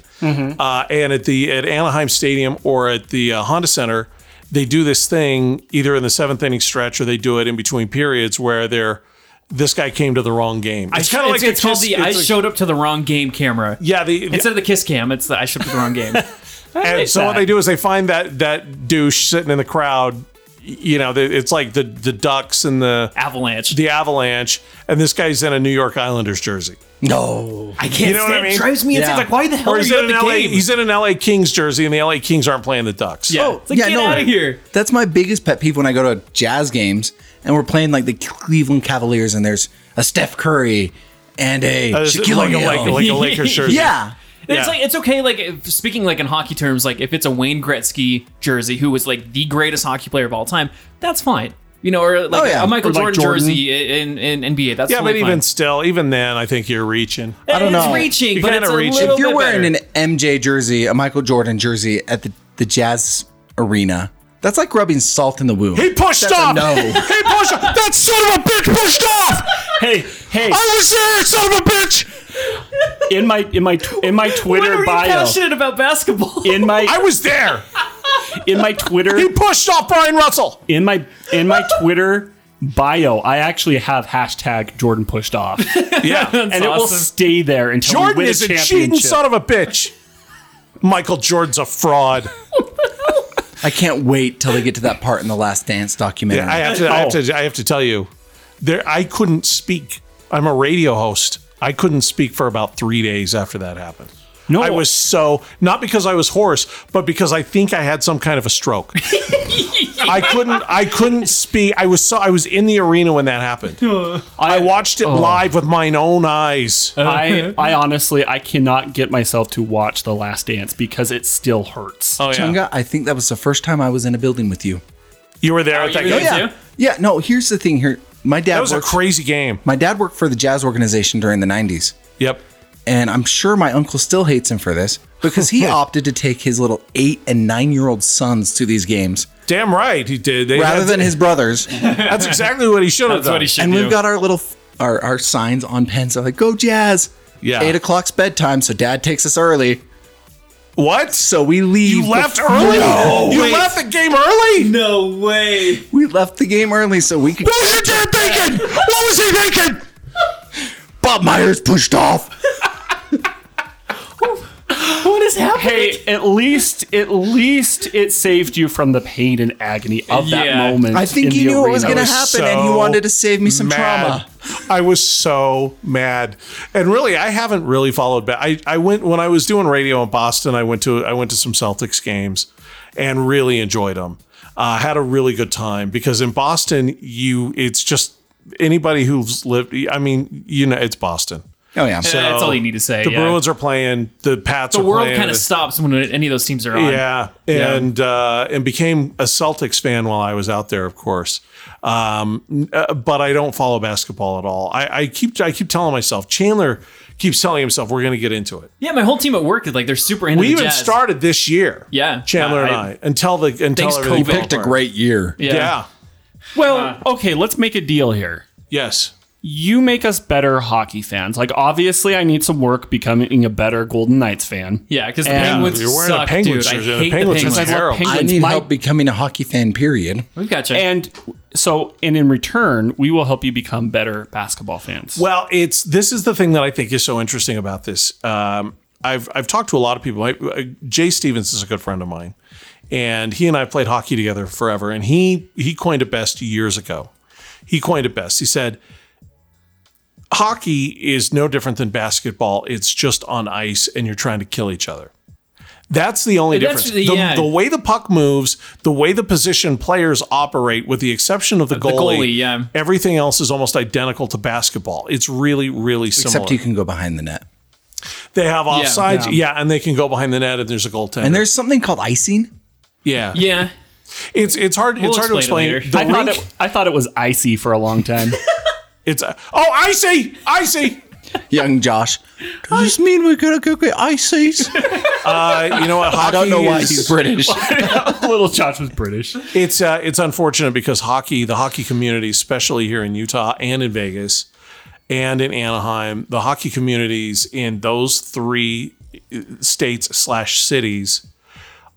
B: Uh, and at the at Anaheim Stadium or at the uh, Honda Center, they do this thing either in the seventh inning stretch or they do it in between periods where they're this guy came to the wrong game. It's kind of like
C: it's, it's
B: the
C: called
B: Kiss-
C: the
B: it's
C: I
B: like-
C: showed up to the wrong game camera.
B: yeah, the,
C: Instead of the kiss cam, it's the I showed up to the wrong game.
B: and so what
C: that.
B: they do is they find that that douche sitting in the crowd. y- You know, the, it's like the the Ducks and the
C: Avalanche.
B: the Avalanche, and this guy's in a New York Islanders jersey.
D: No.
C: I can't.
B: you know what
C: stand-
B: I mean?
C: It drives me insane.
D: Yeah.
C: It's like why the hell
B: Or
C: are
B: he's
C: you
B: in
C: at
B: an
C: the
B: LA
C: game?
B: he's in an LA Kings jersey, and the LA Kings aren't playing the Ducks.
C: yeah. Oh, It's like,
D: yeah,
C: get
D: no.
C: out of here.
D: That's my biggest pet peeve when I go to jazz games and we're playing like the Cleveland Cavaliers and there's a Steph Curry and a
B: Uh, it's
D: Shaquille
B: like a
D: O'Neal.
B: Laker, like a Lakers jersey.
D: yeah.
B: Yeah.
C: It's like it's okay. Like if, speaking like in hockey terms, like if it's a Wayne Gretzky jersey who was like the greatest hockey player of all time, that's fine. You know, or like
D: Oh, yeah.
C: a Michael
E: Or, like,
C: Jordan,
E: Jordan.
C: jersey in, in NBA. That's
B: Yeah, but
C: totally
B: even
C: fine.
B: still, even then, I think you're reaching.
D: I don't
C: it's
D: know.
C: reaching,
B: You
C: but
B: kinda
C: it's a
B: reach.
C: little
D: If you're
C: bit
D: wearing
C: better.
D: an MJ jersey, a Michael Jordan jersey at the, the jazz arena, that's like rubbing salt in the wound.
B: He pushed
D: That's a
B: off.
D: no.
B: He pushed off. That son of a bitch pushed off.
E: hey, hey,
B: I was there, son of a bitch.
E: in my in my in my
C: Why are
E: Twitter
C: you
E: bio,
C: passionate about basketball?
E: in
B: I
E: my
B: was there.
E: in my
B: He
E: Twitter
B: pushed off Brian Russell.
E: in my in my Twitter bio, I actually have hashtag Jordan pushed off, and
B: Yeah,
E: it will
C: awesome.
E: stay there until we
B: Jordan
E: win
B: is
E: a
B: a
E: championship.
B: cheating son of a bitch. Michael Jordan's a fraud.
D: I can't wait till they get to that part in the Last Dance documentary.
B: I have to. I have to. I have to tell you, there. I couldn't speak. I'm a radio host. I couldn't speak for about three days after that happened.
E: No.
B: I was so not because I was hoarse, but because I think I had some kind of a stroke. I couldn't. I couldn't speak. I was so. I was in the arena when that happened. I watched it
D: Oh.
B: live with mine own eyes.
E: I, I honestly I cannot get myself to watch The Last Dance because it still hurts.
B: oh yeah,
D: Chunga, I think that was the first time I was in a building with you.
B: you were there at that
C: you
B: game.
C: were-
D: Yeah.
C: Yeah.
D: Yeah. No, here's the thing here. My dad
B: That was a
D: worked-
B: crazy game.
D: my dad worked for the jazz organization during the 90s.
B: Yep.
D: And I'm sure my uncle still hates him for this because he opted to take his little eight and nine year old sons to these games
B: Damn right he did. They
D: rather
B: had-
D: than his brothers.
B: that's exactly what he should have
C: That's
B: done.
C: what he should
D: and
C: do.
D: we've got our little our, our signs on pens that are like go jazz
B: Yeah.
D: eight o'clock's bedtime so dad takes us early
B: What?
D: so we leave
B: You left
D: bef-
B: early?
D: No.
B: you left the game early?
C: no way.
D: we left the game early so we could
B: What was your dad thinking? What was he thinking?
D: bob myers pushed off
C: What is happening?
E: Hey, at least at least it saved you from the pain and agony of that
C: Yeah.
E: moment.
D: i think
E: in
D: he
E: the
D: knew what was
E: arena.
D: going to
B: was
D: happen and he
B: so
D: wanted to save me some
B: mad.
D: trauma
B: I was so mad, and really, I haven't really followed back. I, I went when I was doing radio in Boston. I went to I went to some Celtics games, and really enjoyed them. Uh, had a really good time because in Boston, you it's just anybody who's lived. I mean, you know, it's Boston.
D: Oh yeah.
C: Eh, that's all you need to say.
B: The
C: yeah.
B: Bruins are playing. The Pats.
C: the
B: are
C: world
B: playing,
C: kind of stops when any of those teams are on.
B: Yeah, and Uh, and became a Celtics fan while I was out there, of course. Um, uh, but I don't follow basketball at all. I, I keep I keep telling myself Chandler keeps telling himself we're going to get into it.
C: Yeah, my whole team at work is like they're super into
B: We
C: the
B: even
C: Jazz.
B: started this year.
C: Yeah.
B: Chandler and
C: I-
B: I until the until
C: Thanks,
B: everything
C: COVID.
B: fell
C: Picked
D: It's a
B: apart.
D: great year.
C: Yeah.
B: Yeah.
E: Well, okay, let's make a deal here.
B: Yes.
E: You make us better hockey fans. Like, obviously, I need some work becoming a better Golden Knights fan.
C: Yeah, because the
E: And-
C: Penguins
B: You're wearing a
C: suck,
B: Penguins
C: dude. I
B: jersey. The
C: hate
B: Penguins are
C: the Penguins.
E: I love
B: terrible.
E: Penguins.
D: I need
E: My-
D: help becoming a hockey fan. Period.
C: We've got you.
E: And so, and in return, we will help you become better basketball fans.
B: Well, it's this is the thing that I think is so interesting about this. Um, I've I've talked to a lot of people. I, I- Jay Stevens is a good friend of mine, and he and I played hockey together forever. And he he coined it best years ago. He coined it best. He said, "Hockey is no different than basketball. It's just on ice, and you're trying to kill each other." That's the only
C: That's
B: difference.
C: the- yeah.
B: the way the puck moves, the way the position players operate, with the exception of the
C: the
B: goalie,
C: goalie, yeah.
B: everything else is almost identical to basketball. It's really, really similar.
D: Except you can go behind the net.
B: they have offsides, yeah, and they can go behind the net, and there's a goaltender.
D: And there's something called icing.
B: yeah,
C: yeah,
B: It's it's hard.
C: We'll
B: it's hard to
C: explain
B: explain.
C: it
B: The
E: I thought,
B: rink-
E: it, I thought it was icy for a long time.
B: it's uh, oh, I see, I see.
D: Young Josh. Does this mean we're gonna go get ices?
B: Uh, you know what? Hockey
D: I don't know why
B: is-
D: he's British.
E: Little Josh was British.
B: It's uh, it's unfortunate because hockey, the hockey community, especially here in Utah and in Vegas and in Anaheim, the hockey communities in those three uh, states slash cities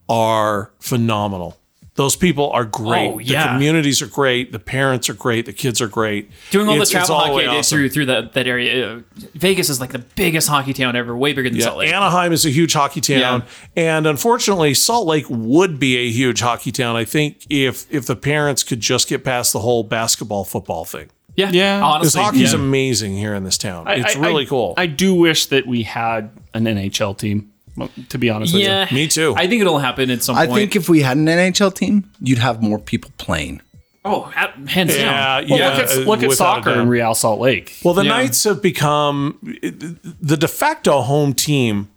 B: are phenomenal. Those people are great.
C: Oh, yeah.
B: The communities are great. The parents are great. The kids are great.
C: doing all
B: It's-
C: the
B: it's
C: travel
B: all
C: hockey
B: way
C: I did
B: awesome.
C: through through that that area. uh, Vegas is like the biggest hockey town ever, way bigger than
B: Yeah,
C: Salt Lake.
B: Anaheim is a huge hockey town, and unfortunately, Salt Lake would be a huge hockey town. I think if if the parents could just get past the whole basketball football thing.
C: yeah,
E: Yeah.
B: Because
C: honestly,
B: hockey's
C: yeah.
B: amazing here in this town. it's
E: I-
B: really
E: I-
B: cool.
E: I do wish that we had an NHL team, well, to be honest with you.
C: yeah,
B: Me too.
C: I think it'll happen at some
D: I
C: point.
D: think if we had an NHL team, you'd have more people playing.
C: oh, ha- hands
B: yeah,
C: down.
E: Well,
B: yeah.
E: look at,
B: uh,
E: look at
B: without a
E: soccer
B: doubt.
E: in Real Salt Lake.
B: Well, the
C: Yeah.
B: Knights have become the de facto home team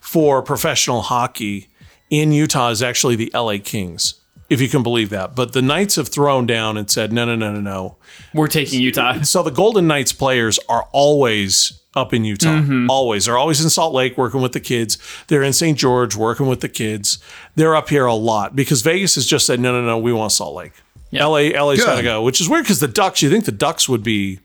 B: for professional hockey in Utah is actually the LA Kings, if you can believe that. But the Knights have thrown down and said, no, no, no, no, no.
C: We're taking Utah.
B: So the Golden Knights players are always up in Utah.
C: Mm-hmm.
B: Always. They're always in Salt Lake working with the kids. They're in St. George working with the kids. They're up here a lot because Vegas has just said, no, no, no, we want Salt Lake. LA, LA's got to go, which is weird because the Ducks, you think the Ducks would be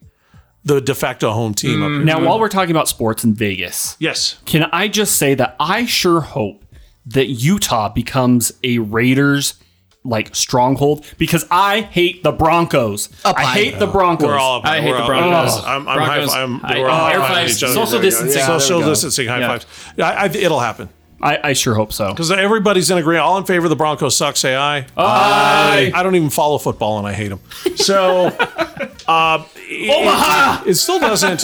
B: the de facto home team up here.
C: Mm.
E: Now, while we're talking about sports in Vegas,
B: Yes.
E: can I just say that I sure hope that Utah becomes a Raiders like stronghold because I hate the Broncos. I
D: high.
E: hate the Broncos.
B: We're all up.
C: I hate
B: we're
C: the
B: up-
C: Broncos.
B: Oh, I'm, I'm
C: Broncos.
B: high, I'm,
C: I-
B: we're all
C: air
B: high-fiving
C: fives,
B: each other.
C: social
B: There we go.
C: distancing.
B: Yeah, social
E: There we go.
B: distancing, high
C: Yeah.
B: fives. I, I, it'll happen
E: I, I sure hope so.
B: because everybody's in agreement. All in favor of the Broncos suck. Say aye.
E: Aye.
B: I don't even follow football and I hate them. So, uh, Omaha. It, still doesn't.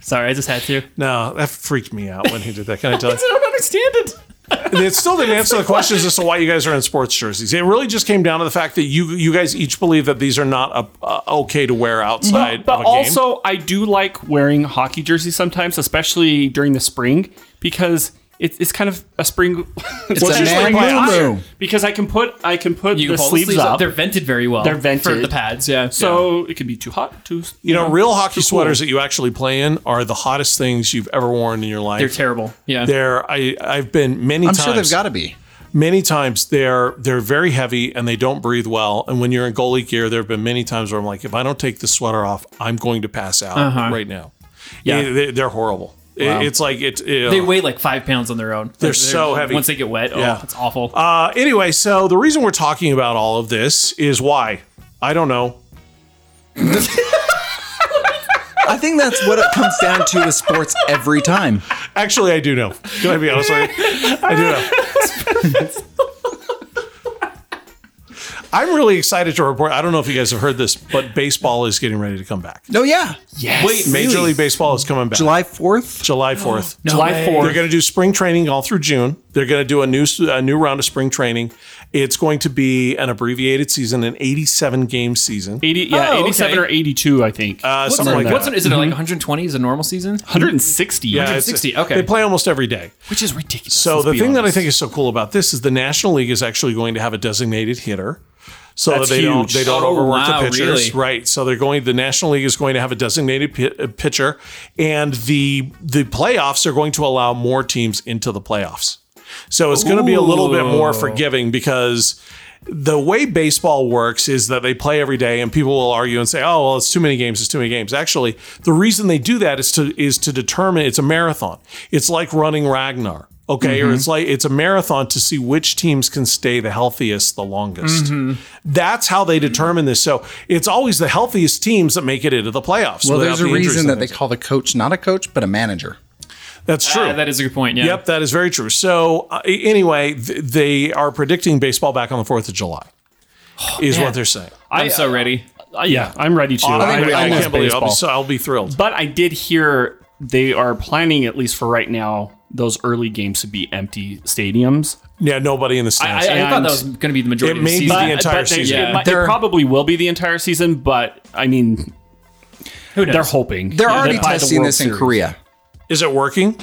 C: Sorry, I just had to.
B: No, that freaked me out when he did that. Can I tell you?
C: don't understand it.
B: It still didn't answer the questions as to why you guys are in sports jerseys. It really just came down to the fact that you you guys each believe that these are not uh uh, okay to wear outside
E: But
B: of a game.
E: also, I do like wearing hockey jerseys sometimes, especially during the spring, because it's, it's kind of a spring. It's
D: a man boomerang.
E: because I can put I can put
C: You
E: the
C: can pull
E: sleeves, up.
C: They're vented very well.
E: They're vented.
C: for the pads. Yeah.
E: so it could be too hot, too.
B: You know, real hockey sweaters that you actually play in are the hottest things you've ever worn in your life.
C: they're terrible. Yeah.
B: They're I I've been many
D: I'm
B: times.
D: sure they've got to be.
B: many times. They're they're very heavy and they don't breathe well. And when you're in goalie gear, there have been many times where I'm like, if I don't take this sweater off, I'm going to pass out right now.
C: Uh-huh. Yeah.
B: It- they, they're horrible. It- it's like it. it-
C: they weigh like five pounds on their own.
B: They're so heavy.
C: Once they get wet, oh,
B: Yeah.
C: it's awful.
B: Uh, anyway, so the reason we're talking about all of this is why I don't know.
D: I think that's what it comes down to with sports every time.
B: Actually, I do know. Can I be honest with you? I do know. I'm really excited to report. I don't know if you guys have heard this, but baseball is getting ready to come back.
D: No, Oh, yeah.
E: Yes.
B: Wait, Major League Baseball is coming back
D: July 4th.
B: July 4th.
E: July
B: Oh. They're
E: fourth.
B: going to do spring training all through June. They're going to do a new a new round of spring training. It's going to be an abbreviated season, an 87 game season,
E: 80, yeah,
C: Oh,
E: 87
C: okay.
E: or 82, I think.
B: uh,
C: What's,
B: something like
C: what's
B: that.
C: an- is it like 120 is a normal season?
E: 160.
B: Yeah, it's-
C: 160,
E: uh,
C: okay.
B: They play almost every day.
C: Which is ridiculous.
B: So
E: let's
B: the
E: be
B: thing that I
E: honest.
B: think is so cool about this is the National League is actually going to have a designated hitter. So
E: That's
B: that they don't
E: huge.
B: they don't
C: Oh,
B: overwork
C: wow,
B: the pitchers,
C: really?
B: right? So they're going. The National League is going to have a designated pi- uh, pitcher, and the the playoffs are going to allow more teams into the playoffs. So it's going to be a little bit more forgiving because the way baseball works is that they play every day, and people will argue and say, "Oh, well, it's too many games. It's too many games." Actually, the reason they do that is to is to determine it's a marathon. It's like running Ragnar, okay,
D: Mm-hmm.
B: or it's like it's a marathon to see which teams can stay the healthiest the longest.
D: Mm-hmm.
B: That's how they determine this. So it's always the healthiest teams that make it into the playoffs.
D: Well,
B: without
D: there's a
B: the injuries
D: reason
B: and
D: that they
B: things.
D: call the coach not a coach, but a manager.
B: That's true.
C: Ah, that is a good point. Yeah.
B: Yep, that is very true. So uh, anyway, th- they are predicting baseball back on the Fourth of July.
D: Oh,
B: Is
C: man.
B: what they're saying.
C: I'm so ready.
E: Uh, yeah, I'm ready to.
B: I, I
E: love
B: can't believe. I'll be,
E: baseball.
B: so I'll be thrilled.
E: But I did hear they are planning, at least for right now, those early games to be empty stadiums.
B: Yeah, nobody in the stands.
C: I, I thought
E: And-
C: that was going to be the majority
B: It
C: of the
B: may be
C: season.
B: the entire
E: they-
B: season.
E: It, might- it
D: They're-
E: probably will be the entire season, but I mean,
C: Who knows?
E: they're hoping.
D: They're
E: Yeah,
D: already
E: buy the
D: testing
E: World
D: this in
E: Series.
D: Korea
B: is it working?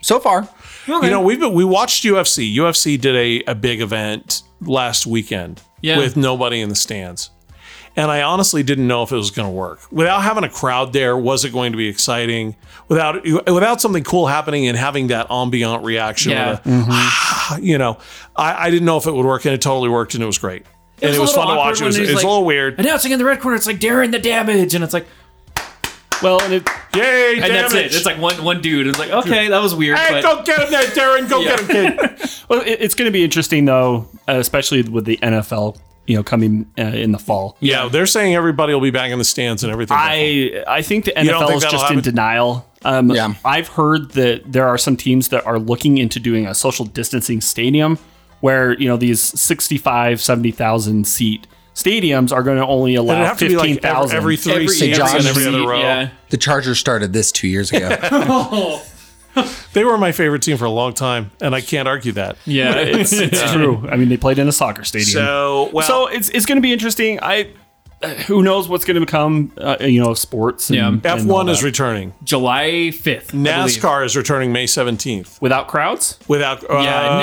D: so far.
B: You know, we've been, we watched UFC. UFC did a, a big event last weekend
C: Yeah.
B: with nobody in the stands. And I honestly didn't know if it was going to work. Without having a crowd there, was it going to be exciting? Without without something cool happening and having that ambient reaction,
C: Yeah.
B: with a,
E: Mm-hmm.
B: you know, I, I didn't know if it would work, and it totally worked, and it was great. and
C: was
B: it
C: a
B: was
C: little
B: fun to
C: awkward
B: watch. It
C: when
B: was,
C: he's
B: it's
C: like-
B: a little weird.
C: announcing in the red corner. It's like Darren the damage, and it's like,
E: Well, and it,
B: Yay!
C: and that's it. It's like one one dude. It's like, okay, that was weird.
B: hey,
C: but
B: go get him there, Darren. Go get him, kid.
E: well, it- it's going to be interesting though, uh, especially with the NFL, you know, coming uh, in the fall.
B: yeah, they're saying everybody will be back in the stands and everything.
E: I I think the
B: don't
E: NFL
B: think
E: is
B: that'll
E: just
B: happen?
E: in denial. Um,
D: Yeah.
E: I've heard that there are some teams that are looking into doing a social distancing stadium where, you know, these 65, 70,000 seat stadiums are going to only
B: It'd
E: allow
B: have to be like
E: 15,000.
B: ev- every, three
C: every,
B: seats
C: every
B: and every
C: seat,
B: other row.
C: Yeah.
D: The Chargers started this two years ago.
B: They were my favorite team for a long time, and I can't argue that.
C: Yeah,
E: it's, it's true. I mean, they played in a soccer stadium.
B: So, well,
E: So it's, it's going to be interesting. I who knows what's going to become, uh, you know, sports. And,
C: Yeah.
E: and all
B: F1 is
E: that.
B: returning.
C: July fifth.
B: NASCAR is returning May 17th
E: without crowds.
B: without. Uh,
C: Yeah,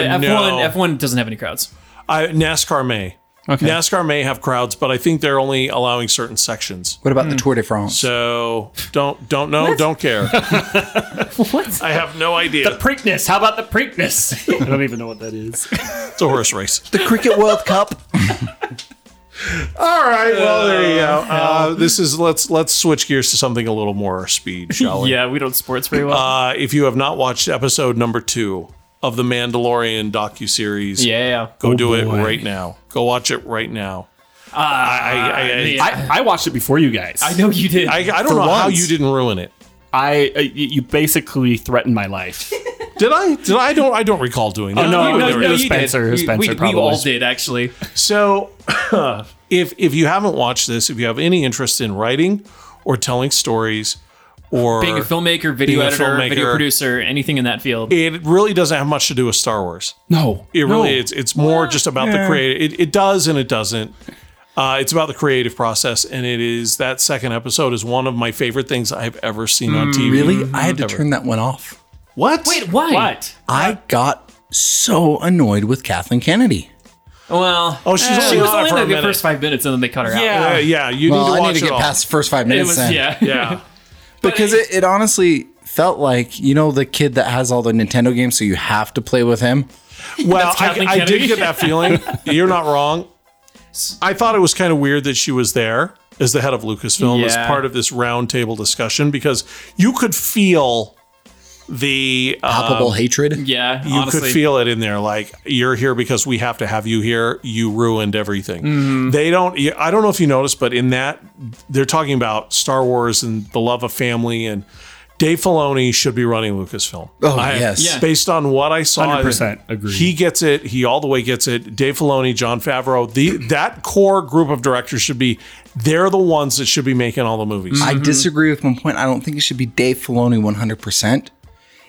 B: yeah,
C: n- uh, F1
B: no.
C: F1 doesn't have any crowds.
B: I, NASCAR may.
E: Okay.
B: NASCAR may have crowds, but I think they're only allowing certain sections.
D: what about the Tour de France?
B: So don't don't know, don't care. what? I have no idea.
E: Preakness. How about the Preakness? I don't even know what that is.
B: It's a horse race.
D: the Cricket World Cup.
B: All right. Well, there you go. Uh, this is let's let's switch gears to something a little more speed, shall
E: Oh,
B: we?
C: Yeah, we don't sports very well.
B: Uh, if you have not watched episode number two of the Mandalorian docuseries,
C: yeah.
B: go do it right now. Go watch it right now. I, I, I, I,
E: I, I watched it before you guys.
C: I know you did.
B: I, I don't know how you didn't ruin it.
E: I uh, y- you basically threatened my life.
B: Did I? Did I? I don't. I don't recall doing that.
E: no,
B: I
E: no,
B: don't
E: no.
B: remember.
E: was Spencer, it was
C: We-
E: Spencer
C: we, we,
E: probably.
C: all did actually.
B: So, if if you haven't watched this, if you have any interest in writing or telling stories, or
C: Being a filmmaker,
B: Being
C: video
B: a
C: editor, video
B: filmmaker.
C: producer, anything in that field.
B: it really doesn't have much to do with Star Wars.
E: No,
B: It really it's it's more just about the creative. It, it does and it doesn't. Uh, it's about the creative process, and it is that second episode is one of my favorite things I've ever seen on TV.
D: Really? I had to turn that one off.
B: What?
C: Wait, why?
E: What?
D: I got so annoyed with Kathleen Kennedy.
C: Well, eh,
B: Oh, she's
C: she
B: only
C: was
B: on
C: only
B: for a
C: like the
B: minute.
C: first five minutes, and then they cut her out.
B: Uh, yeah, you
D: Well,
B: need to
D: I
B: watch
D: need to
B: it
D: get
B: all.
D: past the first five
C: It
D: minutes
C: was
D: then.
C: yeah.
B: Yeah,
D: Because it, it honestly felt like, you know, the kid that has all the Nintendo games, so you have to play with him.
B: well,
C: That's
B: I,
C: Kathleen
B: I did
C: Kennedy.
B: get that feeling. You're not wrong. I thought it was kind of weird that she was there as the head of Lucasfilm as
C: Yeah.
B: part of this roundtable discussion because you could feel the uh,
D: Palpable hatred.
C: Yeah,
B: you
C: honestly.
B: could feel it in there like you're here because we have to have you here you ruined everything they don't i don't know if you noticed but in that they're talking about star wars and the love of family and dave filoni should be running lucasfilm
D: Oh,
B: I-
D: yes.
C: Yeah.
B: based on what i saw
E: 100% agree.
B: he gets it he all the way gets it dave filoni john favreau the that core group of directors should be they're the ones that
D: Mm-hmm.
B: should be making all the movies
D: I disagree with one point. I don't think it should be Dave Filoni 100%.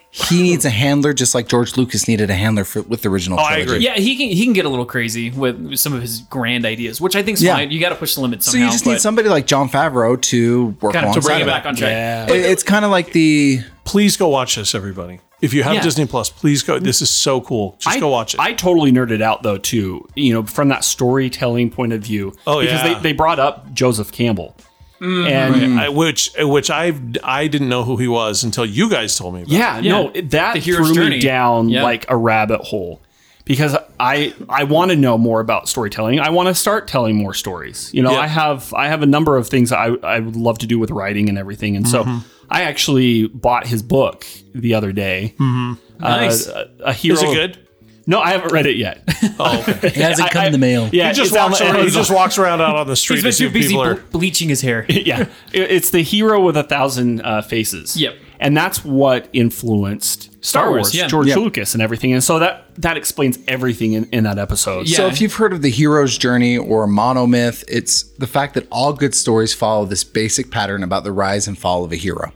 D: He needs a handler just like George Lucas needed a handler for, with the original
B: Oh, I agree.
D: trilogy.
C: Yeah, he can he can get a little crazy with some of his grand ideas, which I think's
D: Yeah.
C: fine. You got to push the limit
D: So
C: somehow.
D: you just
C: but
D: need somebody like John Favreau to work
C: kinda
D: alongside
C: to bring it
D: of
C: back
D: it.
C: on track.
D: It- It's kind of like the
B: Please go watch this, everybody. If you have
C: Yeah.
B: Disney Plus, please go. This is so cool. Just
E: I,
B: go watch it.
E: I totally nerded out though too. You know, from that storytelling point of view.
B: Oh,
E: because
B: yeah. Mm-hmm.
E: they, they brought up Joseph Campbell, and
B: I- which which I I didn't know who he was until you guys told me. About.
E: yeah,
C: Yeah.
E: no, it- that
C: The hero's
E: threw
C: journey.
E: me down
C: Yeah.
E: like a rabbit hole because I I want to know more about storytelling. I want to start telling more stories. You know,
B: Yeah.
E: I have I have a number of things that I I would love to do with writing and everything, and
B: Mm-hmm.
E: so. I actually bought his book the other day. Mm-hmm.
C: Nice.
E: a, a hero.
B: Is it good?
E: No, I haven't read it yet.
B: Oh, okay.
D: it hasn't
E: I-
D: come
E: I-
D: in the mail.
E: Yeah,
B: he just
E: it's out
B: walks
E: on
B: around. He
E: Amazon.
B: just walks around out on the
C: he's
B: street
C: been
B: to see
C: too
B: if
C: busy
B: people
C: ble-
B: are.
C: bleaching his hair.
E: yeah, It- it's the hero with a thousand uh, faces.
C: Yep.
E: and that's what influenced Star,
C: Wars,
E: Wars,
C: yeah.
E: George
D: Yeah.
E: Lucas, and everything. And so that that explains everything in, in that episode.
C: Yeah.
E: So
D: So if you've heard of the hero's journey or monomyth, it's the fact that all good stories follow this basic pattern about the rise and fall of a hero.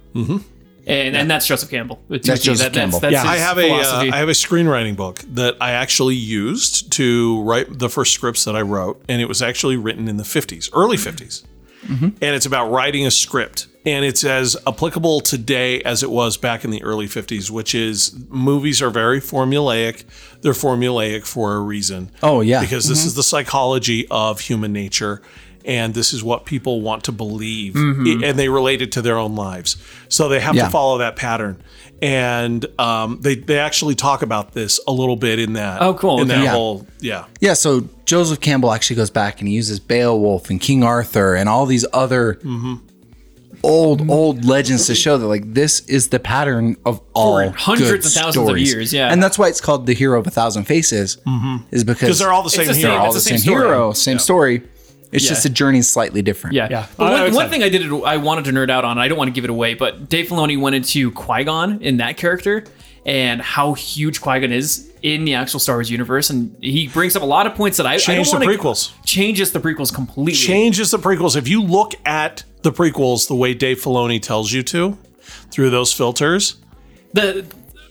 C: And, and that's Joseph Campbell.
D: That's Joseph Campbell.
C: That's, that's
B: I
C: his
B: have a uh,
C: philosophy.
B: I have a screenwriting book that I actually used to write the first scripts that I wrote, and it was actually written in the fifties, early 50s and it's about writing a script. And it's as applicable today as it was back in the early 50s, which is movies are very formulaic. They're formulaic for a reason.
D: Oh, yeah.
B: Because this is the psychology of human nature. And this is what people want to believe. I- And they relate it to their own lives. So they have
D: Yeah.
B: to follow that pattern. And um, they, they actually talk about this a little bit in that.
C: Oh, cool.
B: In that
C: Okay.
D: Yeah.
B: whole, yeah.
D: Yeah, so Joseph Campbell actually goes back and he uses Beowulf and King Arthur and all these other
C: Mm-hmm.
D: old, old legends to show that like this is the pattern of all
C: hundreds
D: good
C: of thousands of
D: stories.
C: years, yeah. Mm-hmm.
D: and that's why it's called the hero of a thousand faces, is because
B: Because they're all the same
C: the
B: hero.
C: same-
D: all
C: it's
D: the
C: the
D: same,
C: story.
D: hero, same story. It's
C: Yeah.
D: just the journey is slightly different.
C: Yeah,
E: Yeah.
C: But
E: I- I
C: one,
E: was
C: one
E: excited.
C: thing I did, I wanted to nerd out on. I don't want to give it away, but Dave Filoni went into Qui Gon in that character and how huge Qui Gon is in the actual Star Wars universe, and he brings up a lot of points that I
B: Change
C: I don't
B: the
C: wanna-
B: prequels.
C: Changes the prequels completely.
B: changes the prequels. If you look at the prequels the way Dave Filoni tells you to through those filters,
C: the.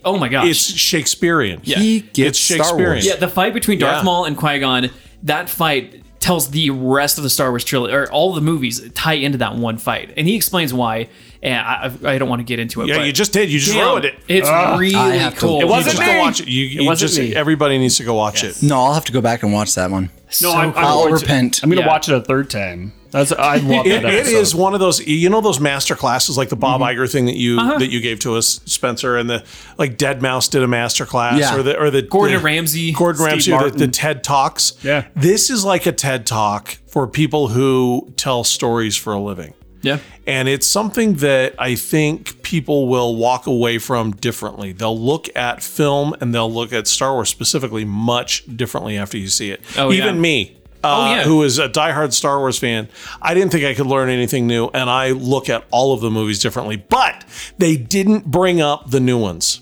C: Oh my gosh!
B: it's Shakespearean. Yeah.
D: He
B: It's
D: gets Star
B: Shakespearean.
D: Wars.
C: Yeah, the fight between Darth
B: Yeah.
C: Maul and Qui Gon. That fight tells the rest of the Star Wars trilogy or all the movies tie into that one fight, and he explains why. And I, I I don't want to get into it.
B: Yeah,
C: but
B: you just did. You just
C: damn,
B: ruined it.
C: It's really
D: I have to-
C: cool.
D: It
B: You
E: wasn't
B: just
E: me.
B: Go watch it. You, you
E: wasn't
B: just
E: me.
B: everybody needs to go watch it.
D: No, I'll have to go back and watch that one.
E: no, I'm, I'm
D: I'll
E: going to-
D: repent.
E: I'm going to
C: Yeah.
E: watch it a third time. That's I love
B: It,
E: that
B: it
E: episode.
B: is one of those you know those master classes like the Bob Iger thing that you that you gave to us Spencer and the like Dead Mouse did a master class
D: Yeah.
B: or the or the
C: Gordon
B: the-
C: Ramsay,
B: Gordon
E: Steve
B: Ramsay the,
E: Martin.
B: the TED Talks
E: Yeah.
B: this is like a TED Talk for people who tell stories for a living
C: Yeah.
B: And it's something that I think people will walk away from differently. They'll look at film and they'll look at Star Wars specifically much differently after you see it.
C: Oh, yeah. Oh,
B: Even me. Uh,
C: yeah.
B: Who is a diehard Star Wars fan? I didn't think I could learn anything new, and I look at all of the movies differently. But they didn't bring up the new ones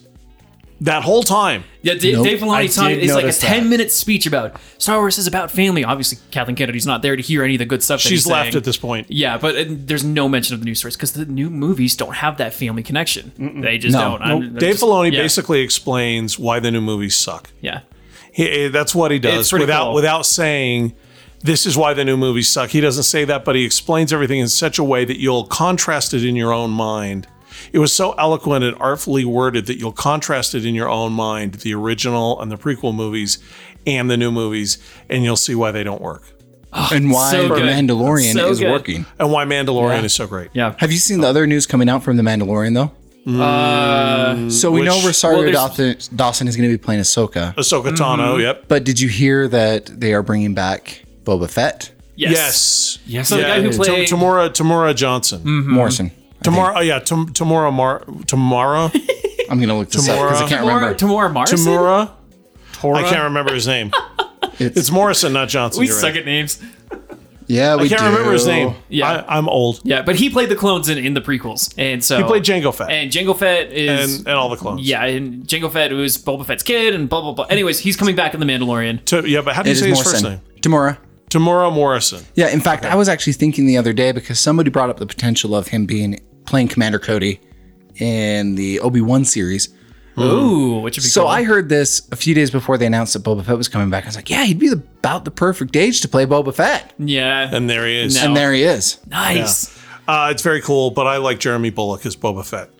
B: that whole time.
C: Yeah, Dave, Dave
E: I
C: Filoni taught
E: did
C: is like a
E: notice that.
C: ten minute speech about Star Wars is about family. Obviously, Kathleen Kennedy's not there to hear any of the good stuff. that
B: She's
C: he's
B: left
C: saying.
B: at this point.
C: Yeah, but uh, there's no mention of the new stories because the new movies don't have that family connection. They just
D: No.
C: don't. I'm- I'm
B: Dave
C: just-
B: Filoni
C: yeah,
B: basically explains why the new movies suck.
C: Yeah.
B: He, that's what he
C: It's
B: does
C: pretty
B: without
C: cool.
B: without saying this is why the new movies suck. He doesn't say that, but he explains everything in such a way that you'll contrast it in your own mind. It was so eloquent and artfully worded that you'll contrast it in your own mind, the original and the prequel movies and the new movies, and you'll see why they don't work
D: and why
C: so
D: The
C: good.
D: Mandalorian
C: So
D: is
C: good.
D: working.
B: and why Mandalorian is so great.
C: Yeah.
D: Have you seen the other news coming out from The Mandalorian though? so we
B: which-
D: know Rosario
C: well,
D: Dawson, Dawson is going to be playing Ahsoka,
B: Ahsoka Tano,
C: Mm-hmm.
B: yep.
D: but did you hear that they are bringing back Boba Fett,
B: Yes.
E: Yes.
C: So the guy
B: Yeah.
C: who
B: Tam-
C: played
B: Tamora Tamora Johnson.
C: Mm-hmm.
D: Morrison?
B: Tamara, oh yeah, Tam- Tamora Mar- Tamara
D: I'm going to look this up because I can't
C: Tamora,
D: remember.
C: Tamora Morrison.
B: Tamura. I can't remember his name.
D: It's-
B: it's, Morrison, not Johnson.
C: we
B: you're
C: suck
B: right.
C: at names.
D: Yeah, we
B: I can't
D: do.
B: remember his name.
C: Yeah.
B: I, I'm old.
C: Yeah, but he played the clones in, in the prequels, and so
B: He played Django Fett and,
C: And Jango Fett
B: and,
C: is
B: all the clones.
C: yeah, and Jango Fett was Boba Fett's kid, and blah blah blah. Anyways, he's coming back in the Mandalorian.
B: To- yeah, but how do you
D: It is
B: say his first
D: Morrison.
B: name?
D: Tamora.
B: Tamora Morrison.
D: Yeah, in fact, I was actually thinking the other day because somebody brought up the potential of him being playing Commander Cody in the Obi Wan series.
C: Ooh, which would be
D: So
C: cool.
D: I heard this a few days before they announced that Boba Fett was coming back. I was like, yeah, he'd be the, about the perfect age to play Boba Fett.
C: yeah,
B: And there he is.
C: No.
D: And there he is.
C: nice.
B: Uh, it's very cool, but I like Jeremy Bullock as Boba Fett.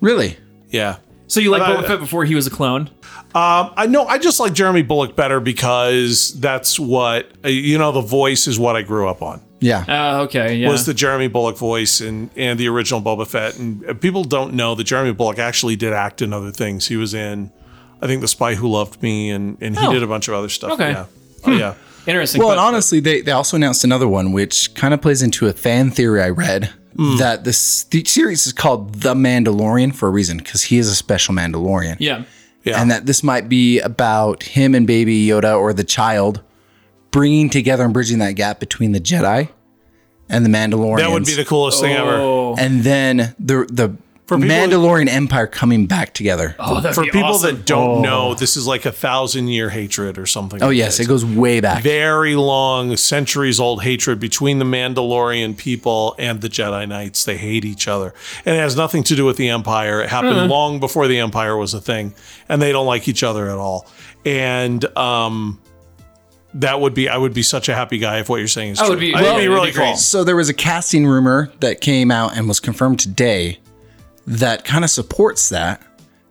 D: Really?
B: Yeah.
C: So you like
B: But I-
C: Boba Fett before he was a clone?
B: I know I just like Jeremy Bullock better because that's what uh, you know the voice is what I grew up on.
D: Yeah.
C: Uh, okay, yeah.
B: Was the Jeremy Bullock voice and and the original Boba Fett and uh, people don't know that Jeremy Bullock actually did act in other things. He was in I think The Spy Who Loved Me and and he
C: Oh.
B: did a bunch of other stuff.
C: Okay.
B: Yeah. Oh, yeah.
C: Interesting.
D: Well, and
C: but-
D: honestly, they, they also announced another one, which kind of plays into a fan theory I read that this the series is called The Mandalorian for a reason because he is a special Mandalorian.
C: yeah.
B: Yeah.
D: And that this might be about him and baby Yoda or the child bringing together and bridging that gap between the Jedi and the Mandalorians.
B: that would be the coolest thing ever.
C: Oh,
D: and then the the
B: people-
D: Mandalorian Empire coming back together. Oh,
B: For people that don't know, this is like a thousand year hatred or something. like
D: Oh, yes,
B: that.
D: it goes way back.
B: very long, centuries old hatred between the Mandalorian people and the Jedi Knights. They hate each other. And it has nothing to do with the Empire. It happened long before the Empire was a thing, and they don't like each other at all. And, um, that would be I would be such a happy guy if what you're saying is
C: That
B: true.
C: would be-
B: I think it'd
C: well,
B: be
C: it'd
B: really
C: be great.
B: cool.
D: So there was a casting rumor that came out and was confirmed today that kind of supports that.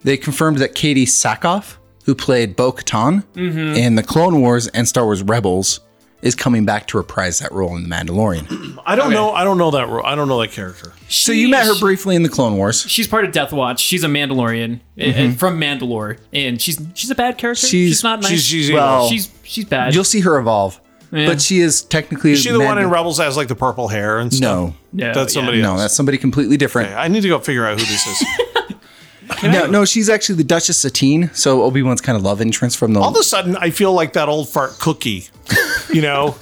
D: They confirmed that Katie Sackhoff, who played Bo Katan
B: Mm-hmm.
D: in the Clone Wars and Star Wars Rebels, is coming back to reprise that role in The Mandalorian.
B: I don't know. I don't know that. ro- I don't know that character.
D: so you met her briefly in the Clone Wars.
C: She's part of Death Watch. She's a Mandalorian eh, eh, from Mandalore, and she's she's a bad character. She's, not
D: Mm-hmm. She's-
C: nice.
B: she's- she's evil.
D: Well-
C: she's she's bad.
D: You'll see her evolve, but she is technically
B: Is she the one in
D: Mandal-
B: Rebels that has like the purple hair and stuff?
D: No,
C: No,
B: that's
C: yeah.
B: somebody
D: no,
B: else.
D: that's somebody completely different.
B: I need to go figure out who this is.
D: No, no, she's actually the Duchess Satine, so Obi Wan's kind of love entrance from the.
B: all of a sudden I feel like that old fart cookie, you know,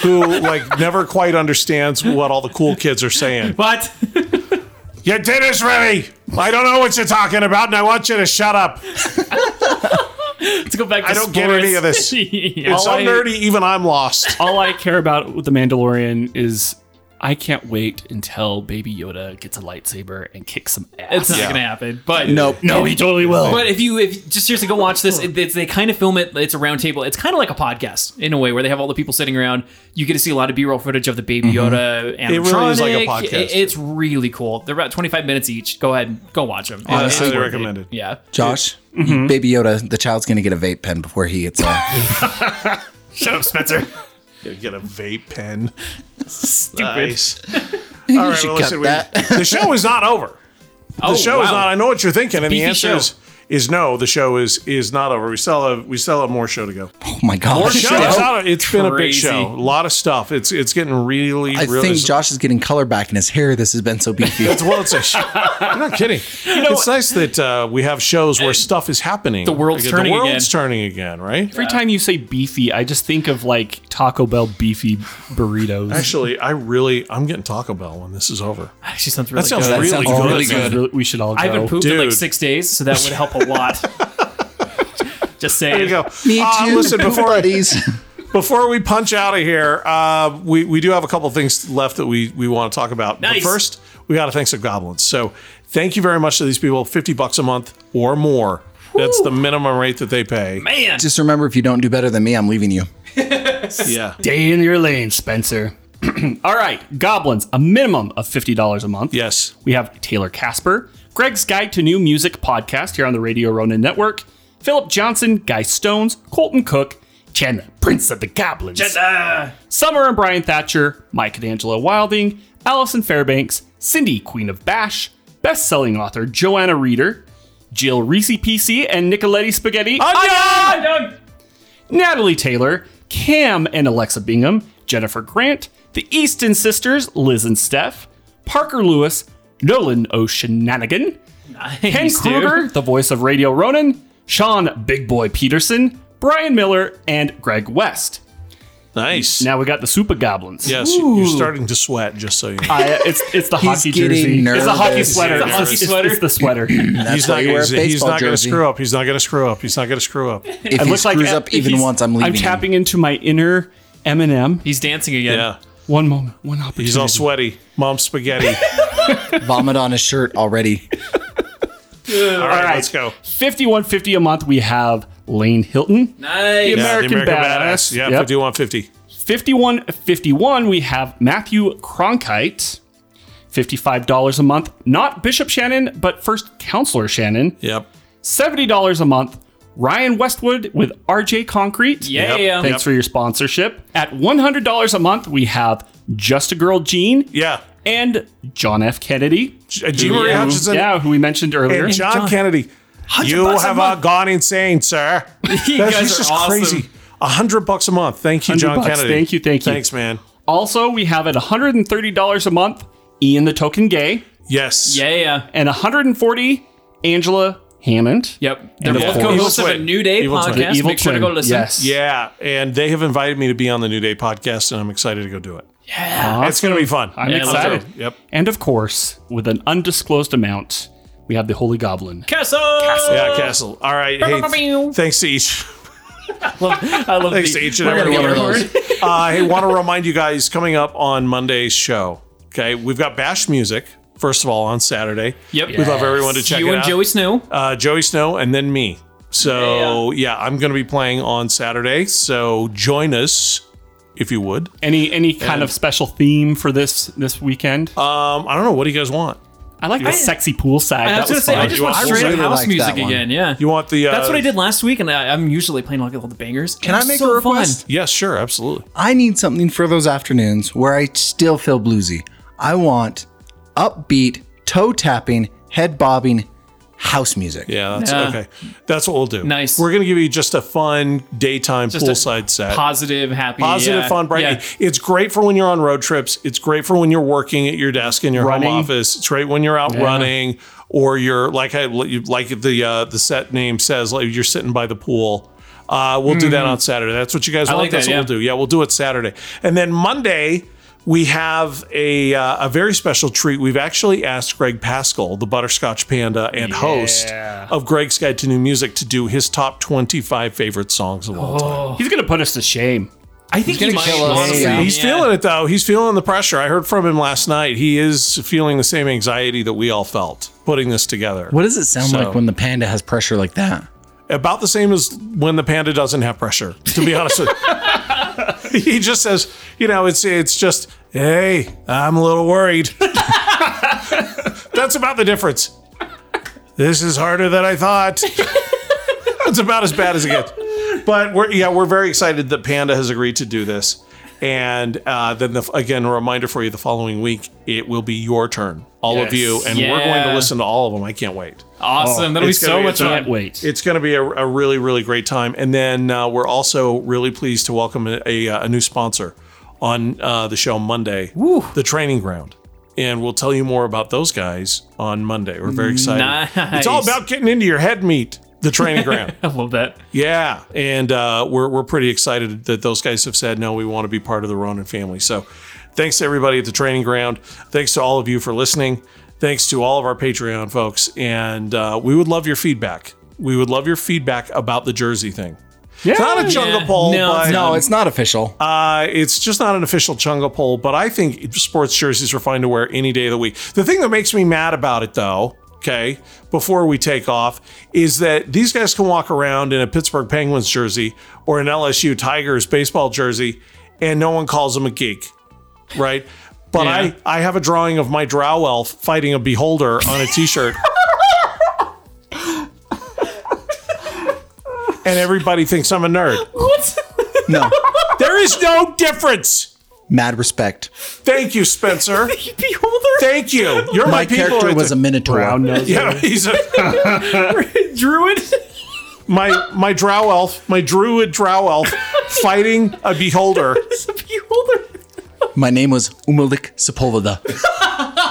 B: who like never quite understands what all the cool kids are saying.
C: What?
B: Your dinner's ready. I don't know what you're talking about, and I want you to shut up.
C: Let's go back. To
B: I don't get any of
C: sports.
B: this.
C: Yeah.
B: It's so
E: I-
B: nerdy, even I'm lost.
E: All I care about with the Mandalorian is I can't wait until Baby Yoda gets a lightsaber and kicks some
C: It's
E: ass.
C: not gonna happen. But
D: nope.
E: no, he totally
B: Oh.
E: will.
C: But if you if just seriously go watch this, it, it's, they kind of film it. It's a round table. It's kind of like a podcast in a way where they have all the people sitting around. You get to see a lot of B roll footage of the baby Yoda.
B: Mm-hmm. It really is like a
C: animatronic.
B: podcast.
C: It- it's really cool. They're about twenty five minutes each. Go ahead, and go watch them. It's
B: Honestly,
C: worth it.
B: recommended.
C: Yeah.
D: Josh,
B: Mm-hmm.
D: Baby Yoda, the child's gonna get a vape pen before he gets uh, a.
E: Shut up, Spencer.
B: Get a vape pen.
C: Stupid.
B: All right,
D: should
B: well,
D: cut
B: listen, we-
D: that.
B: the show is not over. The
C: Oh,
B: show is
C: wow.
B: not. I know what you're thinking, and the
C: Beefy
B: answer
C: show.
B: is is no. The show is is not over. We still have we still have more show to go.
D: Oh my god!
B: More show. It's, not a- it's been a big
C: Crazy.
B: show. A lot of stuff. It's it's getting really.
D: I
B: really
D: think Josh is getting color back in his hair. This has been so beefy.
B: It's, well, it's a sh- I'm not kidding. it's nice that uh, we have shows where stuff is happening. The
C: world's turning
B: The world's turning again, right?
E: Every time you say beefy, I just think of like Taco Bell beefy burritos.
B: Actually, I really I'm getting Taco Bell when this is over.
C: Actually, sounds really
B: That sounds
C: good.
D: That
B: really
D: sounds
B: good.
D: really
E: Sounds
D: good.
E: really- we should all go.
C: I haven't pooped in like
B: dude.
C: six days, so that would help a lot. Just saying.
B: There you go.
D: Me
B: Uh,
D: too.
B: listen, before
D: buddies.
B: before we punch out of here, uh, we we do have a couple things left that we we want to talk about.
C: Nice.
B: But first, we got to thank some goblins. So thank you very much to these people. Fifty bucks a month or more. That's the minimum rate that they pay.
C: Man,
D: Just remember, if you don't do better than me, I'm leaving you.
B: Yeah.
E: Stay in your lane, Spencer. all right, goblins, a minimum of fifty dollars a month.
B: Yes.
E: We have Taylor Casper, Greg's Guide to New Music podcast here on the Radio Ronin Network, Philip Johnson, Guy Stones, Colton Cook, Chen, Prince of the Goblins,
C: uh, Ah.
E: Summer and Brian Thatcher, Mike and Angela Wilding, Allison Fairbanks, Cindy, Queen of Bash, best selling author Joanna Reeder, Jill Reese PC and Nicoletti Spaghetti, Onion! Natalie Taylor, Cam and Alexa Bingham, Jennifer Grant, the Easton sisters, Liz and Steph, Parker Lewis, Nolan O'Shenanigan, Ken
C: Thanks, dude.
E: Kruger, the voice of Radio Ronin, Sean Big Boy Peterson, Brian Miller, and Greg West.
B: Nice.
E: Now we got the Super Goblins.
B: yes. You're starting to sweat. Just so you. know.
E: I- it's it's the hockey
D: getting
E: jersey. It's a hockey
D: nervous.
E: sweater.
B: It's a
C: hockey
E: It's- it's-
C: sweater.
E: It's, the sweater.
D: That's
B: he's
D: why
B: not,
D: you wear a
B: he's,
D: baseball
B: he's not going to
D: jersey.
B: screw up. He's not going to screw up. He's not going to screw up.
D: If
E: It
D: he
E: looks like
D: screws
E: a-
D: up even
E: he's-
D: once, I'm leaving.
E: I'm
D: you.
E: tapping into my inner Eminem.
C: he's dancing again.
B: Yeah.
E: One moment, one opportunity.
B: He's all sweaty. Mom spaghetti.
D: Vomit on his shirt already.
E: All
B: right, let's go.
E: Fifty-one fifty a month. We have Lane Hilton, the
C: Nice.
E: American,
B: the American
E: Badass.
B: Badass. Yeah,
E: Yep.
B: 51 50.
E: 51 51 we have matthew cronkite $55 a month not bishop shannon but first counselor shannon
B: Yep.
E: $70 a month ryan westwood with rj concrete
C: Yeah. Yep.
E: thanks for your sponsorship at $100 a month we have just a girl jean
B: Yeah.
E: and john f kennedy
B: G- G. Marie
E: Who-
B: Hutchinson
E: yeah who we mentioned earlier
B: and John,
C: John.
B: Kennedy. You
C: bucks a
B: have uh,
C: month.
B: gone insane, sir. That's-
C: You guys
B: he's
C: are
B: just
C: awesome.
B: crazy. A hundred bucks a month. Thank you,
E: 100
B: John
E: bucks.
B: Kennedy.
E: Thank you, thank you.
B: Thanks, man.
E: also we have at $130 a month ian the token gay
B: Yes.
C: Yeah, yeah.
E: and 140 angela hammond
C: Yep. They're
E: of
C: both
E: course-
C: co-hosts of
B: Evil
C: a
B: Twin.
C: New Day
B: Evil Twin.
C: podcast.
E: Evil
C: Make sure to
E: Twin.
C: go listen.
E: Yes.
B: Yeah, and they have invited me to be on the New Day podcast, and I'm excited to go do it.
E: Awesome.
B: It's going to be fun.
E: I'm
C: Yeah,
E: excited.
C: let's
B: Yep.
E: And of course, with an undisclosed amount, we have the Holy Goblin.
C: Castle.
B: Yeah, Castle. All right. Hey, th- thanks to each.
C: I love
B: Thanks
C: the-
B: to each and
C: we're
B: every
C: gonna
B: one
C: get
B: of
C: one
B: those. Uh, hey, want to remind you guys coming up on Monday's show. Okay, we've got Bash Music first of all on Saturday.
C: Yep.
B: We'd love everyone to check
C: You
B: it
C: and
B: out.
C: Joey Snow.
B: uh, Joey Snow, and then me. So yeah, I'm going to be playing on Saturday. So join us if you would.
E: Any any kind of special theme for this this weekend?
B: Um, I don't know what do you guys want.
E: I like the sexy pool side.
C: Uh, I
E: That
C: was gonna
E: was
C: say
E: fun.
C: I just
B: You
C: want
B: want-
C: straight
D: I really
C: house
D: like
C: music
D: that one.
C: again. Yeah.
B: You want the? Uh,
C: That's what I did last week, and I, I'm usually playing all, all the bangers.
D: Can I make a request?
B: Yes, sure, absolutely.
D: I need something for those afternoons where I still feel bluesy. I want upbeat, toe tapping, head bobbing house music.
B: Yeah, that's
C: Yeah.
B: okay. That's what we'll do.
C: Nice.
B: We're going to give you just a fun daytime
C: Just a
B: poolside set.
C: Positive, happy,
B: Positive,
C: yeah,
B: fun, bright.
C: yeah.
B: It's great for when you're on road trips. It's great for when you're working at your desk in your
E: Running.
B: home office. It's great when you're out running or you're like I like the uh, the set name says, like you're sitting by the pool. Uh, we'll do that on Saturday. That's what you guys want.
C: Mm. like
B: That's
C: that,
B: what we'll do. Yeah, we'll do it Saturday, and then Monday. We have a, uh, a very special treat. We've actually asked Greg Pascal, the butterscotch panda and host of Greg's Guide to New Music, to do his top 25 favorite songs of all time.
E: He's gonna put us to shame.
C: I think
D: gonna
C: he might,
D: kill us.
C: honestly.
D: Yeah.
B: He's
C: Yeah.
B: feeling it though. He's feeling the pressure. I heard from him last night. He is feeling the same anxiety that we all felt putting this together.
D: What does it sound
B: So-
D: like when the panda has pressure like that?
B: About the same as when the panda doesn't have pressure. To be honest with you, he just says, you know, it's it's just, hey, I'm a little worried. That's about the difference. This is harder than I thought. it's about as bad as it gets. But we're yeah, we're very excited that Panda has agreed to do this. And uh, then the, again, a reminder for you: the following week, it will be your turn, all of
E: Yes.
B: you, and we're going to
C: Yeah.
B: listen to all of them. I can't wait.
C: Awesome. That'll be
B: Oh, It's gonna
C: so
B: be-
C: much
E: Can't
C: fun.
E: wait.
B: It's going to be a, a really, really great time. And then uh, we're also really pleased to welcome a, a, uh, a new sponsor on uh, the show Monday, the Training Ground. And we'll tell you more about those guys on Monday. We're very excited. It's all
C: Nice.
B: about getting into your head meat, the Training Ground.
C: I love that.
B: Yeah, and uh, we're we're pretty excited that those guys have said no, we want to be part of the Ronan family. So, thanks to everybody at the training ground. Thanks to all of you for listening. Thanks to all of our Patreon folks, and uh, we would love your feedback. We would love your feedback about the jersey thing. it's not a jungle
C: Yeah.
B: poll,
C: No,
B: but
C: it's
D: No, it's not official.
B: uh, it's just not an official jungle poll. But I think sports jerseys are fine to wear any day of the week. The thing that makes me mad about it, though. Okay, before we take off, is that these guys can walk around in a Pittsburgh Penguins jersey or an LSU Tigers baseball jersey, and no one calls them a geek, right? But
C: Yeah.
B: I, I have a drawing of my drow elf fighting a beholder on a T-shirt, and everybody thinks I'm a nerd.
D: No,
B: There is no difference.
D: mad respect.
B: Thank you, Spencer. Thank you. You're my,
D: My
B: people.
D: character
B: right
D: was a
B: there.
D: minotaur.
B: yeah, he's a
C: Druid.
B: my my drow elf, my druid drow elf, fighting a beholder.
D: My name was Umalik Sepulveda.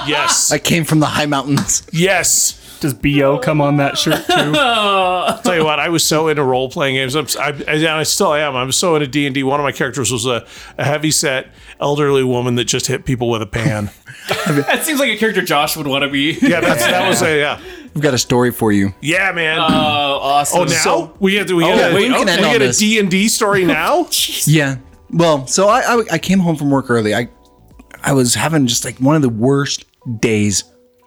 B: Yes,
D: I came from the high mountains.
B: yes.
E: Does Bo come on that shirt too?
B: I'll tell you what, I was so into role playing games. I'm, I, and I still am. I'm so into D and D. One of my characters was a, a heavy set elderly woman that just hit people with a pan.
C: that seems like a character Josh would want to be.
B: Yeah, that's, that was a yeah,
D: I've got a story for you.
B: yeah, man.
C: Oh, awesome.
B: oh, now we have to we
D: yeah,
B: get
D: Oh, we can
B: a-
D: end
B: we
D: on
B: get a
D: this.
B: D and D story now.
D: Yeah. Well, so I, I I came home from work early. I I was having just like one of the worst days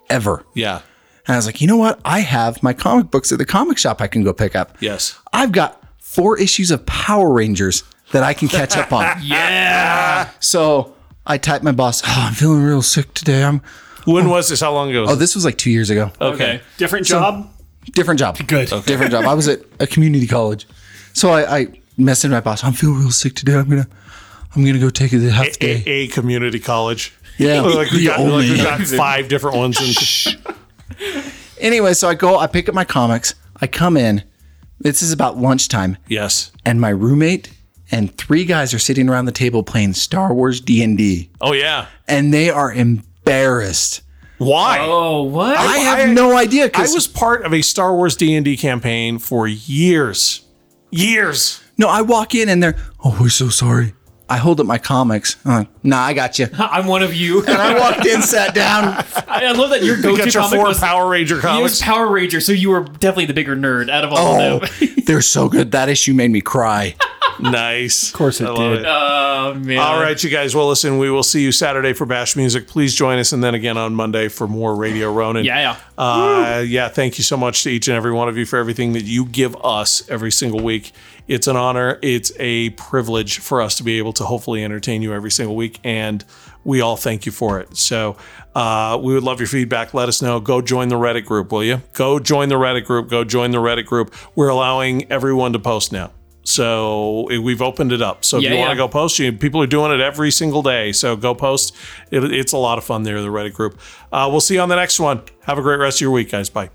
D: ever.
B: yeah.
D: And I was like, you know what? I have my comic books at the comic shop I can go pick up.
I: Yes.
D: I've got four issues of Power Rangers that I can catch up on. yeah. So I typed my boss, oh, I'm feeling real sick today. I'm
B: When was this? How long ago? Was
D: oh, this was like two years ago.
I: Okay.
E: Different job.
D: Different Oh, job. Good. Different job. I was at a community college. So I, I messaged my boss, I'm feeling real sick today. I'm gonna I'm gonna go take a half
B: a,
D: day.
B: a community college.
D: Yeah.
B: Like we
D: The
B: got, like we
D: only-
B: got five different ones. And
D: Anyway, so I go, I pick up my comics, I come in. This is about lunchtime,
B: yes.
D: and my roommate and three guys are sitting around the table playing Star Wars D and D,
B: Oh yeah.
D: and they are embarrassed.
B: Why?
C: Oh, what?
D: I have no idea
B: I
D: because
B: was part of a Star Wars D and D campaign for years. Years.
D: no, I walk in and they're, oh, we're so sorry. I hold up my comics. I'm like, nah, I got you.
C: I'm one of you.
D: I walked in, sat down.
C: I, I love that your
B: You
C: go-to
B: got your
C: comic
B: four
C: was,
B: Power Ranger
C: he was
B: comics.
C: Power Ranger, so you were definitely the bigger nerd out of all
D: Oh,
C: of them.
D: they're so good. That issue made me cry.
B: nice. Of course it Uh-huh. did.
C: Oh, man.
B: All right, you guys. Well, listen, we will see you Saturday for Bash Music. Please join us, and then again on Monday for more Radio Ronin.
C: Yeah, yeah.
B: Uh, yeah, thank you so much to each and every one of you for everything that you give us every single week. It's an honor. It's a privilege for us to be able to hopefully entertain you every single week. And we all thank you for it. So uh, we would love your feedback. Let us know. Go join the Reddit group, will you? Go join the Reddit group. Go join the Reddit group. We're allowing everyone to post now. So eh, we've opened it up. So if
C: Yeah,
B: you want to
C: yeah.
B: go post, you people are doing it every single day. So go post. It, it's a lot of fun there, the Reddit group. Uh, we'll see you on the next one. Have a great rest of your week, guys. Bye.